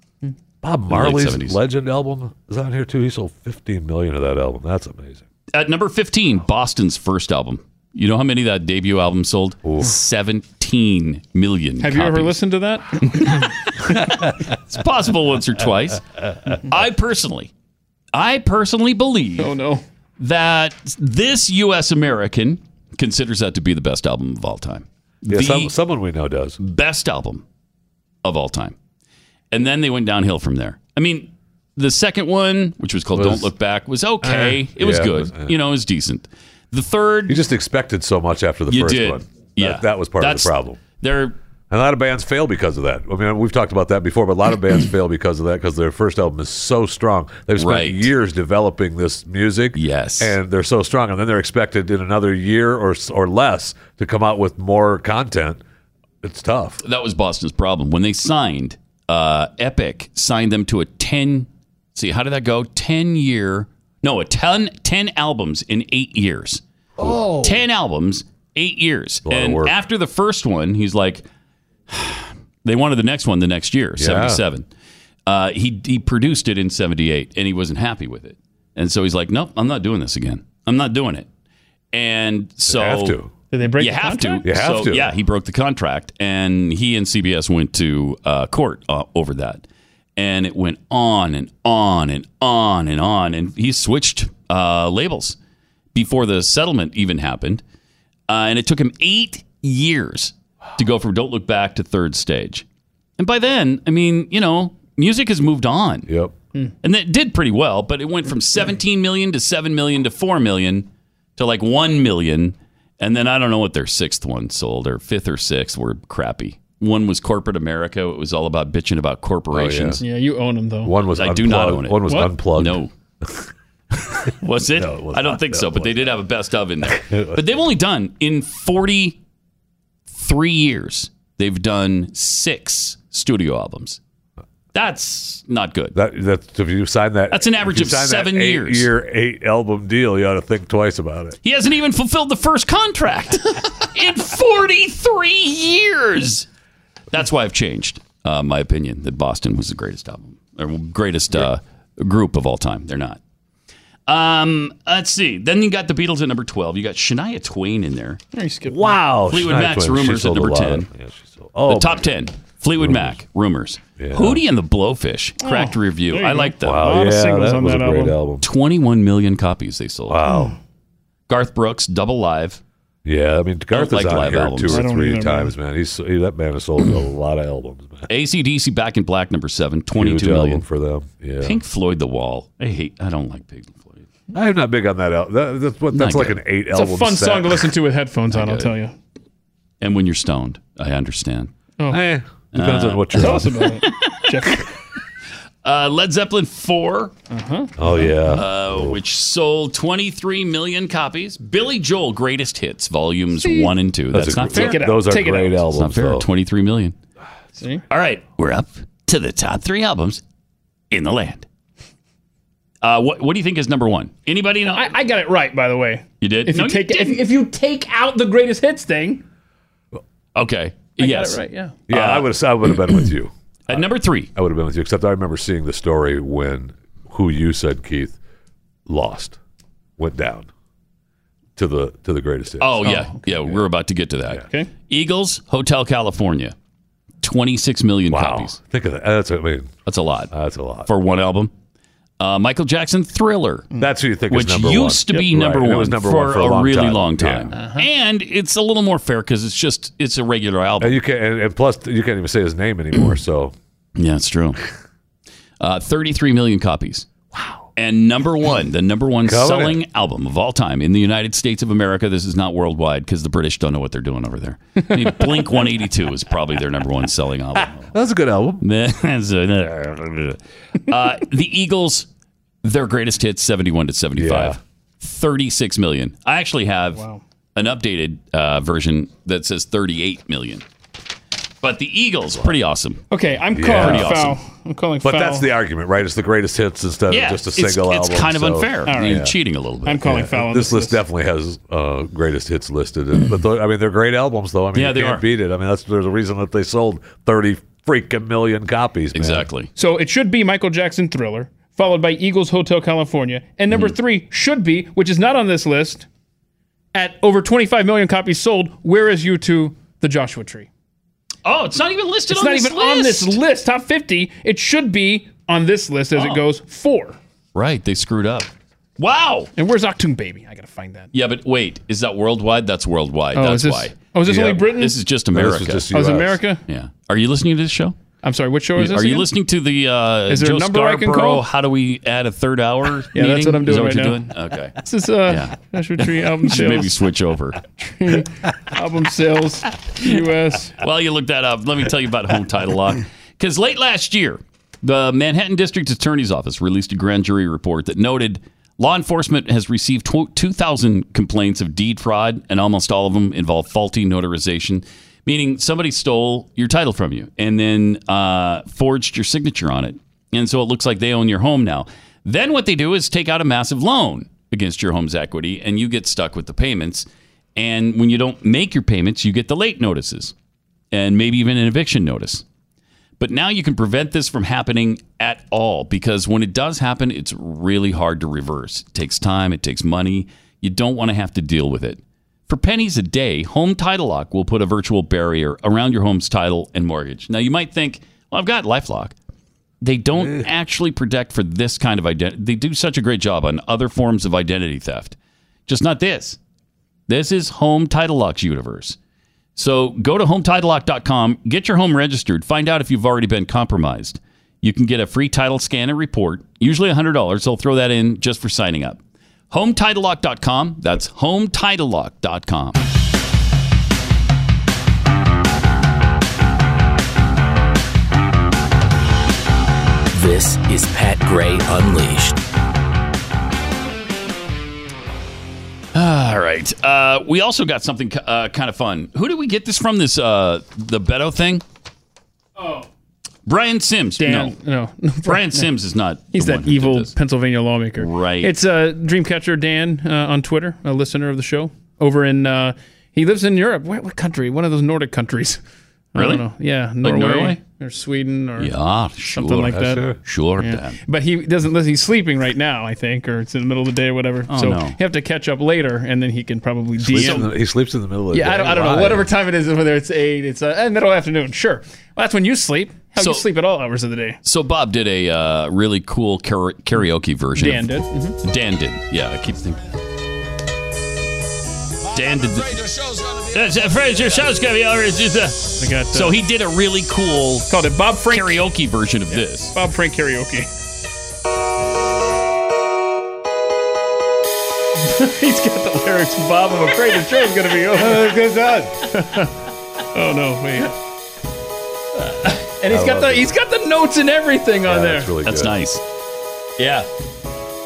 Speaker 7: Bob
Speaker 2: In the late
Speaker 7: Marley's
Speaker 2: 70s.
Speaker 7: Legend album is on here too. He sold 15 million of that album. That's amazing.
Speaker 2: At number 15, Boston's first album. You know how many that debut album sold? 17 million.
Speaker 3: Have you ever
Speaker 2: copies.
Speaker 3: listened to that?
Speaker 2: It's possible once or twice. I personally, I personally believe. Oh
Speaker 3: no.
Speaker 2: That this U.S. American considers that to be the best album of all time.
Speaker 7: Yeah,
Speaker 2: the
Speaker 7: some- someone we know does
Speaker 2: best album of all time, and then they went downhill from there. I mean, the second one, which was called
Speaker 7: Was-
Speaker 2: "Don't Look Back," was okay.
Speaker 7: Eh,
Speaker 2: it was
Speaker 7: yeah, it
Speaker 2: good.
Speaker 7: was, eh.
Speaker 2: You know, it was decent. The third,
Speaker 7: You just expected so much after the
Speaker 2: You
Speaker 7: first
Speaker 2: did.
Speaker 7: one. That-
Speaker 2: Yeah.
Speaker 7: that, was part
Speaker 2: That's-
Speaker 7: of the problem.
Speaker 2: They're
Speaker 7: a lot of bands fail because of that. I mean, we've talked about that before, but a lot of bands fail because of that because their first album is so strong. They've spent
Speaker 2: Right.
Speaker 7: years developing this music, yes, and they're so strong, and then they're expected in another year or s- or less to come out with more content. It's tough.
Speaker 2: that was Boston's problem when they signed uh, Epic signed them to a 10 see how did that go 10 year no a 10, 10 albums in 8 years
Speaker 17: Oh.
Speaker 2: 10 albums 8 years
Speaker 7: lot of
Speaker 2: and
Speaker 7: work.
Speaker 2: after the first one he's like they wanted the next one the next year
Speaker 7: Yeah.
Speaker 2: 77 uh, he he produced it in 78 and he wasn't happy with it and so he's like nope I'm not doing this again I'm not doing it and so
Speaker 7: have to.
Speaker 3: Did they break
Speaker 2: you
Speaker 3: the
Speaker 2: have
Speaker 3: contract?
Speaker 2: to.
Speaker 7: You have
Speaker 2: So,
Speaker 7: to.
Speaker 2: Yeah, he broke the contract, and he and CBS went to uh, court uh, over that, and it went on and on and on and on, and he switched uh, labels before the settlement even happened, uh, and it took him eight years to go from Don't Look Back to Third Stage, and by then, I mean, you know, music has moved on.
Speaker 7: Yep.
Speaker 2: And that did pretty well, but it went from 17 million to 7 million to 4 million to like 1 million. And then I don't know what their sixth one sold or fifth or sixth were crappy. One was Corporate America. It was all about bitching about corporations.
Speaker 3: Yeah, you own them though.
Speaker 7: One was
Speaker 2: I do not
Speaker 7: unplugged.
Speaker 2: own it.
Speaker 7: One was
Speaker 2: What?
Speaker 7: unplugged.
Speaker 2: No. Was it?
Speaker 7: Oh, No, it was
Speaker 2: I don't
Speaker 7: not.
Speaker 2: think
Speaker 7: No,
Speaker 2: so,
Speaker 7: it
Speaker 2: but they did have a best of in there. but they've only done in 43 years, they've done six studio albums. That's not good.
Speaker 7: That that's if you sign that.
Speaker 2: That's an average
Speaker 7: if you
Speaker 2: of
Speaker 7: sign that
Speaker 2: seven years.
Speaker 7: Year eight album deal. You ought to think twice about it.
Speaker 2: He hasn't even fulfilled the first contract in 43 years. That's why I've changed uh, my opinion that Boston was the greatest album, or greatest uh, group of all time. They're not. Um, let's see. Then you got the Beatles at number 12. You got Shania Twain in there.
Speaker 3: There you skip.
Speaker 2: Wow. Fleetwood
Speaker 7: Shania
Speaker 2: Mac's
Speaker 7: Twain, she
Speaker 2: rumors at
Speaker 7: sold a
Speaker 2: number
Speaker 7: lot
Speaker 2: 10.
Speaker 7: of- yeah, she sold- oh,
Speaker 2: the top 10. Fleetwood Mac rumors. Hootie and the Blowfish cracked
Speaker 7: Oh,
Speaker 2: review.
Speaker 7: there you
Speaker 2: I
Speaker 7: go.
Speaker 2: like that.
Speaker 7: Wow, A lot of yeah, singles that on was that a great album. album.
Speaker 2: 21 million copies they sold. Wow. Garth Brooks, Double Live.
Speaker 7: Yeah, I mean Garth
Speaker 2: like
Speaker 7: is on
Speaker 2: live
Speaker 7: here
Speaker 2: albums.
Speaker 7: two
Speaker 2: I
Speaker 7: or
Speaker 2: don't
Speaker 7: three
Speaker 2: either, man.
Speaker 7: times, man. He's he, that man has sold a lot of albums. Man.
Speaker 2: ACDC Back in Black number 7, 22
Speaker 7: Huge
Speaker 2: million.
Speaker 7: album for them. Yeah,
Speaker 2: Pink Floyd The Wall. I hate I don't like Pink Floyd.
Speaker 7: I'm not big on that album. That, that's what, that's
Speaker 2: Not
Speaker 7: like
Speaker 2: good.
Speaker 7: an eight
Speaker 2: It's
Speaker 3: It's
Speaker 7: album.
Speaker 3: a fun
Speaker 7: set.
Speaker 3: song to listen to with headphones on.
Speaker 2: I
Speaker 3: I'll
Speaker 2: get
Speaker 3: tell
Speaker 2: it.
Speaker 3: you.
Speaker 2: And when you're stoned, I understand.
Speaker 3: Oh.
Speaker 7: Eh, depends on what you're
Speaker 3: Tell
Speaker 7: on.
Speaker 3: us about it, Jeff.
Speaker 2: Uh, Led Zeppelin 4.
Speaker 3: Uh-huh.
Speaker 7: Oh yeah,
Speaker 2: Uh, which sold 23 million copies. Billy Joel Greatest Hits, volumes
Speaker 3: See?
Speaker 2: 1 and 2.
Speaker 7: That's
Speaker 2: That's,
Speaker 7: a
Speaker 2: not
Speaker 7: great-
Speaker 2: fair.
Speaker 7: Take it out. those are Take it great out.
Speaker 2: It's not
Speaker 7: albums,
Speaker 2: fair.
Speaker 7: though.
Speaker 2: 23 million.
Speaker 3: See?
Speaker 2: All right, we're up to the top three albums in the land. Uh, what, what do you think is number one? Anybody know?
Speaker 3: I, I got it right, by the way.
Speaker 2: You did?
Speaker 3: If
Speaker 2: No,
Speaker 3: you
Speaker 2: you
Speaker 3: take if,
Speaker 2: didn't.
Speaker 3: if you take out the greatest hits thing,
Speaker 2: Okay.
Speaker 3: I got it
Speaker 2: yes.
Speaker 3: right, yeah.
Speaker 7: Yeah,
Speaker 2: Uh,
Speaker 7: I would have. I would have been with you.
Speaker 2: At number three,
Speaker 7: I would have been with you. Except I remember seeing the story when who you said Keith lost went down to the to the greatest. hits.
Speaker 2: Oh, yeah. Yeah, we're about to get to that. Okay. Eagles, Hotel California. 26 million copies.
Speaker 7: Think of that. That's what I mean.
Speaker 2: That's a lot.
Speaker 7: That's a lot.
Speaker 2: For one album. Uh, Michael Jackson Thriller.
Speaker 7: That's who you think is
Speaker 2: Hmm. which
Speaker 7: number one.
Speaker 2: used to be
Speaker 7: Yep,
Speaker 2: number
Speaker 7: right.
Speaker 2: one
Speaker 7: It was number
Speaker 2: for,
Speaker 7: one for a
Speaker 2: a,
Speaker 7: long
Speaker 2: really
Speaker 7: time.
Speaker 2: long time.
Speaker 7: Yeah.
Speaker 2: And it's a little more fair because it's just it's a regular album.
Speaker 7: And you can't. And, and plus, you can't even say his name anymore. So
Speaker 2: yeah, it's true. Uh, 33 million copies. Wow. And number one, the number one
Speaker 7: Coming
Speaker 2: selling album of all time in the United States of America. This is not worldwide because the British don't know what they're doing over there. I mean, Blink 182 is probably their number one selling album.
Speaker 7: That's a good album.
Speaker 2: uh, the Eagles, their greatest hits, 71 to 75. 36 million. I actually have an updated uh, version that says 38 million. But the Eagles, pretty awesome.
Speaker 3: Okay, I'm
Speaker 2: Yeah.
Speaker 3: calling
Speaker 2: Pretty
Speaker 3: foul.
Speaker 2: awesome.
Speaker 3: I'm calling
Speaker 7: But
Speaker 3: foul.
Speaker 7: that's the argument, right? It's the greatest hits instead
Speaker 2: Yeah,
Speaker 7: of just a
Speaker 2: it's-
Speaker 7: single
Speaker 2: it's
Speaker 7: album.
Speaker 2: kind of
Speaker 7: so-
Speaker 2: unfair. All right. You're cheating a little bit. I'm calling foul on
Speaker 7: This,
Speaker 2: this
Speaker 7: list definitely has uh, greatest hits listed, And- but tho- I mean they're great albums, though. I mean
Speaker 2: Yeah,
Speaker 7: you
Speaker 2: they
Speaker 7: can't
Speaker 2: are.
Speaker 7: beat it. I mean that's there's a reason that they sold thirty freaking million copies.
Speaker 2: Exactly.
Speaker 3: So it should be Michael Jackson Thriller, followed by Eagles Hotel California, and number
Speaker 2: Hmm.
Speaker 3: three should be, which is not on this list, at over 25 million copies sold. Where is you two, the Joshua Tree?
Speaker 2: Oh, it's not even listed
Speaker 3: it's
Speaker 2: on
Speaker 3: not
Speaker 2: this
Speaker 3: even
Speaker 2: list.
Speaker 3: on this list, top 50. It should be on this list as
Speaker 2: Oh.
Speaker 3: it goes four.
Speaker 2: Right, they screwed up. Wow.
Speaker 3: And where's Octoon Baby? I gotta find that.
Speaker 2: Yeah, but wait, is that worldwide? That's worldwide.
Speaker 3: Oh,
Speaker 2: That's
Speaker 3: is this-
Speaker 2: why.
Speaker 3: oh, is this only Britain?
Speaker 2: This is just
Speaker 3: No, this
Speaker 2: America.
Speaker 3: was just Oh, is US. America?
Speaker 2: Yeah. Are you listening to this show?
Speaker 3: I'm sorry, which show is
Speaker 2: Are
Speaker 3: this?
Speaker 2: you
Speaker 3: again?
Speaker 2: listening to the uh,
Speaker 3: Is there a
Speaker 2: Joe
Speaker 3: number I can
Speaker 2: Scarborough,
Speaker 3: call?
Speaker 2: How do we add a third hour?
Speaker 3: Yeah,
Speaker 2: meeting?
Speaker 3: that's what I'm
Speaker 2: Is
Speaker 3: doing
Speaker 2: that what
Speaker 3: right
Speaker 2: you're
Speaker 3: now.
Speaker 2: doing? Okay.
Speaker 3: This is uh, Joshua Tree album
Speaker 2: You should maybe
Speaker 3: sales.
Speaker 2: switch over.
Speaker 3: album sales, U.S.
Speaker 2: Well, you look that up. Let me tell you about home title lock. Because late last year, the Manhattan District Attorney's Office released a grand jury report that noted law enforcement has received tw- 2,000 complaints of deed fraud, and almost all of them involve faulty notarization, meaning somebody stole your title from you and then uh, forged your signature on it. And so it looks like they own your home now. Then what they do is take out a massive loan against your home's equity, and you get stuck with the payments. And when you don't make your payments, you get the late notices and maybe even an eviction notice. But now you can prevent this from happening at all because when it does happen, it's really hard to reverse. It takes time, it takes money. You don't want to have to deal with it. For pennies a day, Home Title Lock will put a virtual barrier around your home's title and mortgage. Now you might think, well, I've got LifeLock. They don't actually protect for this kind of identity. They do such a great job on other forms of identity theft, just not this. This is Home Title Lock's universe. So go to HometitleLock.com, get your home registered, find out if you've already been compromised. You can get a free title scan and report, usually $100. They'll throw that in just for signing up. HometitleLock.com. That's HometitleLock.com.
Speaker 12: This is Pat Gray Unleashed.
Speaker 2: All right. Uh, we also got something uh, kind of fun. Who did we get this from? This uh, the Beto thing.
Speaker 3: Oh.
Speaker 2: Brian Sims.
Speaker 3: Dan-
Speaker 2: no,
Speaker 3: no.
Speaker 2: Brian
Speaker 3: No.
Speaker 2: Sims is not.
Speaker 3: He's that evil Pennsylvania lawmaker.
Speaker 2: Right.
Speaker 3: It's uh, Dreamcatcher Dan uh, on Twitter, a listener of the show. Over in, uh, he lives in Europe. What, what country? One of those Nordic countries.
Speaker 2: Really?
Speaker 3: I don't know. Yeah,
Speaker 2: Like
Speaker 3: Norway,
Speaker 2: Norway?
Speaker 3: or Sweden or
Speaker 2: Yeah,
Speaker 3: something
Speaker 2: sure.
Speaker 3: like that.
Speaker 2: Sure. Sure,
Speaker 3: Yeah.
Speaker 2: Dan.
Speaker 3: But he doesn't listen. He's sleeping right now, I think, or it's in the middle of the day, or whatever.
Speaker 2: Oh,
Speaker 3: so
Speaker 2: no.
Speaker 3: you have to catch up later, and then he can probably
Speaker 7: Sleeps in
Speaker 3: DM.
Speaker 7: the- he sleeps in the middle of the
Speaker 3: yeah,
Speaker 7: day.
Speaker 3: I don't, I don't
Speaker 7: Why?
Speaker 3: know. Whatever time it is, whether it's eight, it's uh, middle of the afternoon. Sure, well, that's when you sleep. How
Speaker 2: So-
Speaker 3: you sleep at all hours of the day.
Speaker 2: So Bob did a uh, really cool kara- karaoke version.
Speaker 3: Dan
Speaker 2: of-
Speaker 3: did. Mhm.
Speaker 2: Dan did. Yeah, I keep thinking. Dan did. The, that's afraid your show's gonna be over. It's just a-
Speaker 3: I got, uh,
Speaker 2: so he did a really cool
Speaker 3: called it Bob Frank
Speaker 2: karaoke version of this.
Speaker 3: Bob Frank karaoke. He's got the lyrics. Bob, I'm afraid the show's gonna be over.
Speaker 7: Good
Speaker 3: oh no, wait. And he's
Speaker 2: I
Speaker 3: got
Speaker 2: love
Speaker 3: the
Speaker 2: it.
Speaker 3: he's got the notes and everything on there.
Speaker 2: That's nice. Yeah.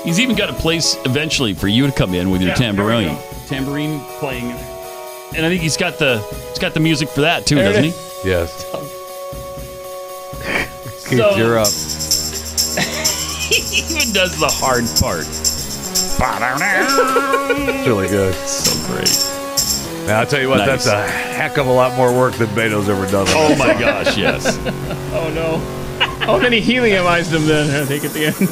Speaker 2: He's even got a place eventually for you to come in with your
Speaker 3: Yeah, there we
Speaker 2: tambourine.
Speaker 3: go.
Speaker 2: Tambourine playing. And I think he's got the he's got the music for that too,
Speaker 3: There it
Speaker 2: doesn't he?
Speaker 3: is.
Speaker 7: Yes.
Speaker 2: Keith, So- you're up. he even does the hard part.
Speaker 7: It's really good.
Speaker 2: So great.
Speaker 7: Now, I'll tell you what,
Speaker 2: Nice.
Speaker 7: that's a heck of a lot more work than Beto's ever done. on
Speaker 2: Oh
Speaker 7: this.
Speaker 2: my gosh, yes.
Speaker 3: Oh no. Oh, then he heliumized him. Then I think at the end.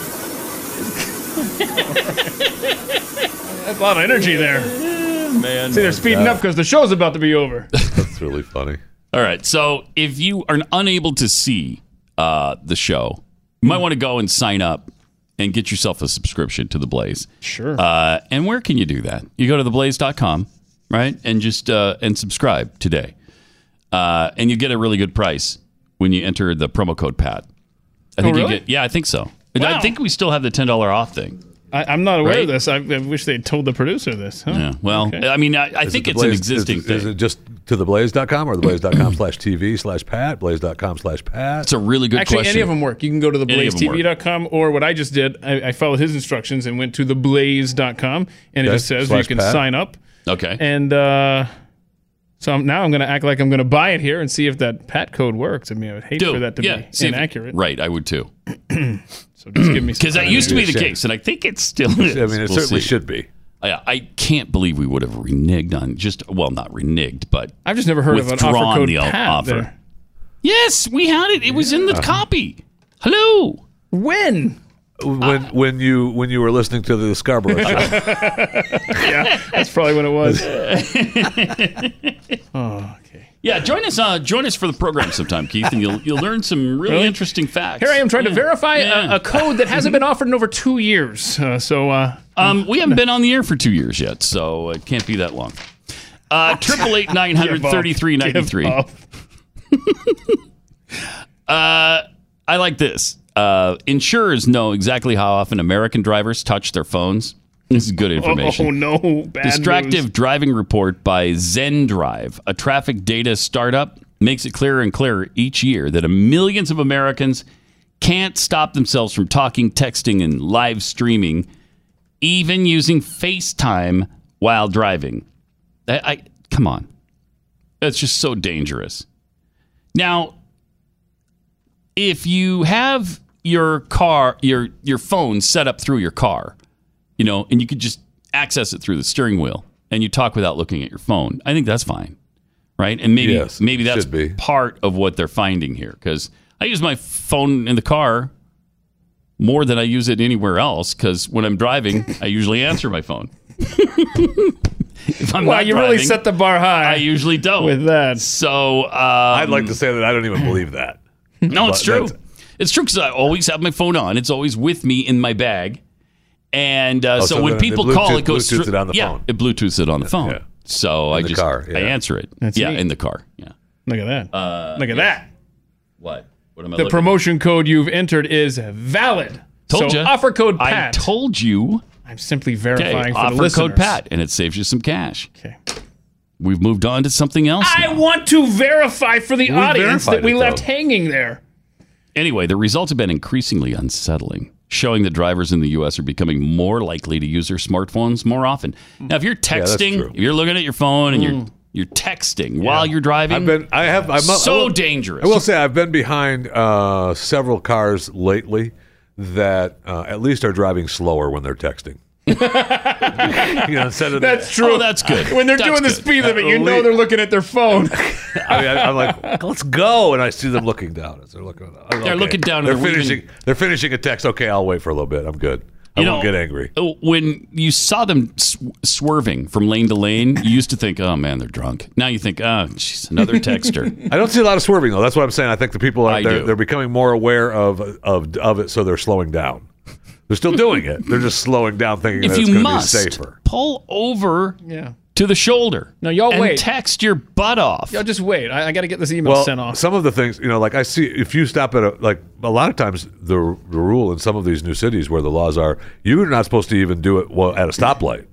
Speaker 3: That's a lot of energy there.
Speaker 2: Man,
Speaker 3: See, they're speeding up because the show's about to be over.
Speaker 7: That's really funny.
Speaker 2: All right. So if you are unable to see uh, the show, you
Speaker 3: Hmm.
Speaker 2: might want to go and sign up and get yourself a subscription to The Blaze.
Speaker 3: Sure.
Speaker 2: Uh, and where can you do that? You go to theblaze.com, right? And just uh, and subscribe today. Uh, and you get a really good price when you enter the promo code PAT. I think
Speaker 3: Oh,
Speaker 2: you
Speaker 3: really?
Speaker 2: get yeah, I think so. And I
Speaker 3: Wow.
Speaker 2: think we still have the ten dollar off thing.
Speaker 3: I, I'm not aware
Speaker 2: Right?
Speaker 3: of this. I, I wish they'd told the producer this. Huh?
Speaker 2: Yeah. Well,
Speaker 3: Okay.
Speaker 2: I mean, I, I
Speaker 7: Is
Speaker 2: think
Speaker 7: it
Speaker 2: it's
Speaker 7: the
Speaker 2: an
Speaker 7: Blaze-
Speaker 2: existing
Speaker 7: is,
Speaker 2: thing.
Speaker 7: Is it just to theblaze.com or theblaze.com slash TV slash Pat, blaze.com slash Pat? It's
Speaker 2: a really
Speaker 3: Actually, any of them work. You can go to
Speaker 7: Any of 'em work.
Speaker 3: theblazetv.com or what I just did. I, I followed his instructions and went to theblaze.com, and it
Speaker 7: Okay.
Speaker 3: just says
Speaker 7: Slash
Speaker 3: you can
Speaker 7: Pat.
Speaker 3: sign up.
Speaker 2: Okay.
Speaker 3: And uh, so I'm, now I'm going to act like I'm going to buy it here and see if that pat code works. I mean, I would hate for that to
Speaker 2: yeah,
Speaker 3: be
Speaker 2: see if-
Speaker 3: inaccurate.
Speaker 2: right, I would too.
Speaker 3: so just give me some
Speaker 2: Because that
Speaker 3: time
Speaker 2: used to
Speaker 3: here.
Speaker 2: be the case, and I think it still is.
Speaker 7: I mean, it certainly should be.
Speaker 2: I, I can't believe we would have reneged on just well, not reneged, but
Speaker 3: I've just never heard of an offer
Speaker 2: withdrawn
Speaker 3: code
Speaker 2: the o-
Speaker 3: pat
Speaker 2: offer.
Speaker 3: there.
Speaker 17: Yes, we had it. It was in the
Speaker 7: Yeah.
Speaker 17: copy. Hello.
Speaker 3: When?
Speaker 7: When when you when you were listening to the Scarborough
Speaker 2: Um,
Speaker 7: show,
Speaker 3: yeah, that's probably when it was.
Speaker 2: Yeah, join us. Uh, join us for the program sometime, Keith, and you'll you'll learn some really,
Speaker 3: Really?
Speaker 2: interesting facts.
Speaker 3: Here I am trying to verify
Speaker 2: Yeah.
Speaker 3: a, a code that hasn't been offered in over two years. Uh, so uh,
Speaker 2: Um, we haven't been on the air for two years yet, so it can't be that long. Uh, Triple eight nine hundred thirty three ninety three.
Speaker 3: Give up.
Speaker 2: Uh, I like this. Uh, insurers know exactly how often American drivers touch their phones. This is good information.
Speaker 3: Oh, no, bad
Speaker 2: Distractive
Speaker 3: news.
Speaker 2: driving report by ZenDrive, a traffic data startup, makes it clearer and clearer each year that millions of Americans can't stop themselves from talking, texting, and live streaming, even using FaceTime while driving. I, I come on, that's just so dangerous. Now, if you have your car, your your phone set up through your car, you know, and you could just access it through the steering wheel and you talk without looking at your phone. I think that's fine, right? And maybe
Speaker 7: Yes,
Speaker 2: maybe that's
Speaker 7: should be.
Speaker 2: part of what they're finding here because I use my phone in the car more than I use it anywhere else because when I'm driving, I usually answer my phone. if I'm
Speaker 3: wow,
Speaker 2: not
Speaker 3: you really
Speaker 2: driving,
Speaker 3: set the bar high.
Speaker 2: I usually don't
Speaker 3: with that.
Speaker 2: So um, I'd
Speaker 7: like to say that I don't even believe that.
Speaker 2: No, it's
Speaker 7: But
Speaker 2: true.
Speaker 7: that's-
Speaker 2: It's true because I always have my phone on. It's always with me in my bag, and uh,
Speaker 7: Oh,
Speaker 2: so,
Speaker 7: so
Speaker 2: when
Speaker 7: the- the
Speaker 2: people call,
Speaker 7: Bluetooth-
Speaker 2: it goes
Speaker 7: Bluetooths
Speaker 2: through.
Speaker 7: it on the
Speaker 2: yeah,
Speaker 7: phone.
Speaker 2: it Bluetooths it on the phone. So I
Speaker 7: the
Speaker 2: just
Speaker 7: car, yeah.
Speaker 2: I answer it.
Speaker 3: That's
Speaker 2: yeah,
Speaker 3: neat.
Speaker 2: in the car. Yeah.
Speaker 3: Look at that.
Speaker 2: Uh,
Speaker 3: Look at
Speaker 2: yeah.
Speaker 3: that.
Speaker 2: What? What am I?
Speaker 3: The
Speaker 2: looking-
Speaker 3: promotion code you've entered is valid.
Speaker 2: Told
Speaker 3: so
Speaker 2: ya.
Speaker 3: offer code
Speaker 2: I
Speaker 3: PAT.
Speaker 2: told you.
Speaker 3: I'm simply verifying
Speaker 2: Okay,
Speaker 3: for
Speaker 2: offer
Speaker 3: the listeners.
Speaker 2: code PAT, and it saves you some cash.
Speaker 3: Okay.
Speaker 2: We've moved on to something else.
Speaker 3: I want to verify for the
Speaker 2: We
Speaker 3: audience
Speaker 2: verified
Speaker 3: that we
Speaker 2: it,
Speaker 3: left
Speaker 2: though.
Speaker 3: hanging there.
Speaker 2: Anyway, the results have been increasingly unsettling, showing that drivers in the U.S. are becoming more likely to use their smartphones more often. Now, if you're
Speaker 7: Hmm. that's
Speaker 2: texting,
Speaker 7: true. Hmm.
Speaker 2: if you're looking at your phone and you're you're texting while you're driving,
Speaker 7: I've been I have I'm
Speaker 2: so
Speaker 7: I will-
Speaker 2: dangerous.
Speaker 7: I will say I've been behind uh, several cars lately that uh, at least are driving slower when they're texting. you know, instead of
Speaker 3: That's true.
Speaker 2: Oh, that's good.
Speaker 3: When they're
Speaker 2: That's
Speaker 3: doing
Speaker 2: good.
Speaker 3: the speed limit, you
Speaker 7: At
Speaker 3: know
Speaker 7: least-
Speaker 3: they're looking at their phone.
Speaker 7: I mean, I, am like, let's go, and I see them looking down as they're looking. I'm
Speaker 2: They're looking down and
Speaker 7: They're
Speaker 2: they're
Speaker 7: finishing.
Speaker 2: waving.
Speaker 7: They're finishing a text. Okay, I'll wait for a little bit. I'm good. I
Speaker 2: You
Speaker 7: won't
Speaker 2: know-
Speaker 7: get angry.
Speaker 2: uh, when you saw them sw- swerving from lane to lane, you used to think, "Oh man, they're drunk." Now you think, "Oh, jeez, another texter."
Speaker 7: I don't see a lot of swerving though. That's what I'm saying. I think the people
Speaker 2: I
Speaker 7: are they're,
Speaker 2: do.
Speaker 7: they're becoming more aware of of of it, so they're slowing down. They're still doing it. They're just slowing down, thinking
Speaker 2: if
Speaker 7: that it's
Speaker 2: you
Speaker 7: going to be
Speaker 2: must
Speaker 7: safer.
Speaker 2: pull over
Speaker 3: yeah.
Speaker 2: to the shoulder,
Speaker 3: No, y'all
Speaker 2: and
Speaker 3: wait.
Speaker 2: text your butt off.
Speaker 3: Y'all just wait. I, I got to get this email
Speaker 7: Well,
Speaker 3: sent off.
Speaker 7: some of the things you know, like I see, if you stop at a like a lot of times the, the rule in some of these new cities where the laws are, you're not supposed to even do it well at a stoplight.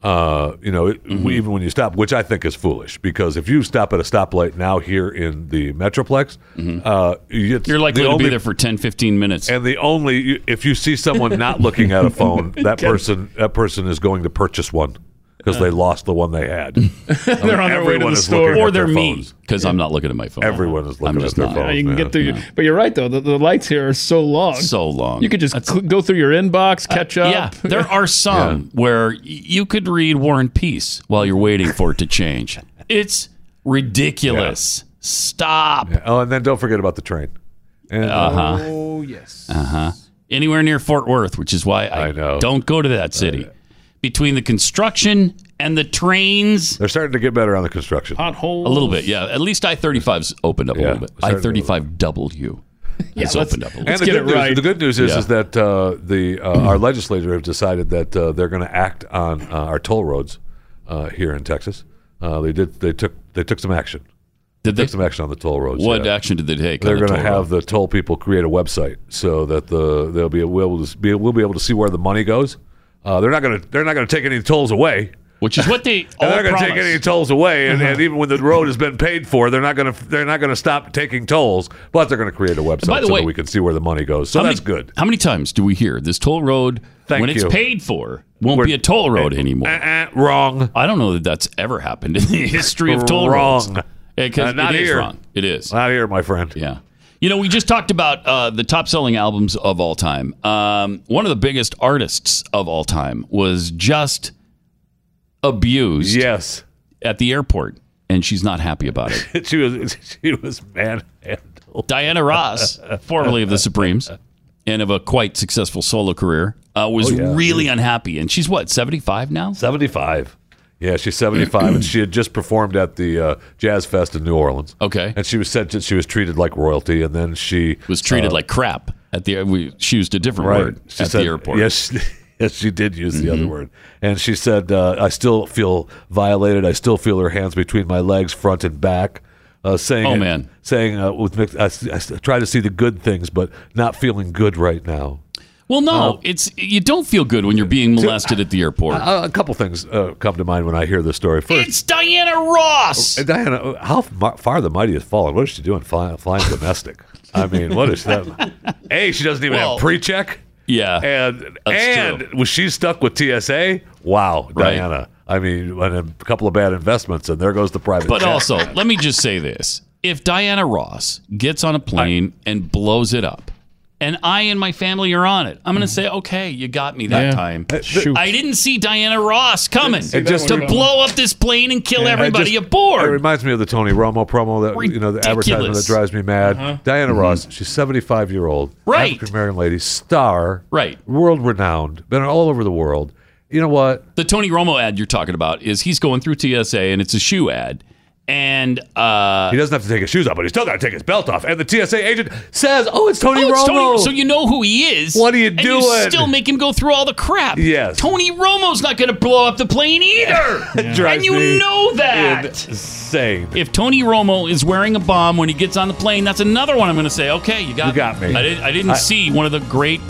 Speaker 7: Uh, you know, it,
Speaker 3: Mm-hmm.
Speaker 7: even when you stop, which I think is foolish, because if you stop at a stoplight now here in the Metroplex,
Speaker 3: Mm-hmm.
Speaker 7: uh, it's
Speaker 2: You're likely
Speaker 7: the
Speaker 2: to
Speaker 7: only
Speaker 2: be there for 10, 15 minutes.
Speaker 7: And the only if you see someone not looking at a phone, that person that person is going to purchase one. 'Cause because they lost the one they had.
Speaker 3: Uh. They're on their way to the
Speaker 7: everyone is
Speaker 3: store.
Speaker 7: looking at their
Speaker 3: mean.
Speaker 7: phones.
Speaker 2: because I'm not looking at my phone.
Speaker 7: Everyone is looking at their
Speaker 2: Uh-huh. not.
Speaker 7: phone.
Speaker 3: Yeah, you can get
Speaker 2: Yeah,
Speaker 3: through. Your, but you're right though. The, the lights here are so long.
Speaker 2: So long. Uh,
Speaker 3: You could just cl- go through your inbox, catch up.
Speaker 2: Yeah, there are some where y- you could read War and Peace while you're waiting for it to change. It's ridiculous. Stop.
Speaker 7: Oh, and then don't forget about the train.
Speaker 2: Uh huh.
Speaker 3: Oh yes.
Speaker 2: Uh huh. Anywhere near Fort Worth, which is why I, don't go to that city. Between the construction and the trains,
Speaker 7: they're starting to get better on the construction.
Speaker 3: Potholes.
Speaker 2: A little bit, yeah. At least I 35's opened up a little bit. I
Speaker 7: starting to
Speaker 2: 35W has
Speaker 7: let's-
Speaker 2: opened up a little
Speaker 7: And the good, news, the good news is,
Speaker 2: Yeah.
Speaker 7: is that uh, the uh, our legislature have decided that uh, they're going to act on uh, our toll roads uh, here in Texas. Uh, they did. They took. They took some action.
Speaker 2: Did
Speaker 7: they took some action on the toll roads?
Speaker 2: What action did they take on
Speaker 7: They're
Speaker 2: the
Speaker 7: going to
Speaker 2: toll
Speaker 7: have the toll people create a website so that the they'll be we'll be able to be, we'll be able to see where the money goes. Uh, they're not going to they're not going to take any tolls away.
Speaker 2: Which is what they
Speaker 7: they're
Speaker 2: all
Speaker 7: not going to take
Speaker 2: promise.
Speaker 7: any tolls away, and,
Speaker 2: Uh-huh.
Speaker 7: and even when the road has been paid for, they're not going to they're not going to stop taking tolls. But they're going to create a website
Speaker 2: by the
Speaker 7: so
Speaker 2: way-
Speaker 7: that we can see where the money goes. So
Speaker 2: How many-
Speaker 7: that's good.
Speaker 2: How many times do we hear this toll road
Speaker 7: Thank
Speaker 2: when it's
Speaker 7: you.
Speaker 2: paid for won't be a toll road anymore?
Speaker 7: Uh, wrong.
Speaker 2: I don't know that that's ever happened in the history of toll roads.
Speaker 7: wrong.
Speaker 2: Yeah, 'cause
Speaker 7: Uh, not
Speaker 2: it is
Speaker 7: here.
Speaker 2: wrong. It is
Speaker 7: not here, my friend.
Speaker 2: Yeah. You know, we just talked about uh, the top selling albums of all time. Um, one of the biggest artists of all time was just abused.
Speaker 7: Yes.
Speaker 2: At the airport, and she's not happy about it.
Speaker 7: she was she was manhandled.
Speaker 2: Diana Ross, formerly of the Supremes, and of a quite successful solo career, uh, was
Speaker 7: Oh, yeah.
Speaker 2: really unhappy. And she's what seventy five now?
Speaker 7: Seventy five. Yeah, she's 75, and she had just performed at the uh, Jazz Fest in New Orleans.
Speaker 2: Okay,
Speaker 7: and she was said that she was treated like royalty, and then she
Speaker 2: was treated
Speaker 7: uh,
Speaker 2: like crap at the. We she used a different word
Speaker 7: She
Speaker 2: at
Speaker 7: said-
Speaker 2: the airport.
Speaker 7: Yes, yes, she did use the other
Speaker 2: Mhm.
Speaker 7: word, and she said, uh, "I still feel violated. I still feel her hands between my legs, front and back." Uh, saying,
Speaker 2: Oh, man.
Speaker 7: saying uh, with mixed, I, s- I s- try to see the good things, but not feeling good right now.
Speaker 2: Well, no,
Speaker 7: Uh,
Speaker 2: it's you don't feel good when you're being molested at the airport.
Speaker 7: Uh, a couple things uh, come to mind when I hear this story. First,
Speaker 2: it's Diana Ross.
Speaker 7: Uh, Diana, how m- far the mighty has fallen. What is she doing flying, flying domestic? I mean, what is that? A, she doesn't even
Speaker 2: Well,
Speaker 7: have pre check.
Speaker 2: Yeah.
Speaker 7: And,
Speaker 2: that's
Speaker 7: and was she stuck with TSA? Wow,
Speaker 2: Right.
Speaker 7: Diana. I mean, and a couple of bad investments, and there goes the private.
Speaker 2: But
Speaker 7: jet.
Speaker 2: also, let me just say this: if Diana Ross gets on a plane and blows it up, and I and my family are on it, I'm going to say, "Okay, you got me that
Speaker 7: Mm. Yeah.
Speaker 2: time."
Speaker 7: Uh, Shoot.
Speaker 2: I didn't see Diana Ross coming
Speaker 7: see that
Speaker 2: just to
Speaker 7: one coming.
Speaker 2: blow up this plane and kill
Speaker 7: Yeah, I
Speaker 2: everybody
Speaker 7: just- It
Speaker 2: aboard.
Speaker 7: reminds me of the Tony Romo promo that you know the advertisement
Speaker 2: Ridiculous.
Speaker 7: that drives me mad.
Speaker 2: Uh-huh.
Speaker 7: Diana Ross, she's seventy five year old,
Speaker 2: Right.
Speaker 7: African American lady, star,
Speaker 2: right,
Speaker 7: world renowned, been all over the world. You know what?
Speaker 2: The Tony Romo ad you're talking about is he's going through TSA and it's a shoe ad, and uh,
Speaker 7: He doesn't have to take his shoes off, but he's still got to take his belt off. And the TSA agent says, "Oh, it's Tony
Speaker 2: Oh, it's
Speaker 7: Romo."
Speaker 2: Tony- so you know who he is.
Speaker 7: What are you
Speaker 2: and
Speaker 7: doing?
Speaker 2: You still make him go through all the crap.
Speaker 7: Yes.
Speaker 2: Tony Romo's not going to blow up the plane either.
Speaker 7: It drives
Speaker 2: and you
Speaker 7: me
Speaker 2: know that.
Speaker 7: Insane.
Speaker 2: If Tony Romo is wearing a bomb when he gets on the plane, that's another one I'm going to say, okay, you got,
Speaker 7: You got me.
Speaker 2: I, did, I didn't
Speaker 7: I-
Speaker 2: see one of the great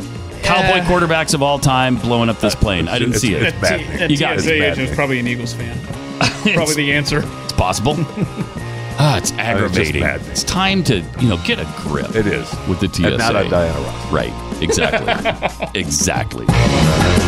Speaker 2: cowboy quarterbacks of all time blowing up this plane. I didn't
Speaker 7: Uh, it's-
Speaker 2: see it.
Speaker 7: it's bad.
Speaker 3: That
Speaker 2: You got
Speaker 3: TSA
Speaker 2: it.
Speaker 3: agent was probably an Eagles fan. probably the answer.
Speaker 2: It's possible. ah, it's aggravating.
Speaker 7: bad.
Speaker 2: It's, time to, you know, get a grip.
Speaker 7: It is.
Speaker 2: With the TSA.
Speaker 7: And not a Diana Ross.
Speaker 2: Right. Exactly. exactly.